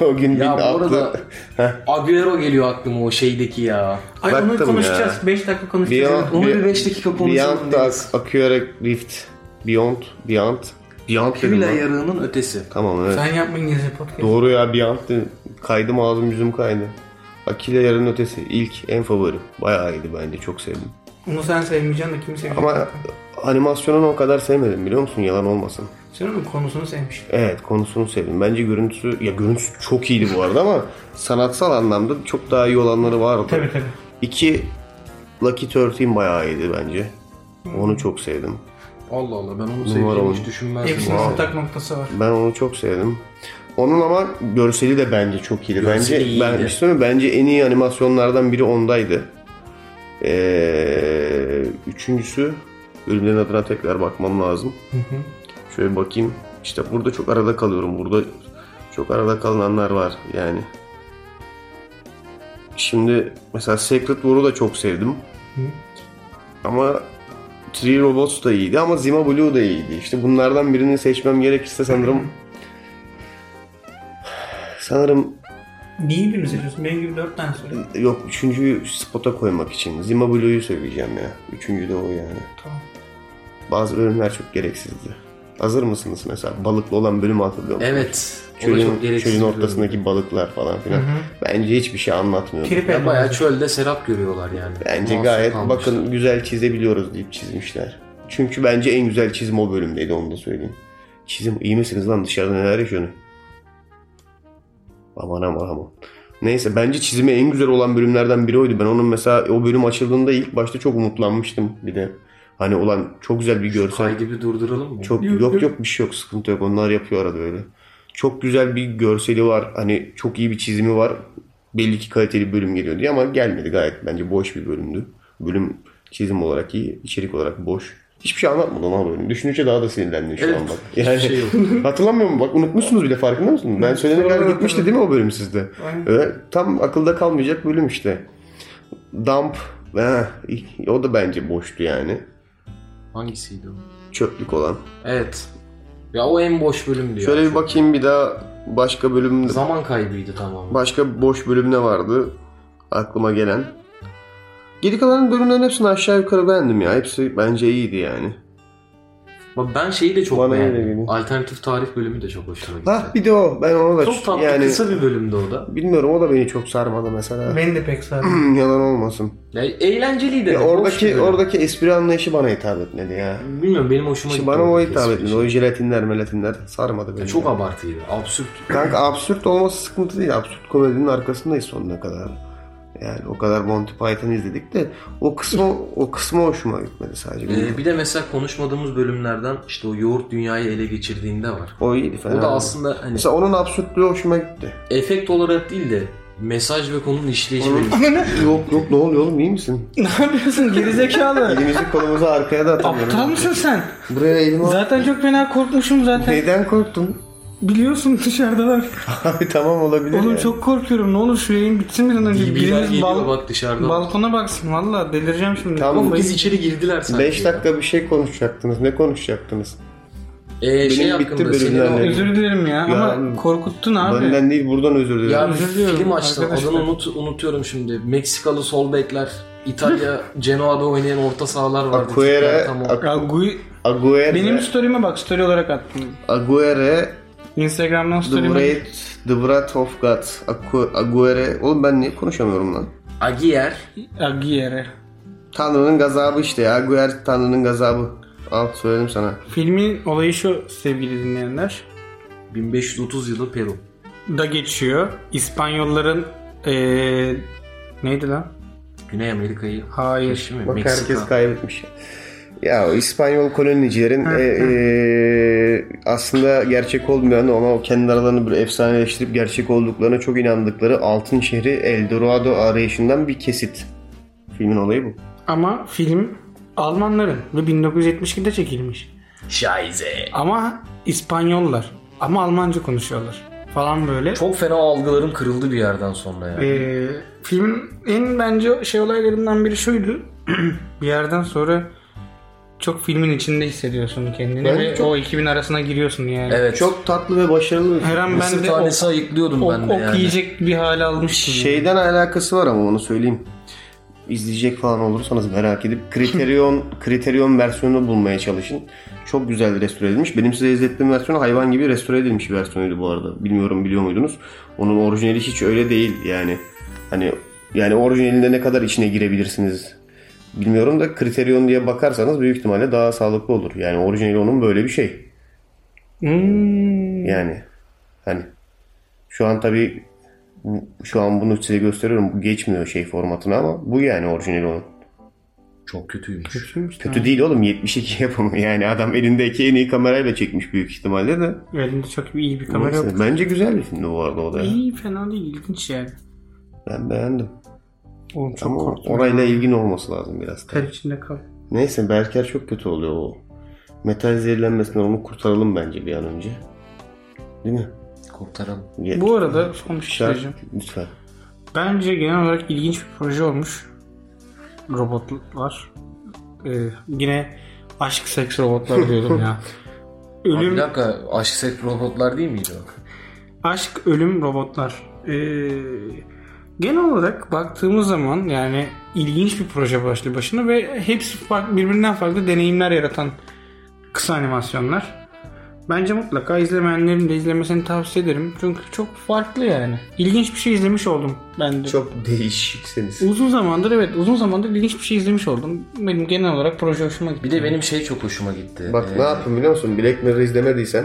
Speaker 2: o gün bir
Speaker 1: ya bu
Speaker 2: aklı.
Speaker 1: arada Agüero geliyor aklıma o şeydeki ya.
Speaker 3: Ay
Speaker 2: Baktım ya.
Speaker 3: onu konuşacağız. 5 dakika
Speaker 2: Bir
Speaker 3: konuşacağız.
Speaker 2: an,
Speaker 1: Onu
Speaker 2: bir-
Speaker 1: bir 5 dakika konuşalım
Speaker 2: Beyond da
Speaker 1: deriz.
Speaker 2: ak- Acura Rift. Beyond. Beyond. Beyond dedim
Speaker 1: Akülla
Speaker 2: lan.
Speaker 1: yarığının ötesi.
Speaker 2: Tamam evet.
Speaker 3: Sen yapma İngilizce podcast.
Speaker 2: Doğru ya Beyond. de- Kaydım ağzım yüzüm kaydı. Akile yarın ötesi. İlk en favori. Bayağı iyiydi bence. Çok sevdim.
Speaker 3: Onu sen sevmeyeceksin de kim sevecek?
Speaker 2: Ama animasyonunu o kadar sevmedim biliyor musun? Yalan olmasın.
Speaker 3: Sen onun konusunu sevmiş.
Speaker 2: Evet konusunu sevdim. Bence görüntüsü ya görüntüsü çok iyiydi bu arada ama sanatsal anlamda çok daha iyi olanları vardı.
Speaker 3: Tabii tabii.
Speaker 2: İki Lucky 13 bayağı iyiydi bence. Onu çok sevdim.
Speaker 1: Allah Allah ben onu seveceğimi
Speaker 2: oğlum.
Speaker 1: hiç düşünmezdim.
Speaker 3: Hepsinin
Speaker 1: Wow.
Speaker 3: ortak noktası var.
Speaker 2: Ben onu çok sevdim. Onun ama görseli de bence çok iyiydi.
Speaker 1: Görseli
Speaker 2: bence
Speaker 1: iyiydi.
Speaker 2: ben bir şey söyleyeyim mi? bence en iyi animasyonlardan biri ondaydı. Ee, üçüncüsü bölümlerin adına tekrar bakmam lazım. Şöyle bakayım. İşte burada çok arada kalıyorum. Burada çok arada kalınanlar var yani. Şimdi mesela Secret War'u da çok sevdim. Ama Three Robots da iyiydi ama Zima Blue da iyiydi. İşte bunlardan birini seçmem gerekirse sanırım sanırım
Speaker 3: Niye birini seçiyorsun? Benim gibi 4 tane soruyor.
Speaker 2: yok üçüncüyü spota koymak için Zima Blue'yu söyleyeceğim ya. Üçüncü de o yani.
Speaker 3: Tamam.
Speaker 2: Bazı bölümler çok gereksizdi. Hazır mısınız mesela? Balıklı olan bölümü hatırlıyor musunuz?
Speaker 1: Evet. O da çok
Speaker 2: Çölün,
Speaker 1: gereksiz.
Speaker 2: çölün
Speaker 1: bir bölüm.
Speaker 2: ortasındaki balıklar falan filan. Bence hiçbir şey anlatmıyor.
Speaker 3: Trip
Speaker 1: Ya
Speaker 3: elbette.
Speaker 1: bayağı çölde serap görüyorlar yani.
Speaker 2: Bence
Speaker 1: Mahsur
Speaker 2: gayet
Speaker 1: kalmışlar.
Speaker 2: bakın güzel çizebiliyoruz deyip çizmişler. Çünkü bence en güzel çizim o bölümdeydi onu da söyleyeyim. Çizim iyi misiniz lan dışarıda neler yaşıyor? Aman aman aman. Neyse bence çizimi en güzel olan bölümlerden biri oydu. Ben onun mesela o bölüm açıldığında ilk başta çok umutlanmıştım bir de. Hani ulan çok güzel bir görsel.
Speaker 1: Kaydı bir durduralım mı?
Speaker 2: Çok
Speaker 3: Yok,
Speaker 2: yok yok,
Speaker 3: yok.
Speaker 2: bir şey yok sıkıntı yok onlar yapıyor arada öyle. Çok güzel bir görseli var hani çok iyi bir çizimi var. Belli ki kaliteli bir bölüm geliyor diye ama gelmedi gayet bence boş bir bölümdü. Bölüm çizim olarak iyi, içerik olarak boş. Hiçbir şey anlatmadı ona bölüm. Düşününce daha da sinirlendim şu
Speaker 1: Evet,
Speaker 2: an bak.
Speaker 1: hiçbir
Speaker 2: Yani
Speaker 1: şey yok.
Speaker 2: hatırlamıyor musun? Bak unutmuşsunuz bile farkında mısınız? Ben söyleyene kadar gitmişti değil mi o bölüm sizde?
Speaker 3: Aynen.
Speaker 2: Evet, tam akılda kalmayacak bölüm işte. Dump. Ha, o da bence boştu yani.
Speaker 1: Hangisiydi o?
Speaker 2: Çöplük olan.
Speaker 1: Evet. Ya o en boş bölümdü ya.
Speaker 2: Şöyle bir bakayım bir daha başka bölümde
Speaker 1: Zaman kaybıydı tamamen.
Speaker 2: başka boş bölüm ne vardı aklıma gelen. Geri kalan bölümlerin hepsini aşağı yukarı beğendim ya. Hepsi bence iyiydi yani.
Speaker 1: Bak ben şeyi de çok
Speaker 2: Bana öyle
Speaker 1: beğendim.
Speaker 2: geliyor.
Speaker 1: Alternatif tarih bölümü de çok hoşuma gitti.
Speaker 2: Hah bir de o. Ben ona da
Speaker 1: çok tatlı
Speaker 2: yani
Speaker 1: kısa bir bölümdü o da.
Speaker 2: bilmiyorum o da beni çok sarmadı mesela. Hmm,
Speaker 3: Beni de pek sardı.
Speaker 2: Yalan olmasın.
Speaker 1: Yani eğlenceliydi.
Speaker 2: Ya
Speaker 1: de, hoştu
Speaker 2: oradaki
Speaker 1: böyle.
Speaker 2: oradaki espri anlayışı bana hitap etmedi ya.
Speaker 1: Bilmiyorum benim hoşuma
Speaker 2: İşte
Speaker 1: gitti.
Speaker 2: bana o
Speaker 1: oradaki
Speaker 2: hitap
Speaker 1: espri
Speaker 2: etmedi.
Speaker 1: şey.
Speaker 2: O jelatinler melatinler sarmadı
Speaker 1: Ya
Speaker 2: beni.
Speaker 1: Çok abartıydı. Absürt.
Speaker 2: Kanka absürt olması sıkıntı değil. Absürt komedinin arkasındayız sonuna kadar. Yani o kadar Monty Python izledik de o kısmı o kısmı hoşuma gitmedi sadece.
Speaker 1: Ee, bir de mesela konuşmadığımız bölümlerden işte o yoğurt dünyayı ele geçirdiğinde var.
Speaker 2: o iyiydi
Speaker 1: O
Speaker 2: fena.
Speaker 1: da
Speaker 2: değil.
Speaker 1: aslında hani
Speaker 2: Mesela onun absürtlüğü hoşuma gitti.
Speaker 1: efekt olarak değil de mesaj ve konunun işleyişi
Speaker 2: Onun-
Speaker 1: benim-
Speaker 2: yok yok ne oluyor oğlum iyi misin?
Speaker 3: ne yapıyorsun gerizekalı?
Speaker 2: Elimizi kolumuzu arkaya da atamıyorum.
Speaker 3: Aptal mısın sen?
Speaker 2: Buraya elimi at.
Speaker 3: Zaten çok fena korkmuşum zaten.
Speaker 2: Neyden korktun?
Speaker 3: Biliyorsun dışarıdalar.
Speaker 2: Abi tamam olabilir.
Speaker 3: Oğlum
Speaker 2: yani.
Speaker 3: çok korkuyorum. Ne olur şu yayın bitsin bir an önce.
Speaker 1: DB'ler
Speaker 3: Biriniz
Speaker 1: geliyor
Speaker 3: bal-
Speaker 1: bak dışarıda.
Speaker 3: balkona baksın. Valla delireceğim şimdi.
Speaker 2: Tamam,
Speaker 1: Ama
Speaker 3: Kafayı-
Speaker 1: biz içeri girdiler sanki.
Speaker 2: 5 dakika bir şey konuşacaktınız. Ne konuşacaktınız?
Speaker 1: Ee, şey
Speaker 2: bitti
Speaker 1: hakkında
Speaker 2: bölümler
Speaker 1: senin o-
Speaker 2: ne?
Speaker 3: Özür dilerim ya, ama
Speaker 2: Ya-
Speaker 3: korkuttun abi.
Speaker 2: Benden değil buradan özür dilerim.
Speaker 1: Ya
Speaker 3: Özür diliyorum
Speaker 1: film açtın.
Speaker 3: arkadaşlar.
Speaker 1: Adını unut, unutuyorum şimdi. Meksikalı sol bekler. İtalya, Genoa'da oynayan orta sahalar vardı.
Speaker 2: Acuera-
Speaker 1: Tipler tam o.
Speaker 2: Ac-
Speaker 3: Ya Gui-
Speaker 2: Agüero,
Speaker 3: benim story'ime bak story olarak attım.
Speaker 2: Agüero,
Speaker 3: Instagram'dan
Speaker 2: The
Speaker 3: story'ime.
Speaker 2: Breath, The Breath of God, Acu- Agüero. Oğlum ben niye konuşamıyorum lan?
Speaker 1: Aguier.
Speaker 3: Aguirre.
Speaker 2: Tanrı'nın gazabı işte ya. Agüero Tanrı'nın gazabı. Al söyledim sana.
Speaker 3: Filmin olayı şu sevgili dinleyenler.
Speaker 1: 1530 yılı Peru.
Speaker 3: Da geçiyor. İspanyolların eee neydi lan?
Speaker 1: Güney Amerika'yı.
Speaker 3: Hayır.
Speaker 1: Şimdi
Speaker 2: Bak
Speaker 1: Meksika.
Speaker 2: herkes kaybetmiş. Ya o İspanyol kolonicilerin e, e, aslında gerçek olmayan ama o kendi aralarını böyle efsaneleştirip gerçek olduklarına çok inandıkları altın şehri Eldorado arayışından bir kesit. Filmin olayı bu.
Speaker 3: Ama film Almanların ve 1972'de çekilmiş.
Speaker 1: Şaize.
Speaker 3: Ama İspanyollar. Ama Almanca konuşuyorlar. Falan böyle.
Speaker 1: Çok fena algılarım kırıldı bir yerden sonra ya.
Speaker 3: Ee, filmin en bence şey olaylarından biri şuydu. bir yerden sonra çok filmin içinde hissediyorsun kendini
Speaker 2: Ben
Speaker 3: ve
Speaker 2: çok-
Speaker 3: o 2000 arasına giriyorsun yani.
Speaker 1: evet. Çok
Speaker 2: Çok tatlı ve başarılı bir film.
Speaker 3: Her an ben
Speaker 1: Mısır
Speaker 3: de ok,
Speaker 1: tanesi ayıklıyordum
Speaker 3: ok,
Speaker 1: ben de
Speaker 3: ok
Speaker 1: yani.
Speaker 3: yiyecek bir hale almıştım.
Speaker 2: Şeyden alakası var ama onu söyleyeyim. İzleyecek falan olursanız merak edip Kriterion Kriterion versiyonunu bulmaya çalışın. Çok güzel restore edilmiş. Benim size izlettiğim versiyon hayvan gibi restore edilmiş bir versiyonuydu bu arada. Bilmiyorum biliyor muydunuz? Onun orijinali hiç öyle değil yani. Hani yani orijinalinde ne kadar içine girebilirsiniz bilmiyorum da Kriterion diye bakarsanız büyük ihtimalle daha sağlıklı olur. Yani orijinali onun böyle bir şey.
Speaker 3: Hmm.
Speaker 2: Yani hani şu an tabii bu- şu an bunu size gösteriyorum. Bu geçmiyor şey formatına ama bu yani orijinali onun.
Speaker 1: Çok kötüymüş.
Speaker 2: Kötü değil oğlum 72 yapımı. Yani adam elindeki en iyi kamerayla çekmiş büyük ihtimalle de.
Speaker 3: Elinde çok iyi bir kamera
Speaker 2: Neyse,
Speaker 3: yok.
Speaker 2: Bence güzel bir filmdi bu arada o da.
Speaker 3: İyi fena değil ilginç yani.
Speaker 2: Ben beğendim.
Speaker 3: Oğlum çok
Speaker 2: Ama
Speaker 3: korktum.
Speaker 2: orayla ilgin olması lazım biraz.
Speaker 3: Ter içinde kal.
Speaker 2: Neyse Berker çok kötü oluyor o. Metal zehirlenmesinden onu kurtaralım bence bir an önce. Değil mi?
Speaker 1: Kurtaralım.
Speaker 2: Ye-
Speaker 3: Bu arada son bir şey
Speaker 2: Şart-
Speaker 3: söyleyeceğim.
Speaker 2: Lütfen.
Speaker 3: Bence genel olarak ilginç bir proje olmuş. Robotlar. Ee, yine aşk seks robotlar diyordum ya.
Speaker 1: Abi bir
Speaker 3: ölüm,
Speaker 1: dakika aşk set robotlar değil miydi o?
Speaker 3: aşk ölüm robotlar. Ee, genel olarak baktığımız zaman yani ilginç bir proje başlı başına ve hepsi farklı, birbirinden farklı deneyimler yaratan kısa animasyonlar. Bence mutlaka izlemeyenlerin de izlemesini tavsiye ederim. Çünkü çok farklı yani. İlginç bir şey izlemiş oldum ben de.
Speaker 2: Çok değişiksiniz.
Speaker 3: Uzun zamandır evet uzun zamandır ilginç bir şey izlemiş oldum. Benim genel olarak proje hoşuma gitti.
Speaker 1: Bir de benim şey çok hoşuma gitti.
Speaker 2: Bak
Speaker 1: Ee,
Speaker 2: ne yapın biliyor musun? Black Mirror izlemediysen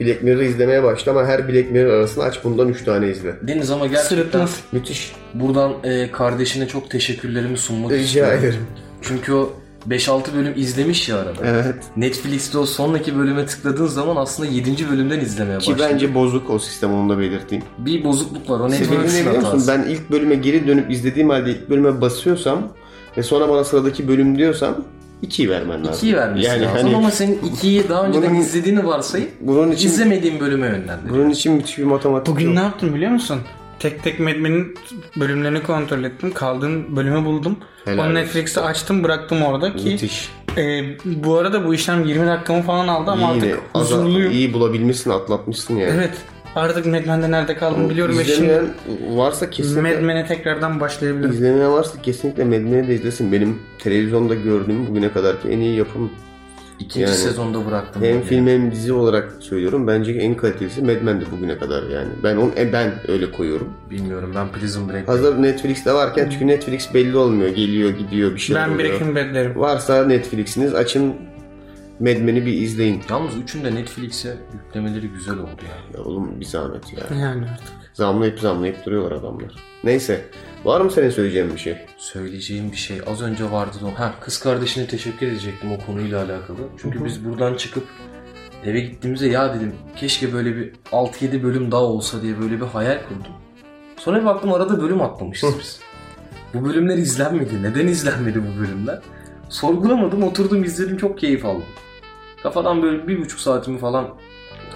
Speaker 2: Black Mirror izlemeye başla ama her Black Mirror arasını aç bundan 3 tane izle.
Speaker 1: Deniz ama gerçekten
Speaker 3: Sırıtmaz.
Speaker 2: Müthiş.
Speaker 1: buradan e, kardeşine çok teşekkürlerimi sunmak
Speaker 2: Rica
Speaker 1: istiyorum.
Speaker 2: ederim.
Speaker 1: Çünkü o 5-6 bölüm izlemiş ya arada.
Speaker 2: Evet.
Speaker 1: Netflix'te o sonraki bölüme tıkladığın zaman aslında 7. bölümden izlemeye
Speaker 2: Ki
Speaker 1: başlıyor.
Speaker 2: bence bozuk o sistem onu da belirteyim.
Speaker 1: Bir bozukluk var. O
Speaker 2: Sebebi ne
Speaker 1: Netflix'in
Speaker 2: biliyor musun?
Speaker 1: hatası.
Speaker 2: Ben ilk bölüme geri dönüp izlediğim halde ilk bölüme basıyorsam ve sonra bana sıradaki bölüm diyorsam 2'yi vermen lazım.
Speaker 1: 2'yi vermesi
Speaker 2: yani
Speaker 1: lazım
Speaker 2: Hani
Speaker 1: ama senin 2'yi daha önceden
Speaker 2: Bunun-
Speaker 1: izlediğini varsayıp
Speaker 2: bunun için
Speaker 1: izlemediğin bölüme yönlendiriyor.
Speaker 2: bunun için müthiş bir matematik
Speaker 3: Bugün
Speaker 2: yok.
Speaker 3: ne yaptım biliyor musun? Tek tek Mad Men'in bölümlerini kontrol ettim. Kaldığım bölümü buldum.
Speaker 2: Helal
Speaker 3: Onu
Speaker 2: olsun.
Speaker 3: Netflix'te açtım bıraktım orada ki.
Speaker 2: Müthiş.
Speaker 3: e, bu arada bu işlem 20 dakikamı falan aldı ama
Speaker 2: İyi,
Speaker 3: artık
Speaker 2: az-
Speaker 3: huzurluyum.
Speaker 2: iyi bulabilmişsin, atlatmışsın yani.
Speaker 3: Evet. Artık Mad Men'de nerede kaldım biliyorum ve şimdi
Speaker 2: İzlemeyen varsa kesinlikle
Speaker 3: Mad Men'e tekrardan başlayabilirim.
Speaker 2: İzlemeyen varsa kesinlikle Medine'yi de izlesin. Benim televizyonda gördüğüm bugüne kadarki en iyi yapım.
Speaker 1: İkinci
Speaker 2: Yani
Speaker 1: sezonda bıraktım.
Speaker 2: Hem
Speaker 1: yani.
Speaker 2: film hem dizi olarak söylüyorum. Bence en kalitesi Mad Men'di bugüne kadar yani. Ben on, e, ben öyle koyuyorum.
Speaker 1: Bilmiyorum ben Prison Break.
Speaker 2: Hazır Netflix'te varken çünkü Netflix belli olmuyor. Geliyor, gidiyor bir şeyler
Speaker 3: ben
Speaker 2: oluyor.
Speaker 3: Breaking Bad derim.
Speaker 2: Varsa Netflix'iniz açın Mad Men'i bir izleyin.
Speaker 1: Yalnız üçünü de Netflix'e yüklemeleri güzel oldu yani.
Speaker 2: Ya oğlum bir zahmet ya.
Speaker 3: Yani artık.
Speaker 2: Zamlayıp zamlayıp duruyorlar adamlar. Neyse. Var mı senin söyleyeceğin bir şey?
Speaker 1: Söyleyeceğim bir şey az önce vardı da. Ha kız kardeşine teşekkür edecektim o konuyla alakalı. Çünkü
Speaker 3: Hı hı.
Speaker 1: biz buradan çıkıp eve gittiğimizde ya dedim keşke böyle bir 6-7 bölüm daha olsa diye böyle bir hayal kurdum. Sonra bir baktım arada bölüm atlamışız biz. Bu bölümler izlenmedi. Neden izlenmedi bu bölümler? Sorgulamadım oturdum izledim çok keyif aldım. Kafadan böyle bir buçuk saatimi falan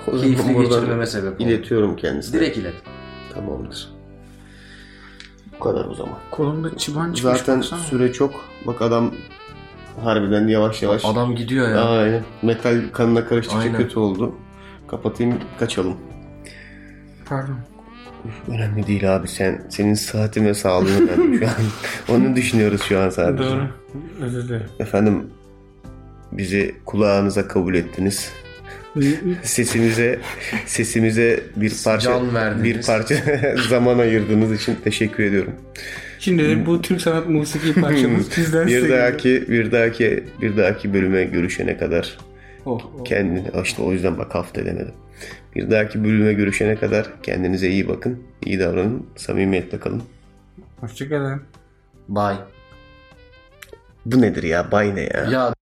Speaker 2: O zaman
Speaker 1: keyifli
Speaker 2: buradan
Speaker 1: geçirmeme sebep oldu.
Speaker 2: İletiyorum kendisine.
Speaker 1: Direkt ilet.
Speaker 2: Tamamdır. Bu kadar o zaman.
Speaker 3: Kolumda çıban çıkmış.
Speaker 2: Zaten
Speaker 3: baksana.
Speaker 2: süre çok. Bak adam harbiden yavaş yavaş.
Speaker 1: Adam gidiyor ya.
Speaker 2: Aynen. Metal kanına karıştıkça
Speaker 1: Aynen.
Speaker 2: kötü oldu. Kapatayım kaçalım.
Speaker 3: Pardon.
Speaker 2: Önemli değil abi sen. Senin saatin ve sağlığın önemli şu an. Onu düşünüyoruz şu an sadece.
Speaker 3: Doğru. Özür dilerim.
Speaker 2: Efendim bizi kulağınıza kabul ettiniz. Sesimize sesimize bir parça
Speaker 1: Can verdiniz.
Speaker 2: bir parça zaman ayırdığınız için teşekkür ediyorum.
Speaker 3: Şimdi de bu Türk sanat musiki parçamız bizden
Speaker 2: Bir
Speaker 3: size
Speaker 2: dahaki bir dahaki bir dahaki bölüme görüşene kadar
Speaker 3: Oh, oh.
Speaker 2: kendini işte o yüzden bak hafta demedim. Bir dahaki bölüme görüşene kadar kendinize iyi bakın, iyi davranın, samimiyetle kalın.
Speaker 3: Hoşçakalın.
Speaker 1: Bye.
Speaker 2: Bu nedir ya? Bay ne ya?
Speaker 1: Ya